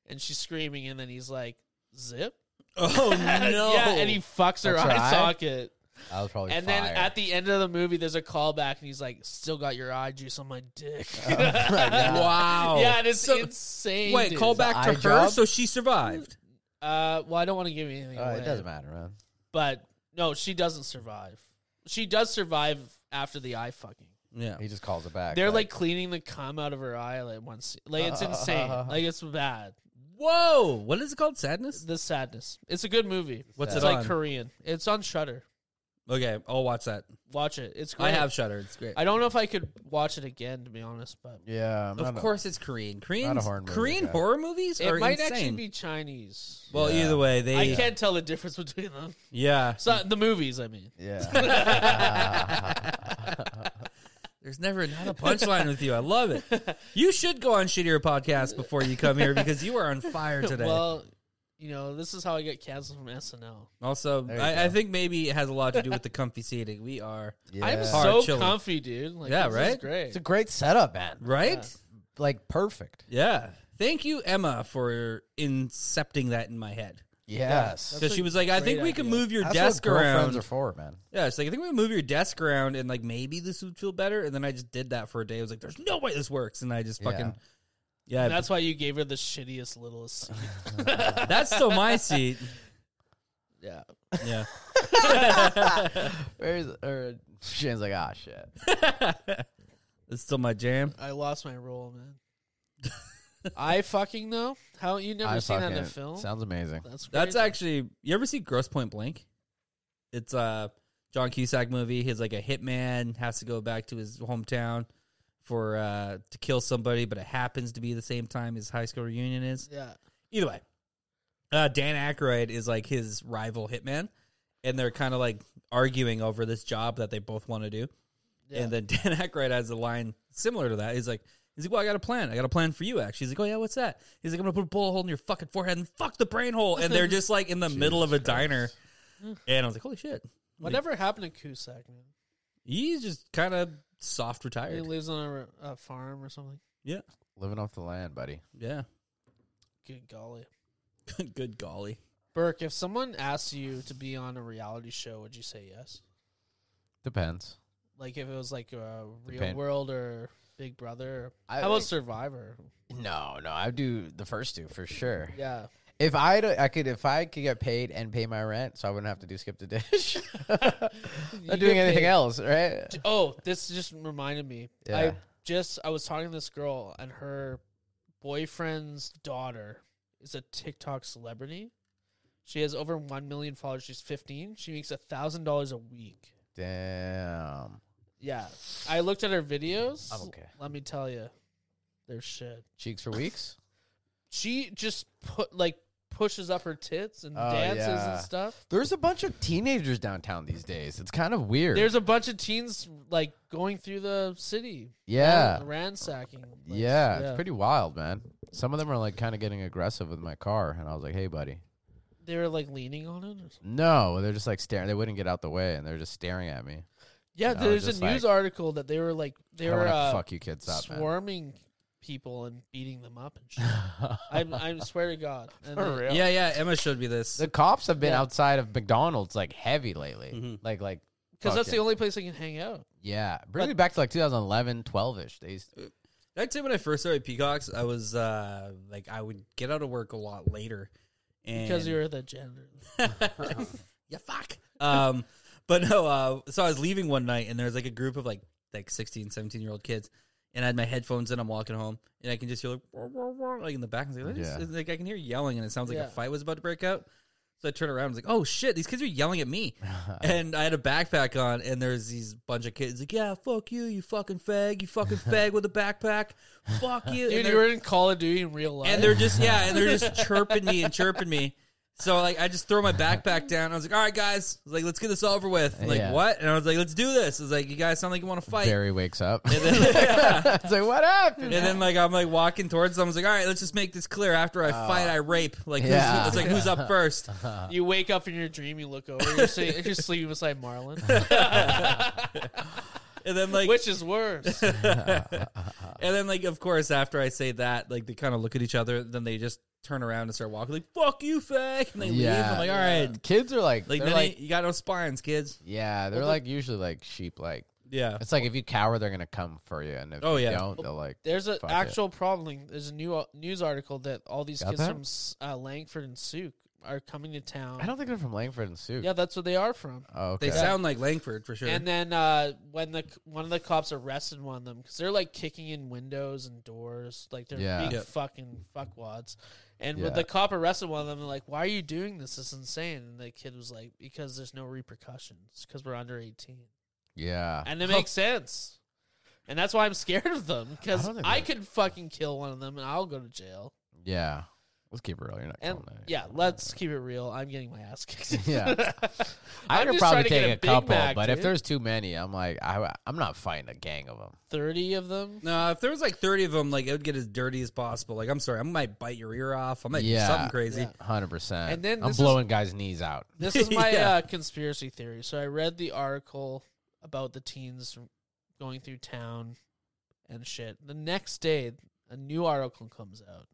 Speaker 2: and she's screaming, and then he's like, "Zip."
Speaker 1: Oh no!
Speaker 2: yeah, and he fucks her
Speaker 3: That's her
Speaker 2: eye,
Speaker 3: eye?
Speaker 2: socket,
Speaker 3: I was probably
Speaker 2: and then
Speaker 3: fired.
Speaker 2: at the end of the movie, there's a callback, and he's like, "Still got your eye juice on my dick."
Speaker 3: Oh
Speaker 1: wow.
Speaker 2: Yeah, and it's
Speaker 1: So-
Speaker 2: insane.
Speaker 1: Wait,
Speaker 2: dude.
Speaker 1: call back to her,
Speaker 3: eye job?
Speaker 1: so she survived.
Speaker 2: Uh, well, I don't want to give you anything.
Speaker 3: Uh,
Speaker 2: away.
Speaker 3: it doesn't matter, man.
Speaker 2: But no, she doesn't survive. She does survive after the eye fucking.
Speaker 1: Yeah.
Speaker 3: He just calls it back.
Speaker 2: They're like cleaning the cum out of her eye like once. Like it's insane.
Speaker 3: Uh.
Speaker 2: Like it's bad.
Speaker 1: Whoa! What is it called? Sadness.
Speaker 2: The sadness. It's a good movie.
Speaker 1: What's
Speaker 2: it's
Speaker 1: it
Speaker 2: like
Speaker 1: on?
Speaker 2: Korean. It's on Shutter.
Speaker 1: Okay, I'll watch that.
Speaker 2: Watch it. It's great.
Speaker 1: I have Shutter. It's great.
Speaker 2: I don't know if I could watch it again to be honest, but
Speaker 3: yeah, I'm
Speaker 1: of
Speaker 3: not a-
Speaker 1: course, it's Korean. Korean
Speaker 3: horror movie
Speaker 1: Korean
Speaker 3: guy.
Speaker 1: horror movies
Speaker 2: it
Speaker 1: are
Speaker 2: might
Speaker 1: insane.
Speaker 2: actually be Chinese.
Speaker 1: well,
Speaker 3: Yeah.
Speaker 1: either way, they
Speaker 2: I can't tell the difference between them.
Speaker 1: yeah.
Speaker 2: So the movies, I mean.
Speaker 3: yeah.
Speaker 1: There's never not a punchline with you. I love it. You should go on shittier podcast before you come here because you are on fire today.
Speaker 2: Well, you know, this is how I get canceled from SNL.
Speaker 1: also,
Speaker 3: There you
Speaker 1: I, I
Speaker 3: go.
Speaker 1: think maybe it has a lot to do with the comfy seating. We are
Speaker 3: yeah.
Speaker 2: I'm
Speaker 1: Hard
Speaker 2: so
Speaker 1: chili.
Speaker 2: comfy, dude. Like,
Speaker 1: Yeah,
Speaker 2: this Is
Speaker 1: right?
Speaker 2: great.
Speaker 3: it's a great setup, man.
Speaker 1: right.
Speaker 3: Like perfect.
Speaker 1: Yeah. Thank you, Emma, for incepting that in my head.
Speaker 3: Yes.
Speaker 2: That's
Speaker 1: Because she
Speaker 2: a
Speaker 1: was like, "I
Speaker 2: great
Speaker 1: think we can
Speaker 2: idea.
Speaker 1: move your
Speaker 3: That's
Speaker 1: desk
Speaker 3: what girlfriends
Speaker 1: around."
Speaker 3: are for, man.
Speaker 1: yeah, she's like, "I think we can move your desk around, and like maybe this would feel better." And then I just did that for a day. I was like, "There's no way this works," and I just
Speaker 3: Yeah.
Speaker 1: fucking yeah.
Speaker 2: And that's why you gave her the shittiest littlest. seat.
Speaker 1: that's still my seat.
Speaker 2: yeah.
Speaker 1: Yeah.
Speaker 3: Where's or Shane's like, ah, shit.
Speaker 1: It's still my jam.
Speaker 2: I lost my role, man. I fucking know. How you never
Speaker 3: I
Speaker 2: seen that in a
Speaker 3: fucking-
Speaker 2: film?
Speaker 3: Sounds amazing.
Speaker 2: That's crazy.
Speaker 1: That's actually. You ever see Gross Point Blank? It's a John Cusack movie. He's like a hitman has to go back to his hometown for uh, to kill somebody, but it happens to be the same time his high school reunion is.
Speaker 2: yeah.
Speaker 1: Either way, uh, Dan Aykroyd is like his rival hitman, and they're kind of like arguing over this job that they both want to do.
Speaker 2: Yeah.
Speaker 1: And then Dan Aykroyd has a line similar to that. He's like, he's like, well, I got a plan. I got a plan for you, actually. He's like, oh, yeah, what's that? He's like, I'm going to put a bullet hole in your fucking forehead and fuck the brain hole. And they're just like in the middle of a diner. And I was like, holy shit.
Speaker 2: Whatever happened to Cusack, man?
Speaker 1: He's just kind of soft
Speaker 2: He
Speaker 1: retired.
Speaker 2: lives on a, a farm or something.
Speaker 1: Yeah.
Speaker 3: Living off the land, buddy.
Speaker 1: Yeah.
Speaker 2: Good golly.
Speaker 1: Good golly.
Speaker 2: Burke, if someone asked you to be on a reality show, would you say yes?
Speaker 3: Depends.
Speaker 2: Like if it was like a real
Speaker 3: Depend.
Speaker 2: world or Big Brother? Or,
Speaker 3: I-
Speaker 2: how about Survivor?
Speaker 3: No, no, I'd do the first two for sure.
Speaker 2: Yeah.
Speaker 3: If I had a- I could if I could get paid and pay my rent, so I wouldn't have to do skip the dish.
Speaker 2: You
Speaker 3: Not doing
Speaker 2: get
Speaker 3: anything
Speaker 2: paid.
Speaker 3: else, right?
Speaker 2: J- Oh, this just reminded me. I
Speaker 3: Yeah.
Speaker 2: just I was talking to this girl and her boyfriend's daughter is a TikTok celebrity. She has over one million followers. She's fifteen. She makes a thousand dollars a week.
Speaker 3: Damn.
Speaker 2: Yeah, I looked at her videos.
Speaker 3: I'm okay.
Speaker 2: Let me tell you, they're shit.
Speaker 3: Cheeks for weeks?
Speaker 2: She just put like pushes up her tits and
Speaker 3: Oh,
Speaker 2: dances
Speaker 3: yeah.
Speaker 2: and stuff.
Speaker 3: There's a bunch of teenagers downtown these days. It's kind of weird.
Speaker 2: There's a bunch of teens like going through the city,
Speaker 3: yeah.
Speaker 2: ran- ransacking. the place.
Speaker 3: Yeah, it's pretty wild, man. Some of them are like kind of getting aggressive with my car, and I was like, "Hey, buddy."
Speaker 2: They were like leaning on it. Or something.
Speaker 3: No, they're just like staring. They wouldn't get out the way, and they're just staring at me.
Speaker 2: Yeah,
Speaker 3: No,
Speaker 2: there's a
Speaker 3: just
Speaker 2: news
Speaker 3: like-
Speaker 2: article that they were like they
Speaker 3: I don't
Speaker 2: were
Speaker 3: wanna
Speaker 2: uh,
Speaker 3: fuck you kids up, man.
Speaker 2: swarming people and beating them up and shit. I I swear to God. And they-
Speaker 1: Yeah, yeah. Emma showed me this.
Speaker 3: The cops have been
Speaker 2: Yeah.
Speaker 3: outside of McDonald's like heavy lately.
Speaker 1: Mhm.
Speaker 3: Like, like
Speaker 2: Because that's
Speaker 3: fucking-
Speaker 2: the only place they can hang out.
Speaker 3: yeah. Bring me back to like 2011, 12 ish. They used
Speaker 1: I'd say when I first started Peacocks, I was uh, like I would get out of work a lot later, And
Speaker 2: because you were the janitor.
Speaker 1: yeah, fuck. Um, but no, uh, so I was leaving one night and there was like a group of like like 16, 17 year old kids. And I had my headphones in. I'm walking home, and I can just hear like, "Wah, wah, wah," like in the back. I was like, "This
Speaker 3: Yeah.
Speaker 1: is-" like I can hear yelling, and it sounds like
Speaker 2: Yeah.
Speaker 1: a fight was about to break out. So I turn around. I was like, "Oh shit, these kids are yelling at me!" and I had a backpack on, and there's these bunch of kids like, "Yeah, fuck you, you fucking fag, you fucking fag with a backpack, fuck you." And
Speaker 2: Dude,
Speaker 1: they're-
Speaker 2: you were in Call of Duty in real life.
Speaker 1: and they're just yeah, and they're just chirping me and chirping me. So like I just throw my backpack down. I was like, all right, guys, I was like let's get this over with. I'm like
Speaker 3: Yeah.
Speaker 1: what? And I was like, let's do this. I was like, you guys sound like you want to fight.
Speaker 3: Barry wakes up.
Speaker 1: And then, yeah.
Speaker 3: it's like what happened?
Speaker 1: and then like I'm like walking towards them. I was like, all right, let's just make this clear. After I
Speaker 3: Ah.
Speaker 1: fight, I rape. Like who's-
Speaker 3: Yeah.
Speaker 1: it's like who's up first?
Speaker 2: you wake up in your dream, you look over, you're, sitting, you're sleeping beside Marlon.
Speaker 1: And then like
Speaker 2: Which is worse?
Speaker 1: and then like of course after I say that, like they kind of look at each other. Then they just turn around and start walking like fuck you, fag. And they leave. I'm like, all right,
Speaker 3: Kids are like,
Speaker 1: like,
Speaker 3: they're
Speaker 1: none of
Speaker 3: like,
Speaker 1: you you got no spines, kids.
Speaker 3: yeah, they're like usually like sheep. Like
Speaker 1: Yeah.
Speaker 3: it's like if you cower, they're gonna come for you, and if
Speaker 1: Oh,
Speaker 3: you
Speaker 1: yeah.
Speaker 3: don't, they'll like
Speaker 2: There's an
Speaker 3: Fuck it.
Speaker 2: actual problem. There's a new uh, news article that all these
Speaker 3: Got
Speaker 2: kids
Speaker 3: that?
Speaker 2: from S- uh, Langford and Souk are coming to town.
Speaker 3: I don't think they're from Langford and Sioux.
Speaker 2: yeah, that's where they are from.
Speaker 3: Oh, okay.
Speaker 1: They sound like Langford for sure.
Speaker 2: And then uh, when the one of the cops arrested one of them because they're like kicking in windows and doors, like they're
Speaker 3: Yeah.
Speaker 2: big
Speaker 1: Yeah.
Speaker 2: fucking fuckwads. And when
Speaker 3: Yeah.
Speaker 2: the cop arrested one of them, they're like, "Why are you doing this? It's insane." And the kid was like, "Because there's no repercussions because we're under 18."
Speaker 3: yeah.
Speaker 2: And it makes sense. And that's why I'm scared of them
Speaker 3: I
Speaker 2: because
Speaker 3: don't think
Speaker 2: I
Speaker 3: that-
Speaker 2: could fucking kill one of them and I'll go to jail.
Speaker 3: Yeah. Let's keep it real. You're not
Speaker 2: And
Speaker 3: killing that.
Speaker 2: yeah, let's keep it real. I'm getting my ass kicked.
Speaker 3: Yeah.
Speaker 2: I'm
Speaker 3: I could
Speaker 2: just
Speaker 3: probably
Speaker 2: trying to get
Speaker 3: take
Speaker 2: a
Speaker 3: a,
Speaker 2: Big
Speaker 3: couple,
Speaker 2: Mac,
Speaker 3: but if
Speaker 2: dude.
Speaker 3: there's too many, I'm like, I, I'm not fighting a gang of them.
Speaker 2: 30 of them.
Speaker 1: No, if there was like thirty of them, like it would get as dirty as possible. Like I'm sorry, I might bite your ear off. I might do
Speaker 3: Yeah.
Speaker 1: something crazy.
Speaker 2: Yeah.
Speaker 3: Hundred percent.
Speaker 2: And then
Speaker 3: I'm
Speaker 2: this is-
Speaker 3: blowing guys' knees out.
Speaker 2: This is my
Speaker 1: Yeah.
Speaker 2: uh, conspiracy theory. So I read the article about the teens going through town and shit. The next day, a new article comes out.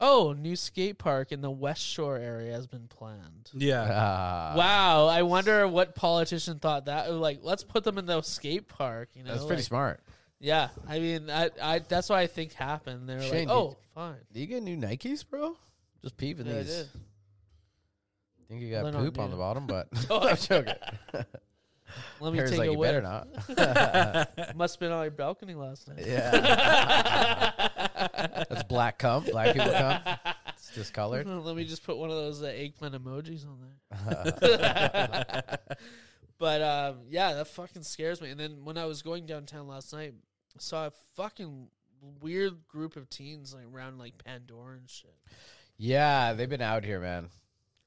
Speaker 2: Oh, new skate park in the West Shore area has been planned.
Speaker 1: Yeah,
Speaker 3: Ah.
Speaker 2: Uh, wow, I wonder what politician thought that. Like, let's put them in the skate park. You know,
Speaker 3: that's pretty
Speaker 2: like-
Speaker 3: smart.
Speaker 2: Yeah, I mean, I, I that's what I think happened. They were like,
Speaker 3: Shane, did-
Speaker 2: oh, fine.
Speaker 3: Do you get new Nikes, bro? Just peeping
Speaker 2: Yeah, I
Speaker 3: these.
Speaker 2: did.
Speaker 3: Think you
Speaker 2: Well,
Speaker 3: got
Speaker 2: they don't
Speaker 3: poop on
Speaker 2: need
Speaker 3: the
Speaker 2: it.
Speaker 3: bottom, but
Speaker 2: Oh, I-
Speaker 3: I'm joking.
Speaker 2: Let me
Speaker 3: Harry's
Speaker 2: take
Speaker 3: like,
Speaker 2: a
Speaker 3: you better
Speaker 2: whiff.
Speaker 3: not.
Speaker 2: Must have been on your balcony last night.
Speaker 3: Yeah. That's black cum. Black people cum. It's discolored.
Speaker 2: Let me just put one of those uh, eggplant emojis on there. but um, yeah, that fucking scares me. And then when I was going downtown last night, I saw a fucking weird group of teens like around like Pandora and shit.
Speaker 3: Yeah, they've been out here, man.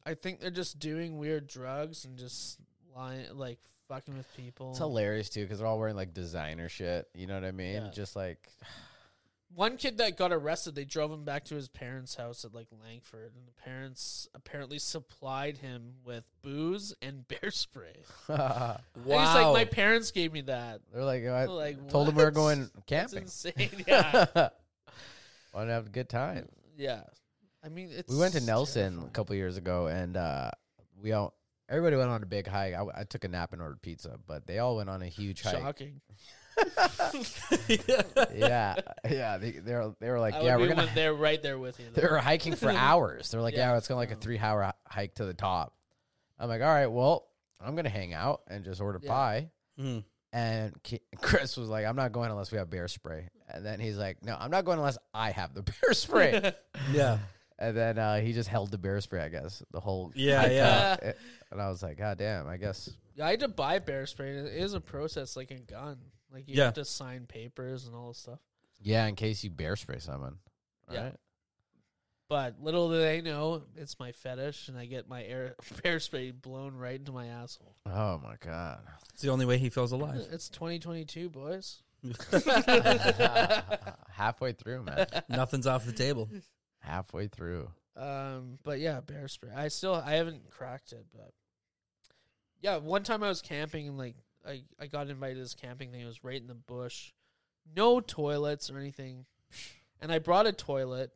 Speaker 2: I think they're just doing weird drugs and just lying, like fucking with people.
Speaker 3: It's hilarious too because they're all wearing like designer shit. You know what I mean?
Speaker 2: Yeah.
Speaker 3: Just like
Speaker 2: One kid that got arrested, they drove him back to his parents' house at like Langford, and the parents apparently supplied him with booze and bear spray.
Speaker 3: they're
Speaker 2: And he's like, my parents gave me that.
Speaker 3: like, I
Speaker 2: Like,
Speaker 3: told them we were
Speaker 2: what?
Speaker 3: going
Speaker 2: That's
Speaker 3: camping.
Speaker 2: insane. Yeah,
Speaker 3: Want to have a good time.
Speaker 2: yeah. I mean, it's
Speaker 3: We went to Nelson a
Speaker 2: terrifying.
Speaker 3: couple years ago, and uh, we all everybody went on a big hike. I, I took a nap and ordered pizza, but they all went on a huge hike.
Speaker 2: Shocking.
Speaker 3: yeah, yeah. They they were, they were like,
Speaker 2: I
Speaker 3: yeah,
Speaker 2: would
Speaker 3: we're
Speaker 2: be
Speaker 3: gonna.
Speaker 2: one there right there with you.
Speaker 3: They were hiking for hours. They're like,
Speaker 2: Yeah, Oh.
Speaker 3: yeah, it's gonna like a
Speaker 2: no.
Speaker 3: three hour hike to the top. I'm like, all right, well, I'm gonna hang out and just order
Speaker 2: Yeah.
Speaker 3: pie.
Speaker 1: Mhm.
Speaker 3: And Ki- Chris was like, I'm not going unless we have bear spray. And then he's like, No, I'm not going unless I have the bear spray.
Speaker 1: yeah,
Speaker 3: And then uh, he just held the bear spray, I guess, the whole
Speaker 1: Yeah,
Speaker 3: hike
Speaker 1: yeah.
Speaker 3: up. It- And I was like, God damn, I guess.
Speaker 2: Yeah, I had to buy bear spray. and It is a process, like a gun. Like you
Speaker 1: Yeah.
Speaker 2: have to sign papers and all this stuff.
Speaker 3: Yeah, in case you bear spray someone.
Speaker 2: Yeah.
Speaker 3: right?
Speaker 2: But little do they know, it's my fetish, and I get my air bear spray blown right into my asshole.
Speaker 3: Oh my god.
Speaker 1: it's the only way he feels alive.
Speaker 2: It's 2022, boys.
Speaker 3: Halfway through, man.
Speaker 1: Nothing's off the table.
Speaker 3: Halfway through.
Speaker 2: Um, but yeah, bear spray. I still I haven't cracked it, but yeah, one time I was camping and like I I got invited to this camping thing. It was right in the bush, no toilets or anything, and I brought a toilet.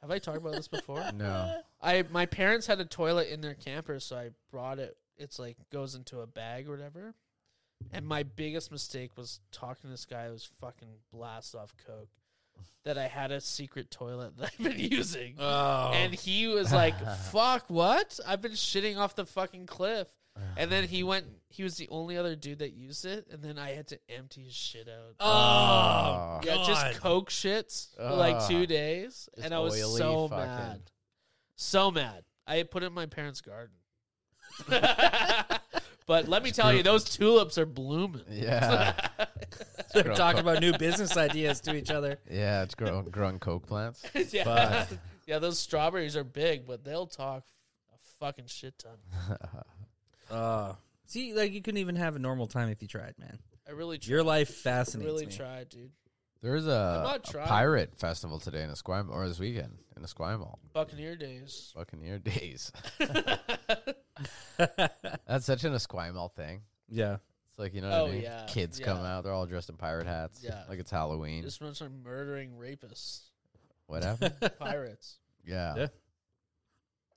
Speaker 2: Have I talked about this before?
Speaker 3: No.
Speaker 2: I my parents had a toilet in their camper, so I brought it. It's like goes into a bag or whatever. And my biggest mistake was talking to this guy who was fucking blast off coke. that I had a secret toilet that I've been using.
Speaker 4: Oh.
Speaker 2: And he was like, "Fuck, what? I've been shitting off the fucking cliff." And then he went. He was the only other dude that used it, and then I had to empty his shit out.
Speaker 4: oh,
Speaker 3: Oh,
Speaker 2: yeah, just coke shits for like
Speaker 3: Ugh.
Speaker 2: two days,
Speaker 3: Just
Speaker 2: and I was
Speaker 3: oily
Speaker 2: so
Speaker 3: fucking-
Speaker 2: mad, so mad. I put it in my parents' garden. but let me tell you, those tulips are blooming.
Speaker 3: Yeah.
Speaker 1: They're talking about new business ideas to each other.
Speaker 3: Yeah, it's growing growing coke plants.
Speaker 2: yeah. yeah, those strawberries are big, but they'll talk a fucking shit ton.
Speaker 3: Ah.
Speaker 1: Uh, see, like you couldn't even have a normal time if you tried, man.
Speaker 2: I really tried.
Speaker 1: Your life
Speaker 2: I
Speaker 1: fascinates
Speaker 2: really
Speaker 1: me.
Speaker 2: tried, dude.
Speaker 3: There's
Speaker 2: not
Speaker 3: a, a
Speaker 2: trying.
Speaker 3: pirate festival today in Esquimalt, or this weekend in Esquimalt.
Speaker 2: Buccaneer days.
Speaker 3: Buccaneer days. That's such an Esquimalt thing.
Speaker 1: Yeah,
Speaker 3: It's like you know,
Speaker 2: Oh,
Speaker 3: what I mean?
Speaker 2: yeah,
Speaker 3: kids come
Speaker 2: yeah.
Speaker 3: out. They're all dressed in pirate hats.
Speaker 2: Yeah.
Speaker 3: like it's Halloween.
Speaker 2: Just mentioned murdering rapists,
Speaker 3: Whatever.
Speaker 2: pirates.
Speaker 3: yeah.
Speaker 1: Yeah.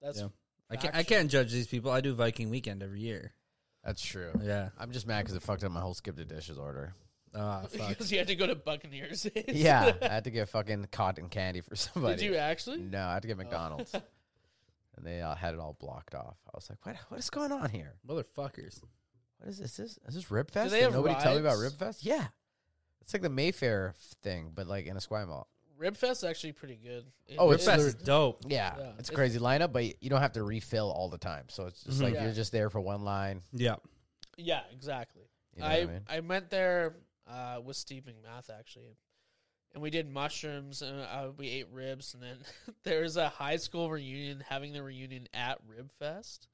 Speaker 2: That's
Speaker 1: Yeah. I can't. I can't judge these people. I do Viking weekend every year.
Speaker 3: that's true.
Speaker 1: Yeah.
Speaker 3: I'm just mad because it fucked up my whole skip to dishes order.
Speaker 1: Ah, fuck.
Speaker 2: because you had to go to Buccaneers. days.
Speaker 3: Oh, yeah, I had to get fucking cotton candy for somebody.
Speaker 2: Did you Oh. actually?
Speaker 3: No, I had to get McDonald's, and they uh, had it all blocked off. I was like, what? What is going on here?
Speaker 1: Motherfuckers.
Speaker 3: What is this? Is, is this Rib Fest?
Speaker 2: they
Speaker 3: Did
Speaker 2: have
Speaker 3: nobody tell me about
Speaker 2: rides?
Speaker 3: Rib Fest? Yeah, it's like the Mayfair f- thing, but like in Esquimalt.
Speaker 2: Ribfest actually pretty good. It-
Speaker 3: Oh,
Speaker 2: it-
Speaker 3: it's
Speaker 1: Fest is dope.
Speaker 3: Yeah,
Speaker 2: Yeah,
Speaker 3: it's a
Speaker 2: it's- Mm-hmm.
Speaker 3: crazy lineup, but y- you don't have to refill all the time. So it's just like
Speaker 2: Yeah.
Speaker 3: you're just there for one line.
Speaker 1: Yeah.
Speaker 2: Yeah, exactly.
Speaker 3: You know
Speaker 2: I,
Speaker 3: what I mean?
Speaker 2: I went there uh, with Steve McMath actually, and we did mushrooms and uh, we ate ribs. And then there was a high school reunion having the reunion at Rib Fest,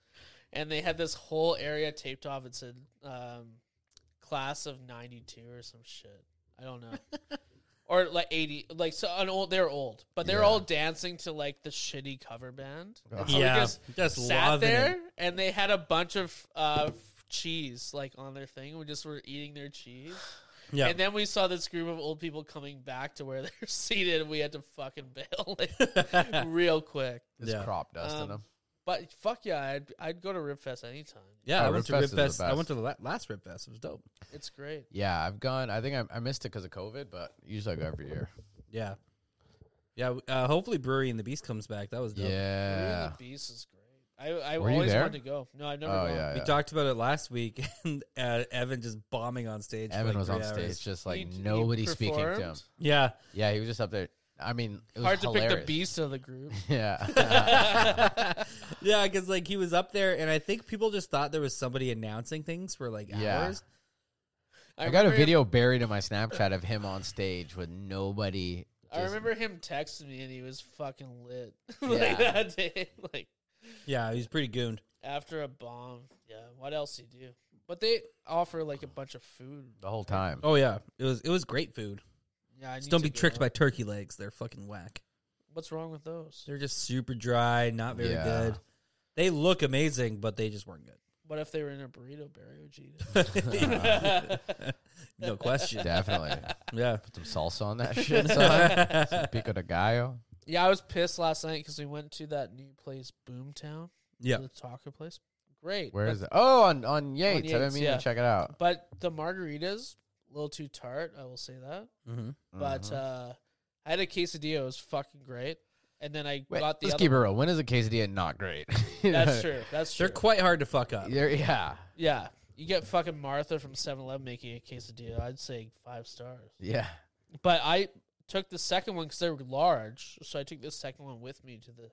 Speaker 2: and they had this whole area taped off. It said um, class of '92 or some shit. I don't know. Or like eighty, like so an old. They're old, but they're
Speaker 3: Yeah.
Speaker 2: all dancing to like the shitty cover band. And so we
Speaker 1: yeah.
Speaker 2: just
Speaker 1: Just
Speaker 2: sat
Speaker 1: loving
Speaker 2: there
Speaker 1: it.
Speaker 2: and they had a bunch of uh, f- cheese like on their thing. We just were eating their cheese,
Speaker 1: Yeah.
Speaker 2: and then we saw this group of old people coming back to where they're seated. and We had to fucking bail like, real quick.
Speaker 3: It's
Speaker 1: Yeah.
Speaker 3: crop dust in
Speaker 2: Um,
Speaker 3: them.
Speaker 2: But fuck yeah, I'd I'd go to Ribfest anytime.
Speaker 1: yeah,
Speaker 3: Oh,
Speaker 1: I went
Speaker 3: Ribfest
Speaker 1: to
Speaker 3: is
Speaker 1: Rib
Speaker 3: the
Speaker 1: Fest. I
Speaker 3: best.
Speaker 1: went to the la- last Rib Fest. It was dope.
Speaker 2: It's great.
Speaker 3: Yeah, I've gone. I think I, I missed it because of COVID, but usually I go every year.
Speaker 1: Yeah. Yeah. Uh, hopefully, Brewery and the Beast comes back. That was dope.
Speaker 3: Yeah,
Speaker 2: Beauty and the Beast is great. I I
Speaker 3: Were you
Speaker 2: always
Speaker 3: there?
Speaker 2: wanted to go. No, I've never
Speaker 3: Oh,
Speaker 2: gone.
Speaker 3: yeah.
Speaker 1: We talked about it last week, and uh, Evan just bombing on stage. for,
Speaker 3: Evan
Speaker 1: like,
Speaker 3: was on
Speaker 1: three
Speaker 3: stage,
Speaker 1: hours.
Speaker 3: just like
Speaker 2: You- you
Speaker 3: nobody speaking to him.
Speaker 2: performed?
Speaker 1: Yeah,
Speaker 3: Yeah, he was just up there. I mean, it was
Speaker 2: Hard to
Speaker 3: hilarious.
Speaker 2: pick the beast of the group.
Speaker 3: Yeah,
Speaker 1: yeah, because like he was up there, and I think people just thought there was somebody announcing things for like
Speaker 3: Yeah.
Speaker 1: hours.
Speaker 3: I got a
Speaker 2: remember him-
Speaker 3: video buried in my Snapchat of him on stage with nobody.
Speaker 2: I
Speaker 3: just-
Speaker 2: remember him texting me and he was fucking lit
Speaker 3: Yeah.
Speaker 2: like that day. Like
Speaker 1: Yeah, he was pretty gooned.
Speaker 2: after a bomb. Yeah, what else you do? But they offer like a bunch of food.
Speaker 3: the whole time.
Speaker 1: Oh yeah, it was it was great food.
Speaker 2: Yeah, I
Speaker 1: Just
Speaker 2: need
Speaker 1: don't
Speaker 2: to
Speaker 1: be
Speaker 2: go.
Speaker 1: tricked by turkey legs; they're fucking whack.
Speaker 2: What's wrong with those?
Speaker 1: They're just super dry, not very
Speaker 3: Yeah.
Speaker 1: good. They look amazing, but they just weren't
Speaker 2: What if they were in a burrito berry? Would you eat it?
Speaker 1: good. no question.
Speaker 3: Definitely
Speaker 1: Yeah.
Speaker 3: put some salsa on that shit. son. Some pico de gallo.
Speaker 2: Yeah, I was pissed last night because we went to that new place, Boomtown.
Speaker 1: Yeah.
Speaker 2: the taco place. Great.
Speaker 3: Where
Speaker 2: but,
Speaker 3: is it? Oh, on on Yates. I
Speaker 2: Yates,
Speaker 3: didn't mean
Speaker 2: yeah.
Speaker 3: to check it out.
Speaker 2: But the margaritas, a little too tart. I will say that.
Speaker 1: Mm-hmm.
Speaker 2: But
Speaker 3: Mhm.
Speaker 2: uh, I had a quesadilla. It was fucking great. And then I
Speaker 3: Mm-hmm. Wait,
Speaker 2: got the
Speaker 3: let's
Speaker 2: other.
Speaker 3: keep it real. When is a quesadilla not great? You know?
Speaker 2: That's true. That's true.
Speaker 1: They're quite hard to fuck up.
Speaker 3: You're- yeah,
Speaker 2: Yeah. You get fucking Martha from 7 Eleven making a quesadilla. I'd say five stars.
Speaker 3: yeah.
Speaker 2: But I took the second one because they were large. So I took the second one with me to the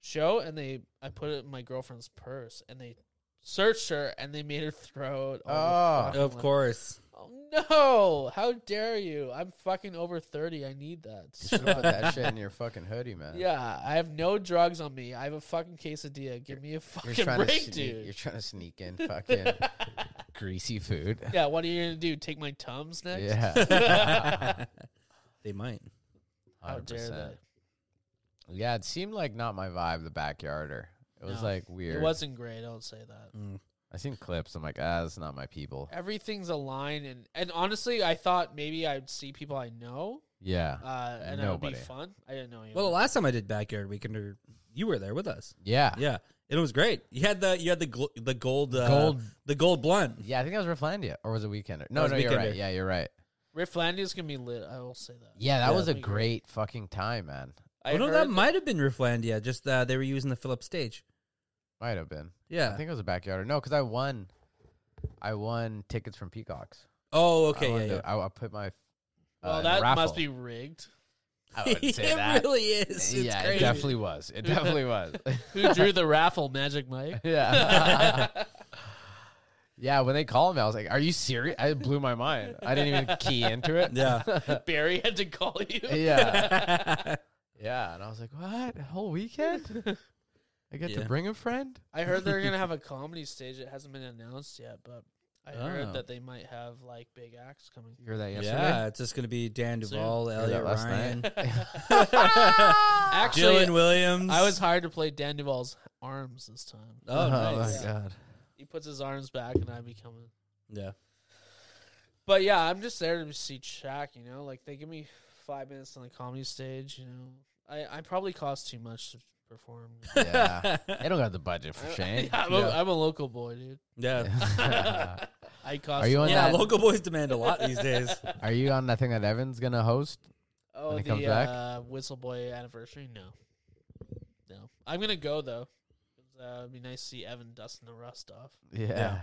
Speaker 2: show and they I put it in my girlfriend's purse and they searched her and they made her throw it.
Speaker 3: Oh.
Speaker 2: fucking
Speaker 1: Of
Speaker 2: way.
Speaker 1: course.
Speaker 2: Oh, no. How dare you? I'm fucking over 30. I need that.
Speaker 3: You should put that shit in your fucking hoodie, man.
Speaker 2: yeah. I have no drugs on me. I have a fucking quesadilla. Give me a
Speaker 3: You're
Speaker 2: fucking
Speaker 3: trying, to
Speaker 2: break,
Speaker 3: sneak, you're
Speaker 2: dude.
Speaker 3: trying to sneak in fucking greasy food.
Speaker 2: Yeah, what are you going to do? Take my Tums next?
Speaker 3: Yeah.
Speaker 1: They might.
Speaker 2: How dare
Speaker 3: 100%.
Speaker 2: they?
Speaker 3: Yeah, it seemed like not my vibe, the backyarder. It was
Speaker 2: No.
Speaker 3: like weird.
Speaker 2: It wasn't great. Don't say that.
Speaker 3: I seen clips. I'm like, ah, that's not my people.
Speaker 2: Everything's aligned, and and honestly, I thought maybe I'd see people I know,
Speaker 3: Yeah.
Speaker 2: uh, and it
Speaker 3: Nobody.
Speaker 2: would be fun. I didn't know anyone.
Speaker 1: Well, the last time I did backyard weekender, you were there with us.
Speaker 3: Yeah.
Speaker 1: Yeah, and it was great. You had the you had the gl- the gold uh,
Speaker 3: Gold.
Speaker 1: the gold blunt.
Speaker 3: Yeah, I think that was Rifflandia. Or was it Weekender? No,
Speaker 1: was
Speaker 3: no, you're
Speaker 1: Weekender.
Speaker 3: right. Yeah, you're right.
Speaker 2: Rifflandia's gonna be lit. I will say that.
Speaker 3: Yeah,
Speaker 1: Yeah.
Speaker 3: that was a
Speaker 2: Pretty good.
Speaker 3: great fucking time, man.
Speaker 2: I
Speaker 1: oh, no,
Speaker 2: heard
Speaker 1: that might have been Rifflandia. Just uh, they were using the Phillips stage.
Speaker 3: Might have been. I
Speaker 2: Uh,
Speaker 1: Yeah.
Speaker 3: think it was a backyard. No, because I won. I won tickets from Peacocks.
Speaker 1: Oh,
Speaker 3: I
Speaker 1: okay.
Speaker 3: won
Speaker 1: Yeah,
Speaker 3: the- I, I put my. uh,
Speaker 2: Well,
Speaker 3: in a
Speaker 2: that
Speaker 3: raffle.
Speaker 2: must be rigged.
Speaker 3: I
Speaker 1: yeah.
Speaker 3: wouldn't say
Speaker 1: it
Speaker 3: that.
Speaker 1: really is. It's
Speaker 3: yeah,
Speaker 1: crazy.
Speaker 3: it definitely was. It definitely was.
Speaker 2: Who drew the raffle, Magic Mike?
Speaker 3: yeah. yeah, when they called me, I was like, "Are you serious?" I it blew my mind. I didn't even key into it.
Speaker 1: Yeah.
Speaker 2: Barry had to call you.
Speaker 3: yeah, yeah. And I was like, "What? A Whole weekend? I get
Speaker 1: Yeah.
Speaker 3: to bring a friend?"
Speaker 2: I heard they're gonna have a comedy stage. It hasn't been announced yet, but I
Speaker 1: Oh.
Speaker 2: heard that they might have like big acts coming.
Speaker 3: You heard that yesterday?
Speaker 1: Yeah, it's just gonna be Dan
Speaker 2: Soon.
Speaker 1: Duvall,
Speaker 3: Heard that
Speaker 1: Elliot
Speaker 3: last
Speaker 1: Ryan,
Speaker 3: night.
Speaker 2: Actually,
Speaker 1: Dylan Williams.
Speaker 2: I was hired to play Dan Duvall's arms this time.
Speaker 1: Oh, nice.
Speaker 3: my god.
Speaker 2: He puts his arms back, and I become. A...
Speaker 1: Yeah.
Speaker 2: But yeah, I'm just there to see Shaq. You know, like they give me five minutes on the comedy stage. You know, I I probably cost too much to perform.
Speaker 3: Yeah, they don't got the budget for
Speaker 2: I-
Speaker 3: Shane.
Speaker 2: I'm, a, I'm a local boy, dude.
Speaker 1: Yeah.
Speaker 2: I cost.
Speaker 3: you on
Speaker 2: yeah,
Speaker 1: Yeah,
Speaker 3: that-
Speaker 1: local boys demand a lot these days.
Speaker 3: Are you on that thing that Evan's gonna host?
Speaker 2: Oh,
Speaker 3: when it
Speaker 2: the
Speaker 3: comes back?
Speaker 2: Uh, whistle boy anniversary? No, no. I'm gonna go though. 'Cause, Uh, it'd be nice to see Evan dusting the rust off.
Speaker 3: yeah.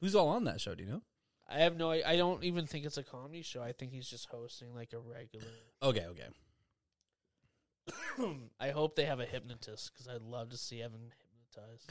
Speaker 1: Who's all on that show? Do you know?
Speaker 2: I have no. I, I don't even think it's a comedy show. I think he's just hosting like a regular.
Speaker 1: Okay, okay.
Speaker 2: I hope they have a hypnotist because I'd love to see Evan hypnotized.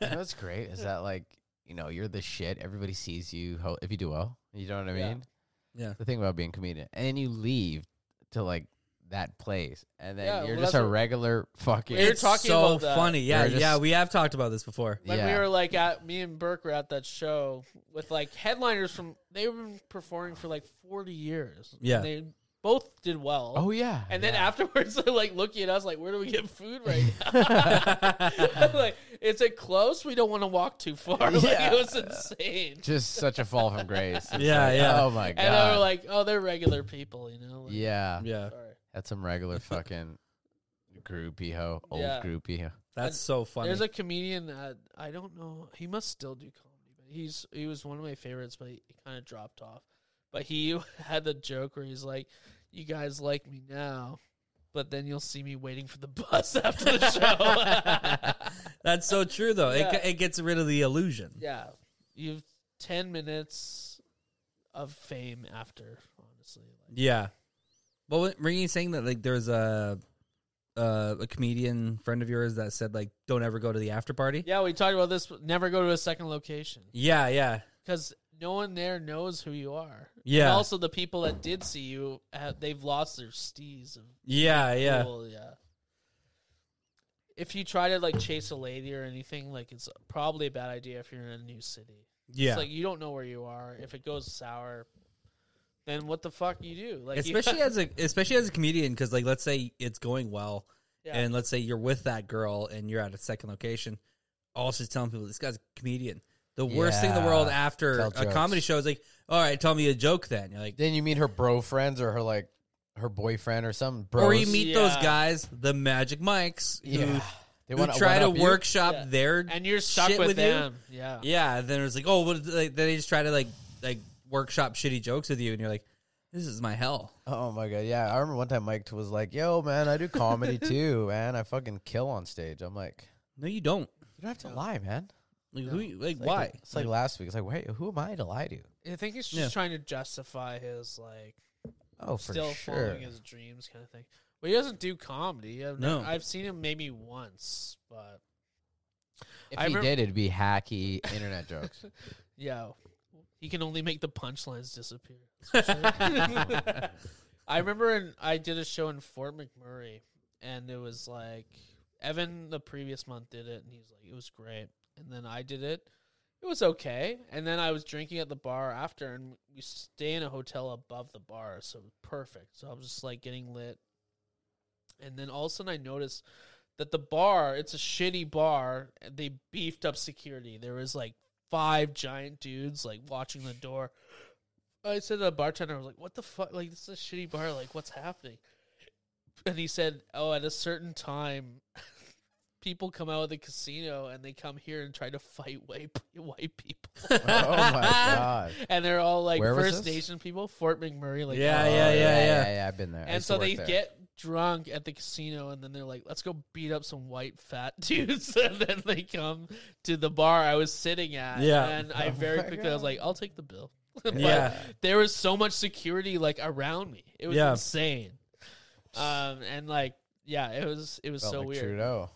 Speaker 3: You know what's great is that like you know you're the shit. Everybody sees you ho- if you do well. You know what I
Speaker 2: Yeah.
Speaker 3: mean?
Speaker 1: Yeah.
Speaker 3: The thing about being comedian, and then you leave to like that place, and then
Speaker 2: Yeah,
Speaker 3: you're
Speaker 2: well,
Speaker 3: just
Speaker 2: that's
Speaker 3: a
Speaker 2: what-
Speaker 3: regular fucking.
Speaker 2: We were
Speaker 1: It's
Speaker 2: talking
Speaker 1: so
Speaker 2: about that.
Speaker 1: funny. Yeah,
Speaker 3: We were just-
Speaker 1: yeah, we have talked about this before.
Speaker 2: When we
Speaker 3: Yeah.
Speaker 2: were like at me and Burke were at that show with like headliners from they were performing for like forty years. And
Speaker 1: Yeah.
Speaker 2: they both did well.
Speaker 3: oh yeah.
Speaker 2: And then
Speaker 3: yeah.
Speaker 2: afterwards, they're like looking at us like, "Where do we get food right now?" like, is it close? We don't want to walk too far. Like,
Speaker 3: Yeah.
Speaker 2: it was insane.
Speaker 3: just such a fall from grace. It's
Speaker 1: Yeah,
Speaker 3: like,
Speaker 1: yeah.
Speaker 3: Oh my god.
Speaker 2: And they were like, "Oh, they're regular people, you know." Like,
Speaker 3: yeah,
Speaker 1: Yeah,
Speaker 2: sorry.
Speaker 3: that's some regular fucking groupie ho, old
Speaker 2: Yeah.
Speaker 3: groupie ho.
Speaker 1: that's so funny.
Speaker 2: There's a comedian that I don't know. He must still do comedy, but he's he was one of my favorites, but he, kind of dropped off. But he had the joke where he's like, "You guys like me now." But then you'll see me waiting for the bus after the show.
Speaker 1: that's so true though. It
Speaker 2: Yeah.
Speaker 1: It it gets rid of the illusion.
Speaker 2: Yeah. You've 10 minutes of fame after, honestly. Like,
Speaker 1: Yeah. Well, when- were you saying that like there's a uh, a comedian friend of yours that said like don't ever go to the after party?
Speaker 2: yeah, we talked about this. but Never go to a second location
Speaker 1: Yeah, yeah,
Speaker 2: because no one there knows who you are. And
Speaker 1: Yeah.
Speaker 2: also, the people that did see you, uh, they've lost their stees. Of
Speaker 1: yeah, yeah.
Speaker 2: cool, yeah. If you try to like chase a lady or anything, like it's probably a bad idea if you're in a new city.
Speaker 1: yeah.
Speaker 2: It's like you don't know where you are. If it goes sour, then what the fuck you do? Like you-
Speaker 1: especially as a especially as a comedian because like let's say it's going well
Speaker 2: Yeah.
Speaker 1: and let's say you're with that girl and you're at a second location all she's telling people this guy's a comedian the worst thing in the world
Speaker 3: Yeah.
Speaker 1: after
Speaker 3: Tell
Speaker 1: a comedy
Speaker 3: jokes.
Speaker 1: show is like all right tell me a joke then you're like
Speaker 3: Then you meet her bro friends or her like her boyfriend or something. Bros.
Speaker 1: or you meet those
Speaker 2: Yeah. guys,
Speaker 1: guys the magic mics who,
Speaker 3: Yeah. They
Speaker 1: who
Speaker 3: wanna
Speaker 1: try to
Speaker 3: one-up you?
Speaker 1: workshop
Speaker 2: Yeah.
Speaker 1: their
Speaker 2: and you're stuck
Speaker 1: shit
Speaker 2: with,
Speaker 1: you.
Speaker 2: them. Yeah.
Speaker 1: yeah and then it's like oh what like, they just try to like like workshop shitty jokes with you and you're like this is my hell
Speaker 3: Oh my god, yeah. I remember one time Mike was like, "Yo, man, I do comedy too, man. I fucking kill on stage." I'm like,
Speaker 1: no you don't
Speaker 3: "You don't have to lie, man."
Speaker 1: like who you- like
Speaker 3: It's like-
Speaker 1: why
Speaker 3: It's like last week. It's like, wait, who am I to lie to?
Speaker 2: I think he's just
Speaker 1: Yeah.
Speaker 2: trying to justify his like
Speaker 3: Oh, for
Speaker 2: still
Speaker 3: sure.
Speaker 2: following his dreams kind of thing. But he doesn't do comedy. I've
Speaker 1: No.
Speaker 2: no. I've seen him maybe once, but
Speaker 3: If
Speaker 2: I
Speaker 3: he
Speaker 2: remem-
Speaker 3: did, it'd be hacky internet jokes.
Speaker 2: yeah, he can only make the punchlines disappear. I remember in, I did a show in Fort McMurray, and it was like Evan the previous month did it, and he's like, it was great. And then I did it. It was okay. And then I was drinking at the bar after, and we stay in a hotel above the bar, so it was perfect. So I was just like getting lit. And then all of a sudden, I noticed that the bar, it's a shitty bar, and they beefed up security. There was like five giant dudes like watching the door. I said to the bartender, I was like, what the fuck? Like, this is a shitty bar. Like, what's happening? And he said, oh, at a certain time, people come out of the casino and they come here and try to fight white white people,
Speaker 3: oh my god.
Speaker 2: and they're all like
Speaker 3: Where was
Speaker 2: First
Speaker 3: this?
Speaker 2: Nation people, Fort McMurray, like
Speaker 1: Yeah,
Speaker 3: Oh,
Speaker 2: uh,
Speaker 1: yeah, yeah,
Speaker 3: yeah,
Speaker 1: yeah.
Speaker 3: I've been there. I
Speaker 2: And
Speaker 3: used
Speaker 2: so
Speaker 3: to work
Speaker 2: they
Speaker 3: there.
Speaker 2: get drunk at the casino, and then they're like, "Let's go beat up some white fat dudes." and then they come to the bar I was sitting at,
Speaker 1: Yeah.
Speaker 2: And I
Speaker 3: Oh
Speaker 2: very
Speaker 3: my
Speaker 2: quickly I was
Speaker 3: God.
Speaker 2: like, "I'll take the bill." But
Speaker 1: Yeah.
Speaker 2: there was so much security like around me; it was
Speaker 1: Yeah.
Speaker 2: insane. Um, and like, yeah, it was it was
Speaker 3: Felt
Speaker 2: so
Speaker 3: like
Speaker 2: weird.
Speaker 3: Trudeau.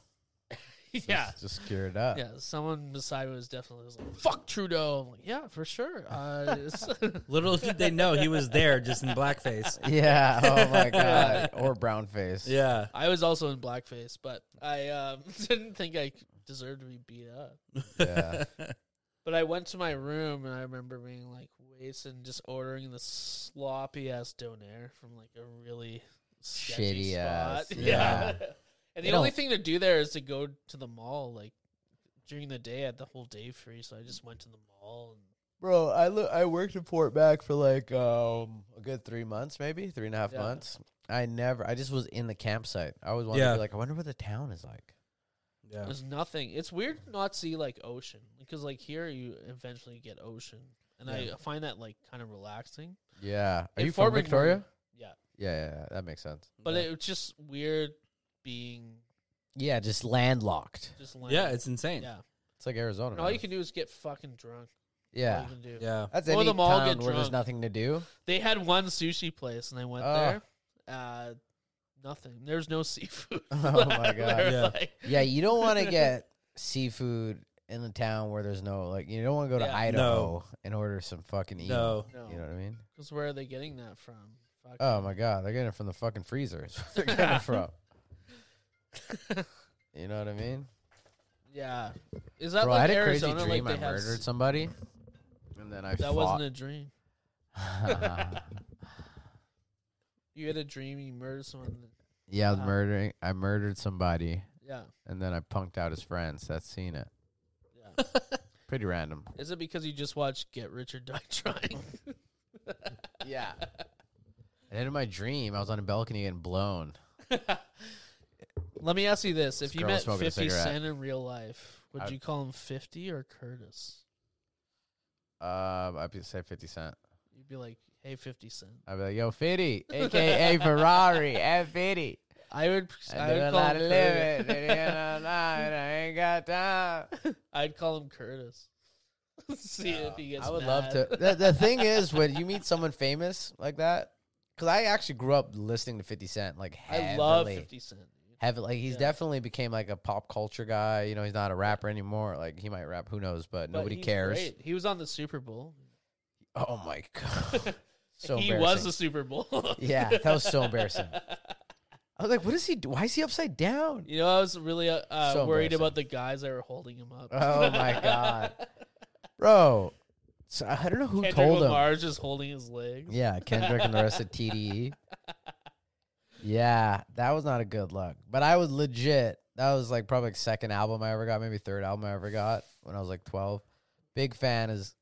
Speaker 3: Just-
Speaker 2: yeah,
Speaker 3: Just cured up.
Speaker 2: yeah. Someone beside me was definitely was like, "Fuck Trudeau." I'm like, yeah, for sure. Uh, it's-
Speaker 1: Little did they know he was there just in blackface.
Speaker 3: Yeah. Oh my god. or brown face.
Speaker 1: Yeah.
Speaker 2: I was also in blackface, but I um, didn't think I deserved to be beat up.
Speaker 3: Yeah.
Speaker 2: But I went to my room and I remember being like wasted and just ordering the sloppy ass donair from like a really sketchy
Speaker 3: Shitty
Speaker 2: spot.
Speaker 3: ass,
Speaker 2: Yeah. and
Speaker 3: They
Speaker 2: the only
Speaker 3: don't-
Speaker 2: thing to do there is to go to the mall like during the day. I had the whole day free, so I just went to the mall. And
Speaker 3: Bro, I lo- I worked in Fort Mac for like um a good three months, maybe three and a half
Speaker 2: Yeah.
Speaker 3: months. I never. I just was in the campsite. I always wanted
Speaker 1: Yeah.
Speaker 3: to be like, I wonder what the town is like.
Speaker 1: Yeah.
Speaker 2: there's nothing. It's weird to not see like ocean because like here you eventually get ocean, and I find that like kind of relaxing.
Speaker 3: Yeah. Are
Speaker 2: In
Speaker 3: you
Speaker 2: Fort
Speaker 3: from
Speaker 2: McMurray-
Speaker 3: Victoria?
Speaker 2: Yeah,
Speaker 3: Yeah, yeah, yeah, that makes sense.
Speaker 2: but
Speaker 1: Yeah.
Speaker 2: it was just weird being
Speaker 3: Yeah, just landlocked.
Speaker 2: just
Speaker 1: yeah,
Speaker 2: landlocked.
Speaker 1: it's insane.
Speaker 2: yeah.
Speaker 3: It's like Arizona.
Speaker 2: And all
Speaker 3: man.
Speaker 2: Oh, you can do is get fucking drunk. That's
Speaker 3: yeah.
Speaker 2: all you can do.
Speaker 1: Yeah.
Speaker 3: That's
Speaker 2: Or
Speaker 3: any
Speaker 2: the mall
Speaker 3: town
Speaker 2: get
Speaker 3: where there's
Speaker 2: drunk.
Speaker 3: nothing to do.
Speaker 2: They had one sushi place, and I went
Speaker 3: Oh.
Speaker 2: there. Uh, nothing. There's no seafood.
Speaker 3: Oh my God.
Speaker 2: They're
Speaker 1: Yeah.
Speaker 2: like-
Speaker 3: Yeah, you don't want to get seafood in a town where there's no like. You don't want to go to
Speaker 2: Yeah.
Speaker 3: Idaho and order some fucking eel.
Speaker 1: No.
Speaker 2: no,
Speaker 3: You know what I mean?
Speaker 2: because where are they getting that from? Fuck.
Speaker 3: Oh my god, they're getting it from the fucking freezer. Is where they're getting it from. you know what I mean?
Speaker 2: yeah. Is that
Speaker 3: Bro, I
Speaker 2: like
Speaker 3: had a
Speaker 2: Arizona?
Speaker 3: crazy dream.
Speaker 2: like they
Speaker 3: I
Speaker 2: have
Speaker 3: murdered
Speaker 2: s-
Speaker 3: somebody, and then I
Speaker 2: That
Speaker 3: fought.
Speaker 2: wasn't a dream. You had a dream. You murdered someone. that-
Speaker 3: yeah, I was
Speaker 2: Wow.
Speaker 3: murdering. I murdered somebody,
Speaker 2: Yeah.
Speaker 3: and then I punked out his friends. That's seen it.
Speaker 2: Yeah.
Speaker 3: Pretty random.
Speaker 2: Is it because you just watched Get Rich or Die Trying?
Speaker 3: Yeah. And in my dream, I was on a balcony getting blown.
Speaker 2: Let me ask you this: If
Speaker 3: This
Speaker 2: you
Speaker 3: girl was
Speaker 2: met
Speaker 3: smoking a
Speaker 2: Fifty
Speaker 3: cigarette.
Speaker 2: Cent in real life, would
Speaker 3: I-
Speaker 2: you call him Fifty or Curtis?
Speaker 3: Um, I'd be- say fifty cent.
Speaker 2: You'd be like, "Hey, Fifty Cent."
Speaker 3: I'd be like, "Yo, Fitty, aka Ferrari, F Fitty."
Speaker 2: I would.
Speaker 3: I
Speaker 2: I
Speaker 3: do a
Speaker 2: would call
Speaker 3: lot
Speaker 2: him
Speaker 3: of
Speaker 2: Curtis.
Speaker 3: living, and I ain't got time.
Speaker 2: I'd call him Curtis. See if he gets.
Speaker 3: I would
Speaker 2: mad.
Speaker 3: love to. The, the thing is, when you meet someone famous like that, because I actually grew up listening to Fifty Cent, like heavily.
Speaker 2: I love Fifty Cent. dude.
Speaker 3: Heavily, like he's
Speaker 2: Yeah.
Speaker 3: definitely became like a pop culture guy. You know, he's not a rapper anymore. Like he might rap, who knows? But,
Speaker 2: But
Speaker 3: nobody
Speaker 2: he's
Speaker 3: cares.
Speaker 2: great. He was on the Super Bowl.
Speaker 3: Oh my god, so
Speaker 2: he was
Speaker 3: embarrassing.
Speaker 2: the Super Bowl.
Speaker 3: yeah, that was so embarrassing. I was like, what is he? do- Why is he upside down?
Speaker 2: You know, I was really uh, uh,
Speaker 3: So
Speaker 2: worried
Speaker 3: embarrassing.
Speaker 2: about the guys that were holding him up.
Speaker 3: Oh my god, bro. So I don't know who
Speaker 2: Kendrick
Speaker 3: told him.
Speaker 2: Lamar's just holding his legs.
Speaker 3: Yeah, Kendrick and the rest of TDE. E. Yeah, that was not a good look. But I was legit. That was like probably like second album I ever got, maybe third album I ever got when I was like twelve. Big fan is,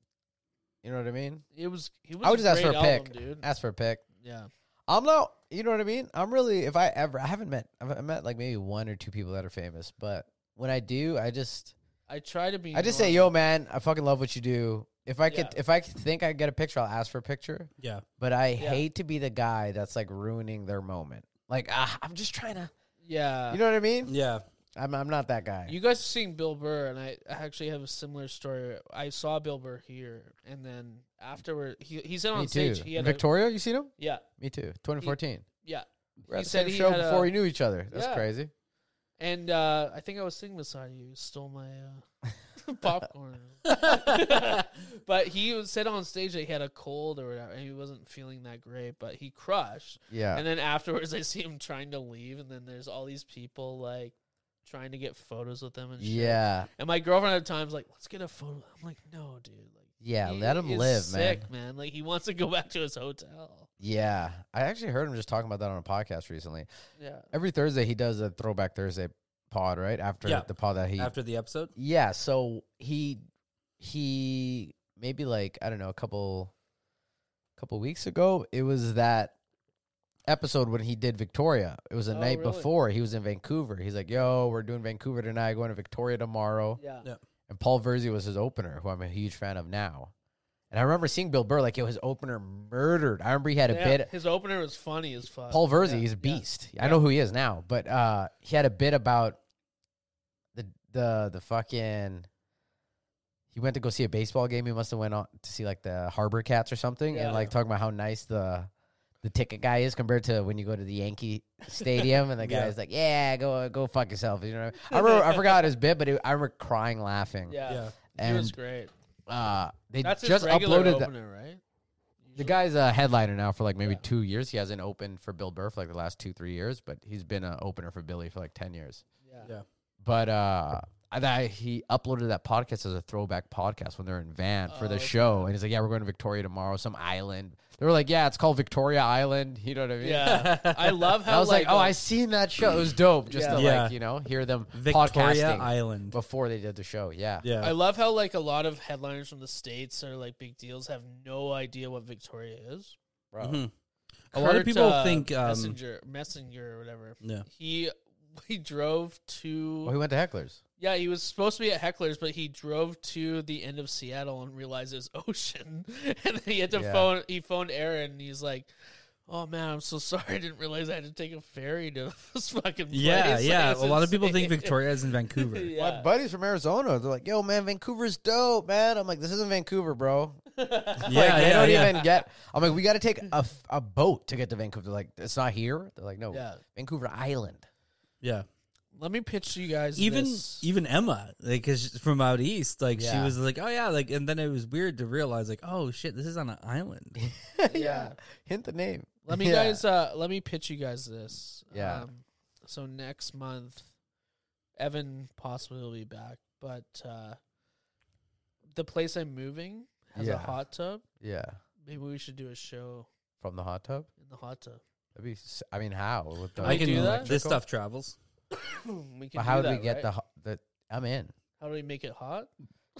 Speaker 3: you know what I mean.
Speaker 2: It was. He was
Speaker 3: I would just ask for a
Speaker 2: great album,
Speaker 3: pick.
Speaker 2: dude.
Speaker 3: Ask for a pick.
Speaker 2: Yeah,
Speaker 3: I'm not. You know what I mean. I'm really. If I ever, I haven't met. I've I've met like maybe one or two people that are famous. But when I do, I just,
Speaker 2: I try to be.
Speaker 3: I just say,
Speaker 2: normal.
Speaker 3: yo, man, I fucking love what you do. If I could,
Speaker 2: Yeah.
Speaker 3: if I could think I could get a picture, I'll ask for a picture.
Speaker 1: Yeah.
Speaker 3: But I
Speaker 2: Yeah.
Speaker 3: hate to be the guy that's like ruining their moment. Like ah, I'm just trying to,
Speaker 2: Yeah,
Speaker 3: you know what I mean?
Speaker 1: Yeah.
Speaker 3: I'm I'm not that guy.
Speaker 2: Uh, You guys are seeing Bill Burr, and I actually have a similar story. I saw Bill Burr here, and then afterward, he he's in
Speaker 3: Me
Speaker 2: on
Speaker 3: too.
Speaker 2: stage. He had a-
Speaker 3: Victoria, you seen him?
Speaker 2: yeah,
Speaker 3: Me too. 2014.
Speaker 2: yeah,
Speaker 3: We're
Speaker 2: he
Speaker 3: at the
Speaker 2: said
Speaker 3: same
Speaker 2: he
Speaker 3: show
Speaker 2: had a-
Speaker 3: before we knew each other. That's
Speaker 2: Yeah.
Speaker 3: crazy.
Speaker 2: and uh, I think I was sitting beside you. You stole my uh, popcorn, but he was- said on stage that he had a cold or whatever, and he wasn't feeling that great. But he crushed.
Speaker 3: Yeah.
Speaker 2: And then afterwards, I see him trying to leave, and then there's all these people like trying to get photos with him and shit.
Speaker 3: yeah.
Speaker 2: And my girlfriend at the time's like, "Let's get a photo." I'm like, "No, dude." Like.
Speaker 3: Yeah.
Speaker 2: He
Speaker 3: Let him
Speaker 2: is
Speaker 3: live, man.
Speaker 2: sick, man. Like he wants to go back to his hotel.
Speaker 3: Yeah. I actually heard him just talking about that on a podcast recently.
Speaker 2: Yeah.
Speaker 3: Every Thursday he does a throwback Thursday pod, right? After
Speaker 1: Yeah.
Speaker 3: the pod that he
Speaker 1: After the episode?
Speaker 3: Yeah, so he he maybe like I don't know a couple couple weeks ago it was that episode when he did Victoria. It was the
Speaker 2: Oh,
Speaker 3: night
Speaker 2: really?
Speaker 3: before. He was in Vancouver. He's like, "Yo, we're doing Vancouver tonight. Going to Victoria tomorrow."
Speaker 2: Yeah.
Speaker 1: Yeah.
Speaker 3: And Paul Verzi was his opener, who I'm a huge fan of now. And I remember seeing Bill Burr like, "Yo, his opener murdered." I remember he had a
Speaker 2: Yeah,
Speaker 3: bit.
Speaker 2: His opener was funny as fuck.
Speaker 3: Paul Verzi,
Speaker 2: Uh, Yeah,
Speaker 3: he's a
Speaker 2: yeah.
Speaker 3: beast. I know who he is now, but uh, he had a bit about the the the fucking. He went to go see a baseball game. He must have went on to see like the Harbor Cats or something,
Speaker 2: Yeah.
Speaker 3: and like talking about how nice the the ticket guy is compared to when you go to the Yankee Stadium and the
Speaker 1: Yeah.
Speaker 3: guy's like, "Yeah, go go fuck yourself." You know, what I, mean? I, remember, I forgot his bit, but it, I remember crying laughing.
Speaker 2: Yeah.
Speaker 1: Yeah.
Speaker 2: He was
Speaker 3: and
Speaker 2: great.
Speaker 3: uh, they
Speaker 2: That's his
Speaker 3: just
Speaker 2: regular
Speaker 3: uploaded the,
Speaker 2: opener, right?
Speaker 3: the guy's a headliner now for like maybe
Speaker 2: Yeah.
Speaker 3: two years. He hasn't opened for Bill Burr for like the last two, three years, but he's been an opener for Billy for like 10 years.
Speaker 2: Yeah.
Speaker 1: Yeah.
Speaker 3: But uh, I, I, he uploaded that podcast as a throwback podcast when they're in van for the
Speaker 2: Oh,
Speaker 3: show. And he's like, Yeah, we're going to Victoria tomorrow, some island. They were like, Yeah, it's called Victoria Island. You know what I mean?
Speaker 2: Yeah. I love
Speaker 3: And I
Speaker 2: how
Speaker 3: was like, Oh,
Speaker 2: the-
Speaker 3: I seen that show. It was dope just
Speaker 2: Yeah.
Speaker 3: to
Speaker 1: Yeah.
Speaker 3: like, you know, hear them
Speaker 1: Victoria
Speaker 3: podcasting
Speaker 1: Island.
Speaker 3: before they did the show. Yeah.
Speaker 1: Yeah.
Speaker 2: I love how like a lot of headliners from the states or like big deals have no idea what Victoria is.
Speaker 3: Bro.
Speaker 1: Mhm. A lot of people
Speaker 2: uh,
Speaker 1: think um,
Speaker 2: messenger, messenger or whatever.
Speaker 1: Yeah.
Speaker 2: He he drove to
Speaker 3: Well, he went to Heckler's.
Speaker 2: yeah he was supposed to be at Heckler's, but he drove to the end of Seattle and realized it was ocean, and then he had to
Speaker 3: Yeah.
Speaker 2: phone he phoned Aaron. and He's like. Oh man, I'm so sorry. I didn't realize I had to take a ferry to this fucking place.
Speaker 1: Yeah,
Speaker 2: Like,
Speaker 1: yeah. A
Speaker 2: it's
Speaker 1: lot of people think
Speaker 2: insane.
Speaker 1: Victoria is in Vancouver.
Speaker 3: My
Speaker 2: yeah.
Speaker 3: buddies from Arizona, they're like, "Yo, man, Vancouver's dope, man." I'm like, "This isn't Vancouver, bro."
Speaker 1: Yeah,
Speaker 3: like, they
Speaker 1: yeah,
Speaker 3: don't
Speaker 1: yeah.
Speaker 3: even get. I'm like, we got to take a, f- a boat to get to Vancouver. They're like, it's not here. They're like, no,
Speaker 2: Yeah.
Speaker 3: Vancouver Island.
Speaker 1: yeah.
Speaker 2: Let me pitch you guys
Speaker 1: Even
Speaker 2: this.
Speaker 1: even Emma, like, 'cause she's from out east, like she
Speaker 3: Yeah.
Speaker 1: was like, oh yeah, like, and then it was weird to realize, like, oh shit, this is on an island.
Speaker 2: Yeah.
Speaker 3: hint the name.
Speaker 2: Let me
Speaker 3: Yeah.
Speaker 2: guys. Uh, let me pitch you guys this.
Speaker 3: Yeah.
Speaker 2: Um, so next month, Evan possibly will be back, but uh, the place I'm moving has a
Speaker 3: Yeah.
Speaker 2: hot tub.
Speaker 3: Yeah,
Speaker 2: Maybe we should do a show
Speaker 3: from the hot tub.
Speaker 2: in the hot tub.
Speaker 3: That'd be. s- I mean, how? With the,
Speaker 2: we do that?
Speaker 1: This
Speaker 3: Electrical?
Speaker 1: stuff travels.
Speaker 2: Hmm, we can.
Speaker 3: but how
Speaker 2: do
Speaker 3: do we
Speaker 2: that,
Speaker 3: get
Speaker 2: right?
Speaker 3: the ho- the? I'm in.
Speaker 2: How do we make it hot?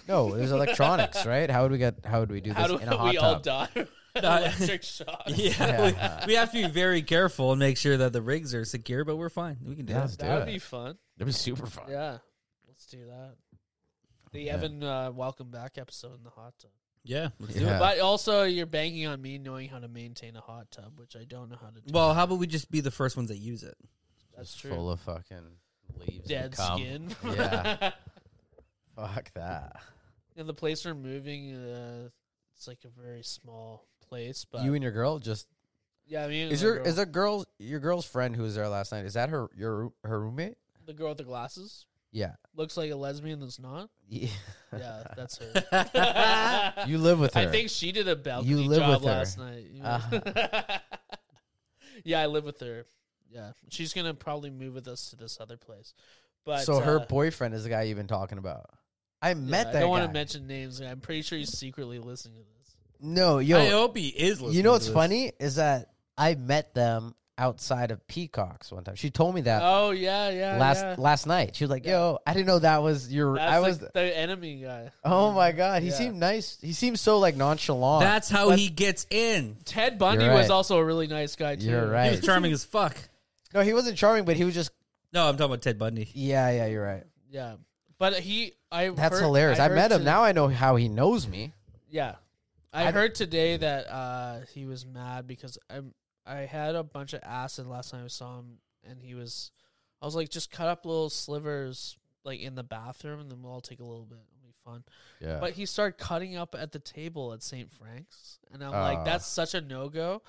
Speaker 3: No, there's electronics, right? How would we get? How would we do this
Speaker 2: how do
Speaker 3: in a hot
Speaker 2: we all
Speaker 3: tub?
Speaker 2: die? of Electric shock.
Speaker 1: Yeah,
Speaker 3: Yeah.
Speaker 1: we, we have to be very careful and make sure that the rigs are secure, but we're fine. We can do
Speaker 3: Yeah.
Speaker 1: this.
Speaker 3: do
Speaker 2: That would
Speaker 3: it.
Speaker 2: be fun.
Speaker 3: That'd be super fun.
Speaker 2: Yeah. Let's do that. The
Speaker 3: Yeah.
Speaker 2: Evan uh, welcome back episode in the hot tub.
Speaker 1: Yeah, let's do
Speaker 3: Yeah.
Speaker 1: it.
Speaker 2: But also, you're banking on me knowing how to maintain a hot tub, which I don't know how to do.
Speaker 1: Well, how about we just be the first ones that use it?
Speaker 2: that's
Speaker 3: Just
Speaker 2: true.
Speaker 3: Full of fucking leaves. and
Speaker 2: Dead
Speaker 3: cum.
Speaker 2: skin.
Speaker 3: Yeah. Fuck that.
Speaker 2: and the place we're moving, uh, it's like a very small place, but
Speaker 3: you and your girl just
Speaker 2: yeah, I mean,
Speaker 3: Is
Speaker 2: the
Speaker 3: your
Speaker 2: girl,
Speaker 3: is a girl your girl's friend who was there last night? Is that her your roo- her roommate?
Speaker 2: the girl with the glasses
Speaker 3: Yeah.
Speaker 2: looks like a lesbian that's not?
Speaker 3: Yeah.
Speaker 2: Yeah, that's her.
Speaker 3: you live with her.
Speaker 2: I think she did a balcony
Speaker 3: live
Speaker 2: job
Speaker 3: with her. Uh-huh.
Speaker 2: last night. You know? yeah, I live with her. Yeah, she's gonna probably move with us to this other place. But
Speaker 3: so her
Speaker 2: uh,
Speaker 3: boyfriend is the guy you've been talking about. I
Speaker 2: Yeah,
Speaker 3: met
Speaker 2: I
Speaker 3: that
Speaker 2: don't want
Speaker 3: guy.
Speaker 2: to mention names. and I'm pretty sure he's secretly listening to this.
Speaker 3: no,
Speaker 1: I
Speaker 3: yo,
Speaker 1: hope he is. Listening
Speaker 3: you know
Speaker 1: to
Speaker 3: what's
Speaker 1: this.
Speaker 3: funny is that I met them outside of Peacocks one time. She told me that
Speaker 2: Oh yeah, yeah.
Speaker 3: last
Speaker 2: yeah.
Speaker 3: last night. She was like, "Yo, I didn't know that was your."
Speaker 2: That's
Speaker 3: I was.
Speaker 2: like the enemy guy.
Speaker 3: oh my god, he
Speaker 2: Yeah.
Speaker 3: seemed nice. He seemed so like nonchalant.
Speaker 1: That's how
Speaker 2: But-
Speaker 1: he gets in.
Speaker 2: Ted Bundy
Speaker 3: You're
Speaker 2: was
Speaker 3: right.
Speaker 2: also a really nice guy too.
Speaker 3: You're
Speaker 1: He
Speaker 3: right.
Speaker 1: was charming as fuck.
Speaker 3: no, he wasn't charming, but he was just.
Speaker 1: No, I'm talking about Ted Bundy.
Speaker 3: Yeah, yeah, you're right.
Speaker 2: Yeah, but he, I.
Speaker 3: That's
Speaker 2: heard-
Speaker 3: hilarious. I
Speaker 2: heard
Speaker 3: met him.
Speaker 2: to-
Speaker 3: Now I know how he knows me.
Speaker 2: Yeah, I,
Speaker 3: I-
Speaker 2: heard today that uh, he was mad because I I had a bunch of acid last time I saw him, and he was. I was like, just cut up little slivers like in the bathroom, and then we'll all take a little bit. It'll be fun.
Speaker 3: Yeah.
Speaker 2: But he started cutting up at the table at St. Frank's, and I'm
Speaker 3: Ah.
Speaker 2: like, that's such a no go.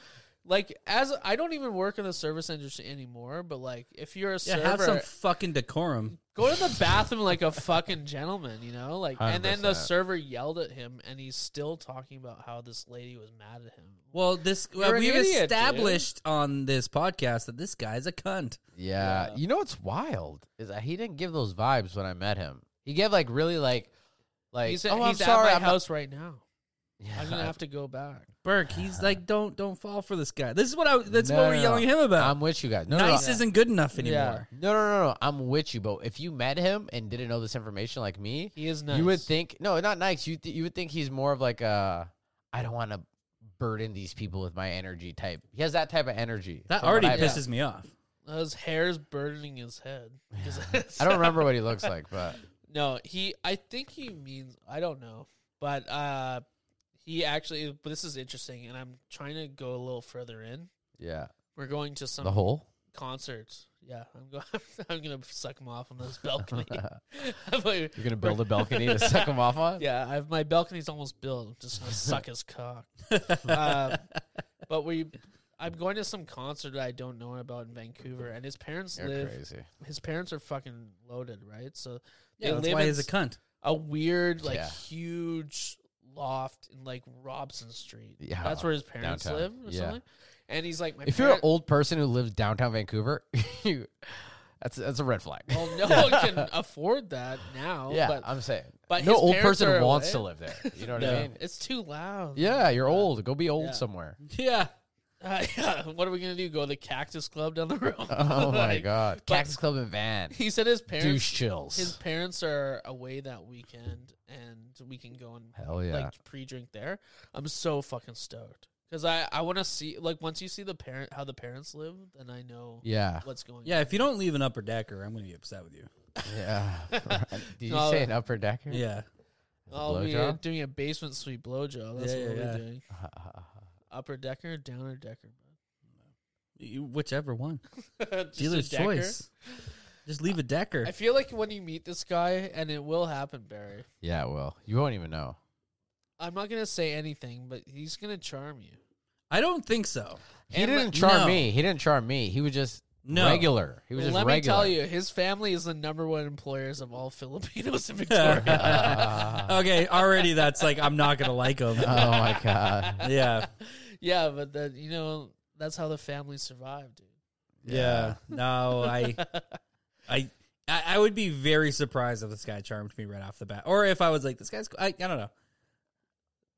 Speaker 2: Like, as I don't even work in the service industry anymore, but like, if you're a
Speaker 1: Yeah,
Speaker 2: server,
Speaker 1: have some fucking decorum.
Speaker 2: go to the bathroom like a fucking gentleman, you know? Like, and then the
Speaker 3: 100%.
Speaker 2: server yelled at him, and he's still talking about how this lady was mad at him.
Speaker 1: Well, this
Speaker 2: You're an
Speaker 1: we've
Speaker 2: idiot, dude.
Speaker 1: established on this podcast that this guy's a cunt.
Speaker 3: Yeah.
Speaker 2: Yeah.
Speaker 3: You know what's wild is that he didn't give those vibes when I met him. He gave like really like like
Speaker 2: He's, at,
Speaker 3: oh, I'm
Speaker 2: he's
Speaker 3: sorry,
Speaker 2: at my
Speaker 3: I'm not-"
Speaker 2: house right now.
Speaker 3: Yeah.
Speaker 2: I'm gonna have to go back.
Speaker 1: Burke, he's like, don't don't fall for this guy. This is what I. That's
Speaker 3: No,
Speaker 1: what we're
Speaker 3: no, no.
Speaker 1: yelling him about.
Speaker 3: I'm with you guys. No,
Speaker 1: nice
Speaker 3: no, no.
Speaker 1: isn't good enough
Speaker 2: Yeah.
Speaker 1: anymore.
Speaker 3: No, no, no, no. I'm with you, but if you met him and didn't know this information like me,
Speaker 2: He is nice.
Speaker 3: you would think no, not nice. You th- you would think he's more of like a I don't want to burden these people with my energy type. He has that type of energy.
Speaker 1: That
Speaker 3: from what
Speaker 1: already
Speaker 3: I've-
Speaker 1: pisses me off.
Speaker 2: Those hairs burdening his head. 'Cause it's-
Speaker 3: I don't remember what he looks like, but
Speaker 2: No, he. I think he means. I don't know, but uh, he actually. But this is interesting, and I'm trying to go a little further in.
Speaker 3: yeah,
Speaker 2: We're going to some
Speaker 3: the hole.
Speaker 2: concerts. Yeah, I'm going. I'm gonna suck him off on this balcony. But-
Speaker 3: You're gonna build a balcony to suck him off on.
Speaker 2: yeah, I've, my balcony's almost built. I'm just gonna suck his cock. Um, but we, I'm going to some concert that I don't know about in Vancouver, and his parents
Speaker 3: You're
Speaker 2: live.
Speaker 3: crazy.
Speaker 2: His parents are fucking loaded, right? So
Speaker 1: Yeah,
Speaker 2: they
Speaker 1: that's
Speaker 2: live
Speaker 1: why
Speaker 2: in
Speaker 1: he's a
Speaker 2: s-
Speaker 1: cunt.
Speaker 2: a weird, like
Speaker 3: Yeah.
Speaker 2: huge loft in like Robson Street.
Speaker 3: Yeah.
Speaker 2: that's where his parents
Speaker 3: Downtown.
Speaker 2: live or
Speaker 3: Yeah.
Speaker 2: something. And he's like, my
Speaker 3: If you're an
Speaker 2: parent-
Speaker 3: old person who lives downtown Vancouver, you that's that's a red flag.
Speaker 2: well, no one can afford that now.
Speaker 3: yeah,
Speaker 2: Oh, but,
Speaker 3: I'm saying.
Speaker 2: but
Speaker 3: no
Speaker 2: his
Speaker 3: old
Speaker 2: parents
Speaker 3: person
Speaker 2: are
Speaker 3: wants to
Speaker 2: away.
Speaker 3: live there. You know what
Speaker 2: No,
Speaker 3: I mean?
Speaker 2: it's too loud.
Speaker 3: Yeah, you're old. Go be old
Speaker 2: Yeah.
Speaker 3: somewhere.
Speaker 1: Yeah.
Speaker 2: Uh, yeah. What are we gonna do? Go to the Cactus Club down the road?
Speaker 3: Oh my
Speaker 2: Like,
Speaker 3: god.
Speaker 2: but-
Speaker 3: Cactus Club and Van.
Speaker 2: He said his parents,
Speaker 3: Douche chills.
Speaker 2: his parents are away that weekend, and we can go and
Speaker 3: Hell yeah.
Speaker 2: like pre-drink there. I'm so fucking stoked because I I want to see like once you see the parent how the parents live, then I know
Speaker 3: yeah.
Speaker 2: what's going.
Speaker 1: Yeah, if you don't leave an upper decker, I'm going to be upset with you.
Speaker 3: Yeah. Did you
Speaker 2: No.
Speaker 3: say an upper decker?
Speaker 1: Yeah.
Speaker 2: on. I'll be
Speaker 3: Blowjob?
Speaker 2: Oh, uh, doing a basement sweep blowjob. That's
Speaker 1: Yeah,
Speaker 2: what
Speaker 1: yeah,
Speaker 2: we're
Speaker 1: yeah.
Speaker 2: doing. Upper decker, downer decker.
Speaker 1: You, whichever one.
Speaker 2: bro. Just a
Speaker 1: Dealer's
Speaker 2: decker.
Speaker 1: choice. Just leave a decker.
Speaker 2: I feel like when you meet this guy, and it will happen, Barry.
Speaker 3: yeah, well, you won't even know.
Speaker 2: I'm not gonna say anything, but he's gonna charm you.
Speaker 1: I don't think so.
Speaker 3: He
Speaker 2: And
Speaker 3: didn't
Speaker 2: let-
Speaker 3: charm
Speaker 1: no.
Speaker 3: me. He didn't charm me. He was just
Speaker 1: No.
Speaker 3: regular. He was just
Speaker 2: Let
Speaker 3: regular.
Speaker 2: me tell you, his family is the number one employers of all Filipinos in Victoria.
Speaker 1: okay, already that's like, I'm not going to like him.
Speaker 3: Oh my god.
Speaker 1: yeah.
Speaker 2: yeah, but that you know that's how the family survived, dude.
Speaker 1: Yeah. No, I, I, I I would be very surprised if this guy charmed me right off the bat, or if I was like, this guy's. Cool. I I don't know.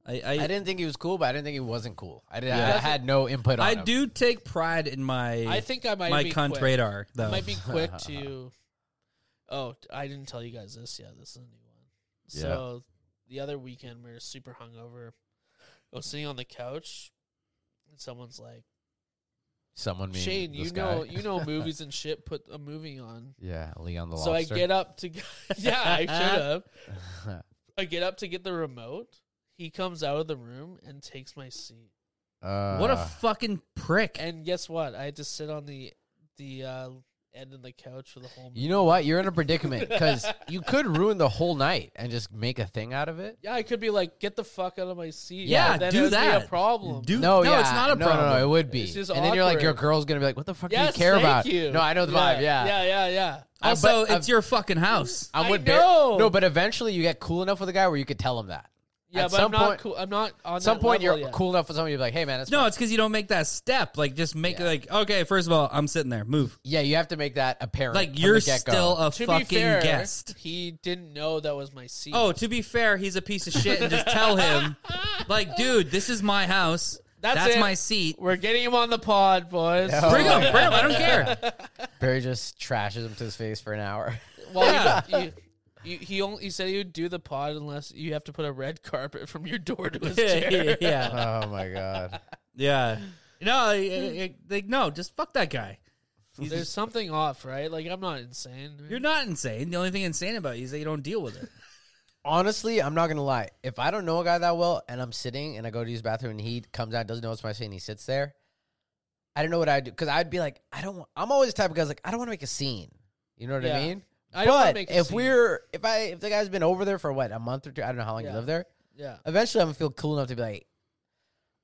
Speaker 1: I I,
Speaker 3: I
Speaker 1: I,
Speaker 3: didn't think he was cool, but I didn't think he wasn't cool. I, did,
Speaker 1: Yeah.
Speaker 3: I had no input on him.
Speaker 1: do take pride in my
Speaker 2: I think I might
Speaker 1: my
Speaker 2: be
Speaker 1: cunt
Speaker 2: quick.
Speaker 1: radar
Speaker 2: I
Speaker 1: though.
Speaker 2: might be quick to. Oh, I didn't tell you guys this. Yeah, this is a new one. So the other weekend we were super hungover. I was sitting on the couch, and someone's like,
Speaker 3: Someone mean
Speaker 2: "Shane, you
Speaker 3: this
Speaker 2: know,
Speaker 3: guy.
Speaker 2: you know, movies and shit. Put a movie on."
Speaker 3: Yeah, Leon the
Speaker 2: So I
Speaker 3: Lobster.
Speaker 2: get up to, g- yeah, I should have.
Speaker 3: I
Speaker 2: I get up to get the remote. He comes out of the room and takes my seat.
Speaker 3: get uh,
Speaker 1: what a fucking prick!
Speaker 2: And guess what? I had to sit on the the uh, end of the couch for the whole.
Speaker 3: you know what? You're in a predicament because you could ruin the whole night and just make a thing out of it.
Speaker 2: Yeah, I could be like, get the fuck out of my seat.
Speaker 1: Yeah,
Speaker 2: and then
Speaker 1: do
Speaker 2: it would Be
Speaker 1: that.
Speaker 2: a problem.
Speaker 1: Do-
Speaker 3: No,
Speaker 1: No,
Speaker 3: yeah.
Speaker 1: it's not a
Speaker 3: no, No,
Speaker 1: problem.
Speaker 3: no, it would be.
Speaker 2: It's just
Speaker 3: and then you're like, your
Speaker 2: awkward.
Speaker 3: girl's gonna be like, "What the fuck
Speaker 2: Yes,
Speaker 3: do you care
Speaker 2: thank
Speaker 3: about?"
Speaker 2: you.
Speaker 3: No, I know the vibe. Yeah,
Speaker 2: yeah, yeah, yeah.
Speaker 1: also,
Speaker 3: but-
Speaker 1: it's your fucking house.
Speaker 3: I
Speaker 2: I
Speaker 3: would.
Speaker 2: know.
Speaker 3: no, but eventually you get cool enough with a guy where you could tell him that.
Speaker 2: Yeah,
Speaker 3: At
Speaker 2: but
Speaker 3: some
Speaker 2: I'm not
Speaker 3: point-
Speaker 2: cool. I'm not on
Speaker 3: At some
Speaker 2: that
Speaker 3: point, you're
Speaker 2: level yet.
Speaker 3: cool enough with somebody. You're like, "Hey, man, that's
Speaker 1: No, it's because you don't make that step. Like, just make
Speaker 3: Yeah.
Speaker 1: like okay. First of all, I'm sitting there. Move.
Speaker 3: yeah." You have to make that apparent.
Speaker 1: Like
Speaker 3: from
Speaker 1: you're
Speaker 3: the get-go.
Speaker 1: still a
Speaker 2: To
Speaker 1: fucking
Speaker 2: be fair,
Speaker 1: guest.
Speaker 2: he didn't know that was my seat.
Speaker 1: Oh, to be fair, he's a piece of shit, and just tell him, like, dude, this is my house.
Speaker 2: That's
Speaker 1: That's
Speaker 2: it.
Speaker 1: my seat.
Speaker 2: we're getting him on the pod, boys.
Speaker 3: Yeah.
Speaker 1: Bring him, bring him. I don't care.
Speaker 3: Barry just trashes him to his face for an hour.
Speaker 2: Well, you- you- you- he only he said he would do the pod unless you have to put a red carpet from your door to his chair.
Speaker 1: yeah,
Speaker 3: oh my god.
Speaker 1: yeah. No, I- I- I- like no, just fuck that guy.
Speaker 2: There's something off, right? Like I'm not insane.
Speaker 1: You're not insane. The only thing insane about you is that you don't deal with it.
Speaker 3: Honestly, I'm not gonna lie. If I don't know a guy that well, and I'm sitting and I go to his bathroom, and he comes out, doesn't know what's my seat, and he sits there, I don't know what I do because I'd be like, I don't. wa- I'm always the type of guys like I don't want to make a scene. You know what
Speaker 2: Yeah.
Speaker 3: I mean?
Speaker 2: I don't wanna
Speaker 3: but
Speaker 2: make a
Speaker 3: if
Speaker 2: scene.
Speaker 3: we're if I if the guy's been over there for what a month or two, I don't know how long
Speaker 2: Yeah.
Speaker 3: you live there.
Speaker 2: yeah.
Speaker 3: Eventually, I'm gonna feel cool enough to be like,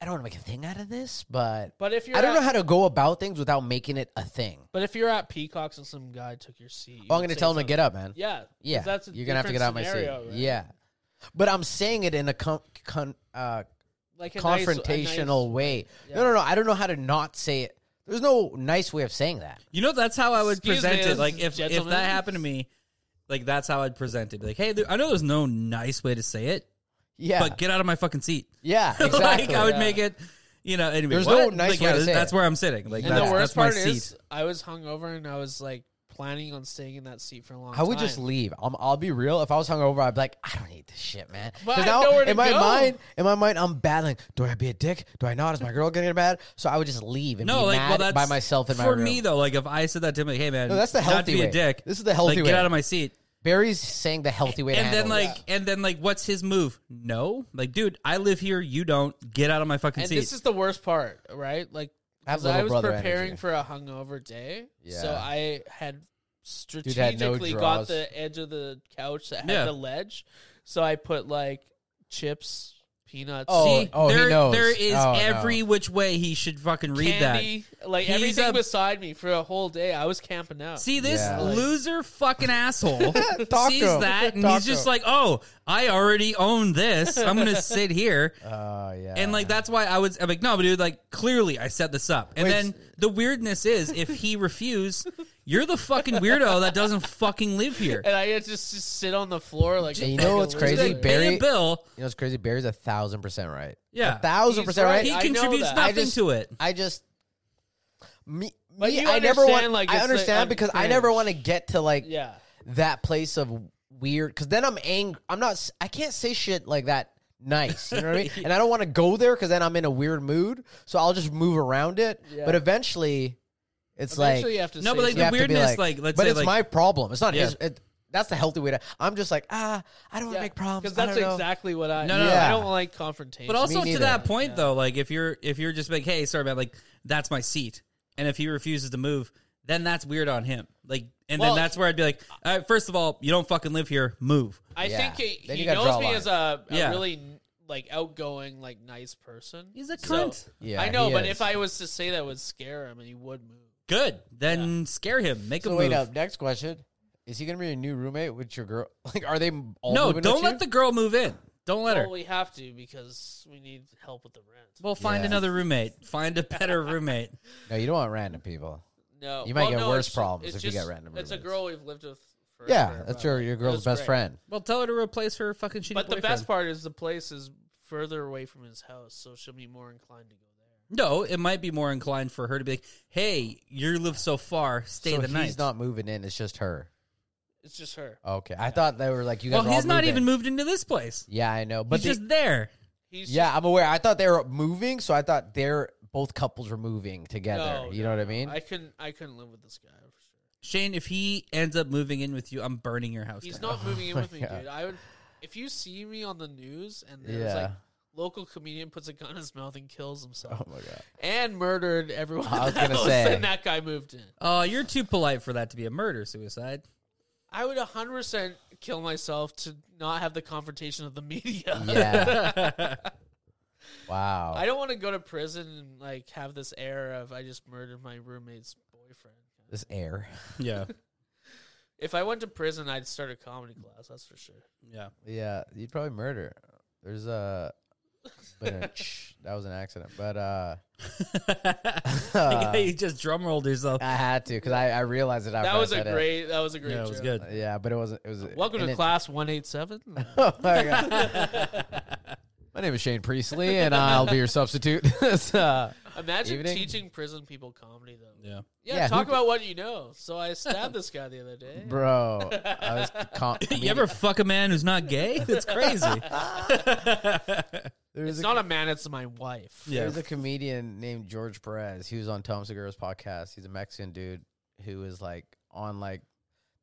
Speaker 3: I don't want to make a thing out of this, but
Speaker 2: But if you're
Speaker 3: I don't
Speaker 2: at,
Speaker 3: know how to go about things without making it a thing.
Speaker 2: But if you're at Peacocks and some guy took your seat, you
Speaker 3: Oh, I'm
Speaker 2: would
Speaker 3: gonna
Speaker 2: say
Speaker 3: tell him to
Speaker 2: something.
Speaker 3: get up, man.
Speaker 2: Yeah, 'cause
Speaker 3: Yeah,
Speaker 2: that's a
Speaker 3: you're gonna have to get out
Speaker 2: different
Speaker 3: my seat.
Speaker 2: scenario, right?
Speaker 3: Yeah, but I'm saying it in a con- con- uh,
Speaker 2: like a nice- a
Speaker 3: confrontational
Speaker 2: nice-
Speaker 3: way.
Speaker 2: yeah.
Speaker 3: No, no, no. I don't know how to not say it. There's no nice way of saying that.
Speaker 1: You know, that's how I would
Speaker 2: Excuse
Speaker 1: present
Speaker 2: me,
Speaker 1: it.
Speaker 2: ladies
Speaker 1: Like
Speaker 2: and
Speaker 1: if if
Speaker 2: gentlemen.
Speaker 1: that happened to me, like that's how I'd present it. Be like, hey, dude, I know there's no nice way to say it,
Speaker 3: Yeah,
Speaker 1: but get out of my fucking seat.
Speaker 3: yeah, exactly.
Speaker 1: like I would
Speaker 2: Yeah.
Speaker 1: make it. You know, anyway,
Speaker 3: There's
Speaker 1: what?
Speaker 3: no nice
Speaker 1: like,
Speaker 3: way
Speaker 1: yeah,
Speaker 3: to say
Speaker 1: that's
Speaker 3: it.
Speaker 1: where I'm sitting. Like
Speaker 2: And
Speaker 1: that's,
Speaker 2: the worst
Speaker 1: that's my
Speaker 2: part
Speaker 1: seat.
Speaker 2: is, I was hungover and I was like planning on staying in that seat for a long
Speaker 3: I would
Speaker 2: time.
Speaker 3: just leave. I'm, I'll be real. If I was hungover, I'd be like, I don't need this shit, man.
Speaker 2: But
Speaker 3: 'Cause
Speaker 2: I know where to
Speaker 3: in my
Speaker 2: go.
Speaker 3: mind, in my mind, I'm battling. Do I be a dick? Do I not? Is my girl getting mad? So I would just leave and
Speaker 1: No,
Speaker 3: be
Speaker 1: like well,
Speaker 3: mad
Speaker 1: that's
Speaker 3: by myself in my
Speaker 1: for
Speaker 3: room.
Speaker 1: me though. Like if I said that to him, like, hey man,
Speaker 3: No, that's the
Speaker 1: not to
Speaker 3: healthy
Speaker 1: be
Speaker 3: way.
Speaker 1: a dick.
Speaker 3: This is the healthy
Speaker 1: like,
Speaker 3: way.
Speaker 1: Get out of my seat.
Speaker 3: Barry's saying the healthy way. to
Speaker 1: And then
Speaker 3: handle
Speaker 1: like,
Speaker 3: this.
Speaker 1: and then like, what's his move? No, like, dude, I live here. You don't get out of my fucking
Speaker 2: And
Speaker 1: seat.
Speaker 2: this is the worst part, right? Like,
Speaker 3: I have
Speaker 2: 'cause I
Speaker 3: little
Speaker 2: was
Speaker 3: brother
Speaker 2: preparing
Speaker 3: energy.
Speaker 2: for a hungover day, so
Speaker 3: Yeah.
Speaker 2: I had
Speaker 3: had no
Speaker 2: strategically got
Speaker 3: draws.
Speaker 2: the edge of the couch that had
Speaker 1: Yeah.
Speaker 2: the ledge, so I put like chips, peanuts,
Speaker 3: Oh,
Speaker 1: See,
Speaker 3: oh, he
Speaker 1: there,
Speaker 3: knows.
Speaker 1: there is
Speaker 3: Oh, no.
Speaker 1: every which way he should fucking read
Speaker 2: candy, like
Speaker 1: He's
Speaker 2: everything
Speaker 1: a-
Speaker 2: beside me for a whole day. I was camping out.
Speaker 1: that. See this
Speaker 3: Yeah.
Speaker 1: loser fucking asshole
Speaker 3: Talk to
Speaker 1: sees
Speaker 3: him.
Speaker 1: that and
Speaker 3: Talk
Speaker 1: he's
Speaker 3: to
Speaker 1: just
Speaker 3: him.
Speaker 1: like, "Oh, I already own this. I'm going to sit here."
Speaker 3: Oh yeah.
Speaker 1: And like that's why I was I'm like, no, but dude, like clearly I set this up. And
Speaker 3: Wait,
Speaker 1: then
Speaker 3: s-
Speaker 1: the weirdness is if he refused, you're the fucking weirdo that doesn't fucking live here.
Speaker 2: and I had to just, just sit on the floor like.
Speaker 3: And
Speaker 2: a
Speaker 3: you know
Speaker 2: fucking
Speaker 3: what's
Speaker 2: loser.
Speaker 3: crazy?
Speaker 1: Like, pay
Speaker 3: Barry-
Speaker 1: a bill.
Speaker 3: you know, it's crazy. Barry's a thousand percent right.
Speaker 1: Yeah.
Speaker 3: a thousand
Speaker 2: He's
Speaker 3: percent
Speaker 2: right.
Speaker 3: right.
Speaker 1: He
Speaker 2: I know
Speaker 1: contributes
Speaker 2: that. I
Speaker 1: nothing
Speaker 3: just-
Speaker 1: to it.
Speaker 3: I just me,
Speaker 2: But
Speaker 3: me
Speaker 2: you
Speaker 3: I never want.
Speaker 2: understand, like,
Speaker 3: I
Speaker 2: it's the-
Speaker 3: understand
Speaker 2: I'm
Speaker 3: because I never
Speaker 2: cringe.
Speaker 3: want to get to like
Speaker 2: Yeah.
Speaker 3: that place of weird. Because then I'm angry. I'm not. s- I can't say shit like that. Nice, you know what I mean. And I don't want to go there because then I'm in a weird mood. So I'll just move around it.
Speaker 2: Yeah.
Speaker 3: But eventually, it's
Speaker 2: Eventually
Speaker 3: like
Speaker 2: you have to
Speaker 1: No,
Speaker 2: say
Speaker 1: but, like,
Speaker 3: you
Speaker 2: something.
Speaker 3: have to be
Speaker 1: weirdness, like, let's
Speaker 3: but
Speaker 1: say,
Speaker 3: it's
Speaker 1: like-
Speaker 3: my problem. It's not
Speaker 1: Yeah.
Speaker 3: his. It, that's the healthy way to. I'm just like ah, I don't want to make problems.
Speaker 2: Because
Speaker 3: I
Speaker 2: that's
Speaker 3: don't know.
Speaker 2: exactly what I.
Speaker 1: No,
Speaker 2: No,
Speaker 1: no,
Speaker 2: no,
Speaker 3: no.
Speaker 2: I don't like confrontation.
Speaker 1: But also to
Speaker 3: neither.
Speaker 1: that point though, like if you're if you're just like, hey, sorry man, like that's my seat. And if he refuses to move, then that's weird on him. Like and
Speaker 2: Well-
Speaker 1: then that's where I'd be like, all right, first of all, you don't fucking live here. Move.
Speaker 2: I
Speaker 3: Yeah.
Speaker 2: think he,
Speaker 3: Then
Speaker 2: he
Speaker 3: you gotta
Speaker 2: knows
Speaker 3: draw a
Speaker 2: me
Speaker 3: line.
Speaker 2: as a, a
Speaker 1: Yeah.
Speaker 2: really like outgoing, like nice person.
Speaker 1: He's a
Speaker 2: So-
Speaker 1: cunt.
Speaker 3: Yeah,
Speaker 2: I know,
Speaker 3: he
Speaker 2: but
Speaker 3: is.
Speaker 2: if I was to say that, it would scare him, and he would move.
Speaker 1: Good. Then scare him. Make
Speaker 3: So
Speaker 1: him
Speaker 3: wait uh,
Speaker 1: move.
Speaker 3: up. Next question: Is he gonna be your new roommate with your girl? Like, are they all?
Speaker 1: No,
Speaker 3: moving with
Speaker 1: don't
Speaker 3: you?
Speaker 1: let the girl move in. Don't let her.
Speaker 2: Well, we have to because we need help with the rent.
Speaker 1: Well, find
Speaker 3: Yeah.
Speaker 1: another roommate. Find a better roommate.
Speaker 3: No, you don't want random people.
Speaker 2: No,
Speaker 3: You might
Speaker 2: well,
Speaker 3: get
Speaker 2: no,
Speaker 3: worse
Speaker 2: it's ju-
Speaker 3: problems
Speaker 2: it's
Speaker 3: if you get
Speaker 2: just-
Speaker 3: random
Speaker 2: It's a
Speaker 3: roommates.
Speaker 2: girl we've lived with. Forever,
Speaker 3: Yeah, that's your your
Speaker 2: It
Speaker 3: girl's
Speaker 2: was
Speaker 3: best
Speaker 2: great.
Speaker 3: friend.
Speaker 1: Well, tell her to replace her fucking shitty
Speaker 2: But the
Speaker 1: boyfriend.
Speaker 2: best part is the place is further away from his house, so she'll be more inclined to go there.
Speaker 1: No, it might be more inclined for her to be like, "Hey, you live so far, stay
Speaker 3: so
Speaker 1: the
Speaker 3: he's
Speaker 1: night."
Speaker 3: not moving in. It's just her.
Speaker 2: It's just her.
Speaker 3: Okay, I thought they were like you guys.
Speaker 1: well,
Speaker 3: were all
Speaker 1: he's not
Speaker 3: moving.
Speaker 1: even moved into this place.
Speaker 3: Yeah, I know, but
Speaker 1: he's
Speaker 3: the-
Speaker 1: just there.
Speaker 2: He's
Speaker 3: yeah, I'm aware. I thought they were moving, so I thought they're both couples were moving together.
Speaker 2: No,
Speaker 3: you
Speaker 2: no,
Speaker 3: know what I
Speaker 2: no.
Speaker 3: mean?
Speaker 2: I couldn't. I couldn't live with this guy. For sure.
Speaker 1: Shane, if he ends up moving in with you, I'm burning your house.
Speaker 2: He's
Speaker 1: down.
Speaker 2: not moving in
Speaker 3: Oh my
Speaker 2: with me,
Speaker 3: God.
Speaker 2: dude. I would. If you see me on the news and there's
Speaker 3: yeah.
Speaker 2: like local comedian puts a gun in his mouth and kills himself
Speaker 3: oh my god.
Speaker 2: and murdered everyone,
Speaker 3: I was
Speaker 2: in the
Speaker 3: gonna
Speaker 2: house,
Speaker 3: say.
Speaker 2: and that guy moved in.
Speaker 1: Oh, you're too polite for that to be a murder suicide.
Speaker 2: I would 100% kill myself to not have the confrontation of the media.
Speaker 3: Yeah. wow.
Speaker 2: I don't want to go to prison and like have this air of I just murdered my roommate's boyfriend.
Speaker 3: this air.
Speaker 1: Yeah,
Speaker 2: If I went to prison, I'd start a comedy class. That's for sure.
Speaker 1: yeah.
Speaker 3: Yeah, you'd probably murder. There's a. uh, that was an accident, but uh,
Speaker 1: you just drum rolled yourself.
Speaker 3: I had to because I, I realized it. After
Speaker 2: that
Speaker 3: I
Speaker 2: was a
Speaker 3: said it.
Speaker 2: great. That was a great.
Speaker 1: Yeah, it was
Speaker 2: joke.
Speaker 1: good.
Speaker 3: Yeah, but it wasn't. It was
Speaker 2: Welcome
Speaker 3: and
Speaker 2: to
Speaker 3: it-
Speaker 2: class 187.
Speaker 3: Oh my, God. my name is Shane Priestley, and I'll be your substitute. It's, uh,
Speaker 2: Imagine
Speaker 3: Evening.
Speaker 2: teaching prison people comedy though. Yeah,
Speaker 1: Yeah.
Speaker 3: Yeah,
Speaker 2: talk
Speaker 3: who-
Speaker 2: about what you know. So I stabbed this guy the other day.
Speaker 3: bro, I was com-
Speaker 1: You ever fuck a man who's not gay? That's crazy.
Speaker 3: There's
Speaker 2: It's
Speaker 3: a,
Speaker 2: not a man. It's my wife.
Speaker 1: Yeah.
Speaker 3: there's a comedian named George Perez. He was on Tom Segura's podcast. He's a Mexican dude who is like on like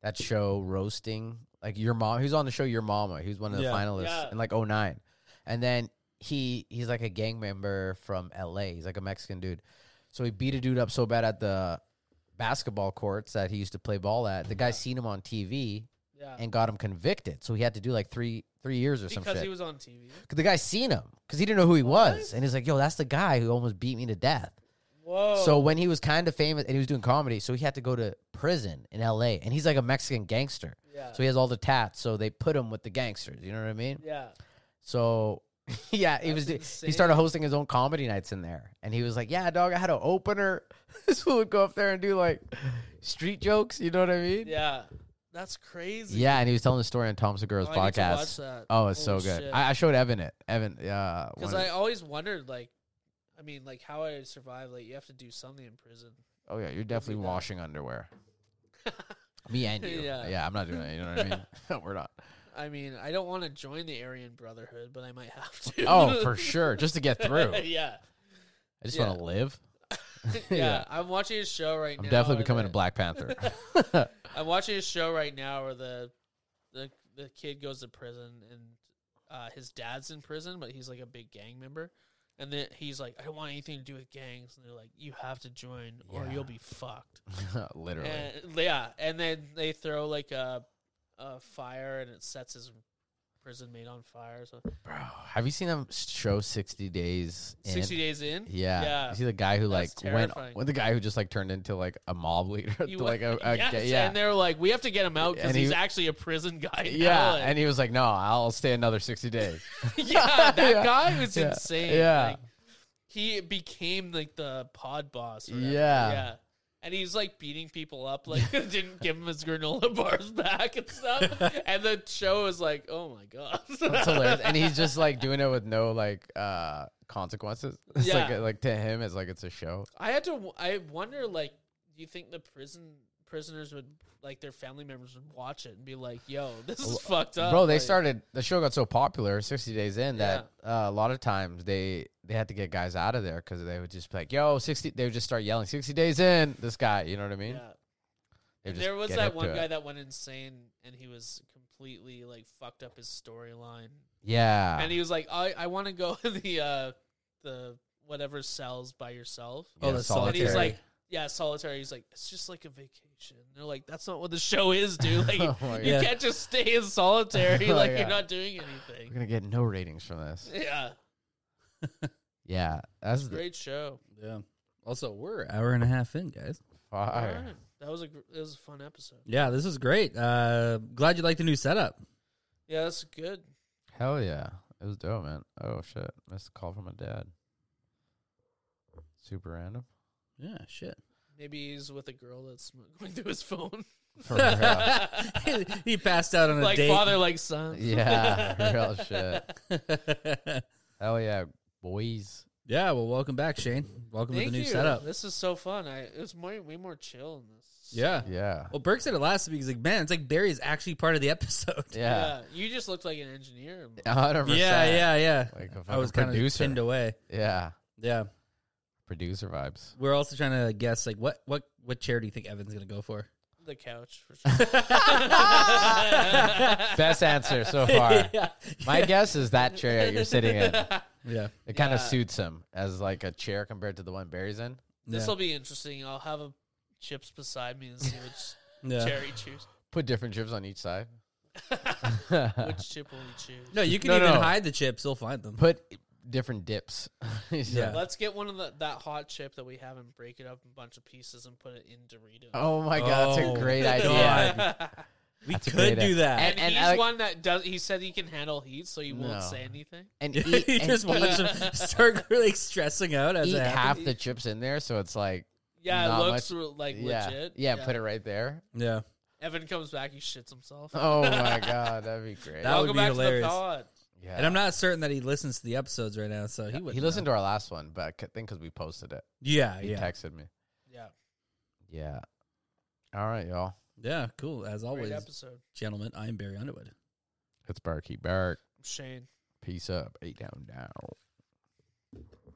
Speaker 3: that show roasting like your mom. Who's on the show Your Mama? He was one of the
Speaker 1: Yeah.
Speaker 3: finalists
Speaker 2: Yeah.
Speaker 3: in like '09, and then he he's like a gang member from L.A. He's like a Mexican dude. So he beat a dude up so bad at the basketball courts that he used to play ball at. The guy seen him on TV
Speaker 2: Yeah.
Speaker 3: and got him convicted. So he had to do like three three years or some
Speaker 2: Because
Speaker 3: shit.
Speaker 2: he was on TV.
Speaker 3: 'Cause the guy seen him because he didn't know who he was, and he's like, "Yo, that's the guy who almost beat me to death."
Speaker 2: Whoa.
Speaker 3: So when he was kind of famous and he was doing comedy, so he had to go to prison in L.A. and he's like a Mexican gangster,
Speaker 2: Yeah.
Speaker 3: so he has all the tats. So they put him with the gangsters. You know what I mean?
Speaker 2: yeah.
Speaker 3: So yeah, he was
Speaker 2: That's
Speaker 3: he started hosting his own comedy nights in there, and he was like, "Yeah, dog, I had an opener." this fool would go up there and do like street jokes. You know what I mean?
Speaker 2: Yeah. That's crazy.
Speaker 3: Yeah, and he was telling the story on Tom Segura's
Speaker 2: Oh, I need to watch
Speaker 3: podcast.
Speaker 2: that.
Speaker 3: Oh, it's
Speaker 2: Holy
Speaker 3: so good.
Speaker 2: shit.
Speaker 3: I, I showed Evan it. Evan, yeah,
Speaker 2: Because
Speaker 3: one
Speaker 2: I
Speaker 3: of-
Speaker 2: always wondered, like, I mean, like how I survived. Like, you have to do something in prison.
Speaker 3: oh yeah, you're definitely
Speaker 2: that.
Speaker 3: washing underwear. Me and you.
Speaker 2: Yeah.
Speaker 3: Yeah. I'm not doing it. You know what I mean? We're not.
Speaker 2: I mean, I don't want to join the Aryan Brotherhood, but I might have to.
Speaker 3: Oh, for sure. Just to get through. I
Speaker 2: yeah.
Speaker 3: just
Speaker 2: Yeah.
Speaker 3: want to live.
Speaker 2: yeah, I'm watching a show right
Speaker 3: I'm
Speaker 2: now.
Speaker 3: definitely
Speaker 2: where
Speaker 3: becoming
Speaker 2: the-
Speaker 3: a Black Panther.
Speaker 2: I'm watching a show right now where the the the kid goes to prison and uh, his dad's in prison, but he's like a big gang member, and then he's like, I don't want anything to do with gangs, and they're like, you have to join or
Speaker 3: Yeah.
Speaker 2: you'll be fucked.
Speaker 3: Literally.
Speaker 2: And, yeah, and then they throw like a a fire and it sets his prison mate on fire. So
Speaker 3: Bro, have you seen that show 60 Days? In?
Speaker 2: sixty days in,
Speaker 3: Yeah.
Speaker 2: yeah.
Speaker 3: You see the guy who like
Speaker 2: That's
Speaker 3: went,
Speaker 2: terrifying.
Speaker 3: went the guy who just like turned into like a mob leader.
Speaker 2: He
Speaker 3: to, like a,
Speaker 2: went-
Speaker 3: a-
Speaker 2: yes,
Speaker 3: yeah.
Speaker 2: and they're like, we have to get him out because
Speaker 3: And he-
Speaker 2: he's actually a prison guy. now,"
Speaker 3: yeah,
Speaker 2: and-
Speaker 3: and he was like, "No, I'll stay another sixty days."
Speaker 2: yeah, that
Speaker 3: Yeah.
Speaker 2: guy was
Speaker 3: Yeah.
Speaker 2: insane.
Speaker 3: Yeah.
Speaker 2: Like, he became like the pod boss. Or whatever.
Speaker 3: Yeah.
Speaker 2: yeah. And he's like beating people up, like didn't give him his granola bars back and stuff. and the show is like, oh my god,
Speaker 3: That's hilarious. And he's just like doing it with no like uh consequences. It's
Speaker 2: Yeah.
Speaker 3: like like to him, it's like it's a show.
Speaker 2: I had to. I wonder, like, do you think the prison prisoners would like their family members would watch it and be like, yo, this is fucked up,
Speaker 3: Bro, they
Speaker 2: like-
Speaker 3: started the show got so popular 60 days in that uh, a lot of times they they had to get guys out of there cuz they would just be like, "Yo, 60 they would just start yelling 60 days in." This guy, you know what I mean?
Speaker 2: Yeah.
Speaker 3: They would just
Speaker 2: There was
Speaker 3: get
Speaker 2: that
Speaker 3: up
Speaker 2: one
Speaker 3: to
Speaker 2: guy
Speaker 3: it.
Speaker 2: that went insane, and he was completely like fucked up his storyline
Speaker 3: Yeah.
Speaker 2: and he was like, "I, I want to go in the uh, the whatever cells by yourself."
Speaker 1: Oh,
Speaker 3: Yeah,
Speaker 1: the
Speaker 2: And he's
Speaker 1: solitary.
Speaker 2: like, "Yeah, solitary." He's like, "It's just like a vacation." They're like, "That's not what the show is, dude. Like,
Speaker 3: Oh my
Speaker 2: you
Speaker 1: God.
Speaker 2: can't just stay in solitary.
Speaker 3: Oh my
Speaker 2: like, you're
Speaker 3: God.
Speaker 2: not doing
Speaker 3: We're
Speaker 2: anything."
Speaker 3: going to get no ratings from this.
Speaker 2: Yeah,
Speaker 3: Yeah. That's the
Speaker 2: great show.
Speaker 1: Yeah. Also, we're an hour and a half in, guys.
Speaker 3: fire.
Speaker 2: Alright. That was a gr- that was a fun episode.
Speaker 1: Yeah, this is great. Uh, glad you like the new setup.
Speaker 2: Yeah, that's good.
Speaker 3: Hell yeah. It was dope, man. Oh shit. Missed a call from my dad. Super random.
Speaker 1: Yeah, shit.
Speaker 2: Maybe he's with a girl that's going through his phone,
Speaker 3: For real.
Speaker 1: he, he passed out on a
Speaker 2: like
Speaker 1: date.
Speaker 2: father, like son.
Speaker 3: Yeah, real shit. Hell yeah, boys.
Speaker 1: yeah, well, welcome back, Shane. Welcome
Speaker 2: Thank
Speaker 1: to the new
Speaker 2: you.
Speaker 1: setup.
Speaker 2: This is so fun. I it was more, way more chill in this.
Speaker 1: Yeah.
Speaker 3: Yeah.
Speaker 1: Well, Burke said it last week. He's like, man, it's like Barry is actually part of the episode.
Speaker 3: Yeah.
Speaker 2: You just looked like an engineer.
Speaker 3: A hundred percent.
Speaker 1: Yeah, yeah, yeah.
Speaker 3: Like a
Speaker 1: I was
Speaker 3: fucking
Speaker 1: kind of
Speaker 3: producer.
Speaker 1: pinned away.
Speaker 3: Yeah.
Speaker 1: Yeah.
Speaker 3: Producer vibes.
Speaker 1: We're also trying to guess like what what what chair do you think Evan's gonna go for?
Speaker 2: The couch for sure.
Speaker 3: Best answer so far.
Speaker 1: yeah.
Speaker 3: My guess is that chair you're sitting in. It
Speaker 1: Yeah.
Speaker 3: kind
Speaker 2: Yeah.
Speaker 3: of suits him as like a chair compared to the one Barry's in.
Speaker 2: This
Speaker 1: Yeah.
Speaker 2: will be interesting. I'll have a chips beside me and see which
Speaker 1: Yeah.
Speaker 2: chair he choose.
Speaker 3: Put different chips on each side.
Speaker 2: Which chip will he choose?
Speaker 1: No, you can
Speaker 3: No,
Speaker 1: even
Speaker 3: no.
Speaker 1: hide the chips, he'll find them.
Speaker 3: Put different dips. yeah.
Speaker 2: Let's get one of the, that hot chip that we have and break it up in a bunch of pieces and put it in Doritos.
Speaker 3: Oh my god,
Speaker 1: Oh,
Speaker 3: that's a great idea.
Speaker 1: God. we
Speaker 3: That's a
Speaker 1: could
Speaker 3: great
Speaker 1: do that.
Speaker 2: And,
Speaker 3: And- and
Speaker 2: he's
Speaker 3: I-
Speaker 2: one that does. He said he can handle heat, so he won't
Speaker 3: No.
Speaker 2: say anything.
Speaker 3: And
Speaker 1: you
Speaker 3: eat, and
Speaker 1: just watch
Speaker 3: eat,
Speaker 1: them start really stressing out as
Speaker 3: eat
Speaker 1: it happens.
Speaker 3: half the chips in there, so it's like
Speaker 2: Yeah,
Speaker 3: Not
Speaker 2: it looks
Speaker 3: much-
Speaker 2: re- like
Speaker 3: yeah,
Speaker 2: legit.
Speaker 3: yeah, put it right there.
Speaker 1: Yeah.
Speaker 2: Evan comes back. He shits himself.
Speaker 3: Oh my god, that'd be great.
Speaker 1: That would
Speaker 2: Welcome
Speaker 1: be
Speaker 2: back
Speaker 1: hilarious.
Speaker 2: to the pod.
Speaker 3: yeah.
Speaker 1: And I'm not certain that he listens to the episodes right now, so he would.
Speaker 3: He listened to our last one, but I c- think because we posted it,
Speaker 1: Yeah,
Speaker 3: he
Speaker 1: yeah,
Speaker 3: texted me.
Speaker 2: Yeah,
Speaker 3: Yeah. All right, y'all.
Speaker 1: yeah. Cool as always,
Speaker 2: great episode.
Speaker 1: gentlemen. I am Barry Underwood.
Speaker 3: It's Barky Bark.
Speaker 2: Shane.
Speaker 3: Peace up. Eight down down.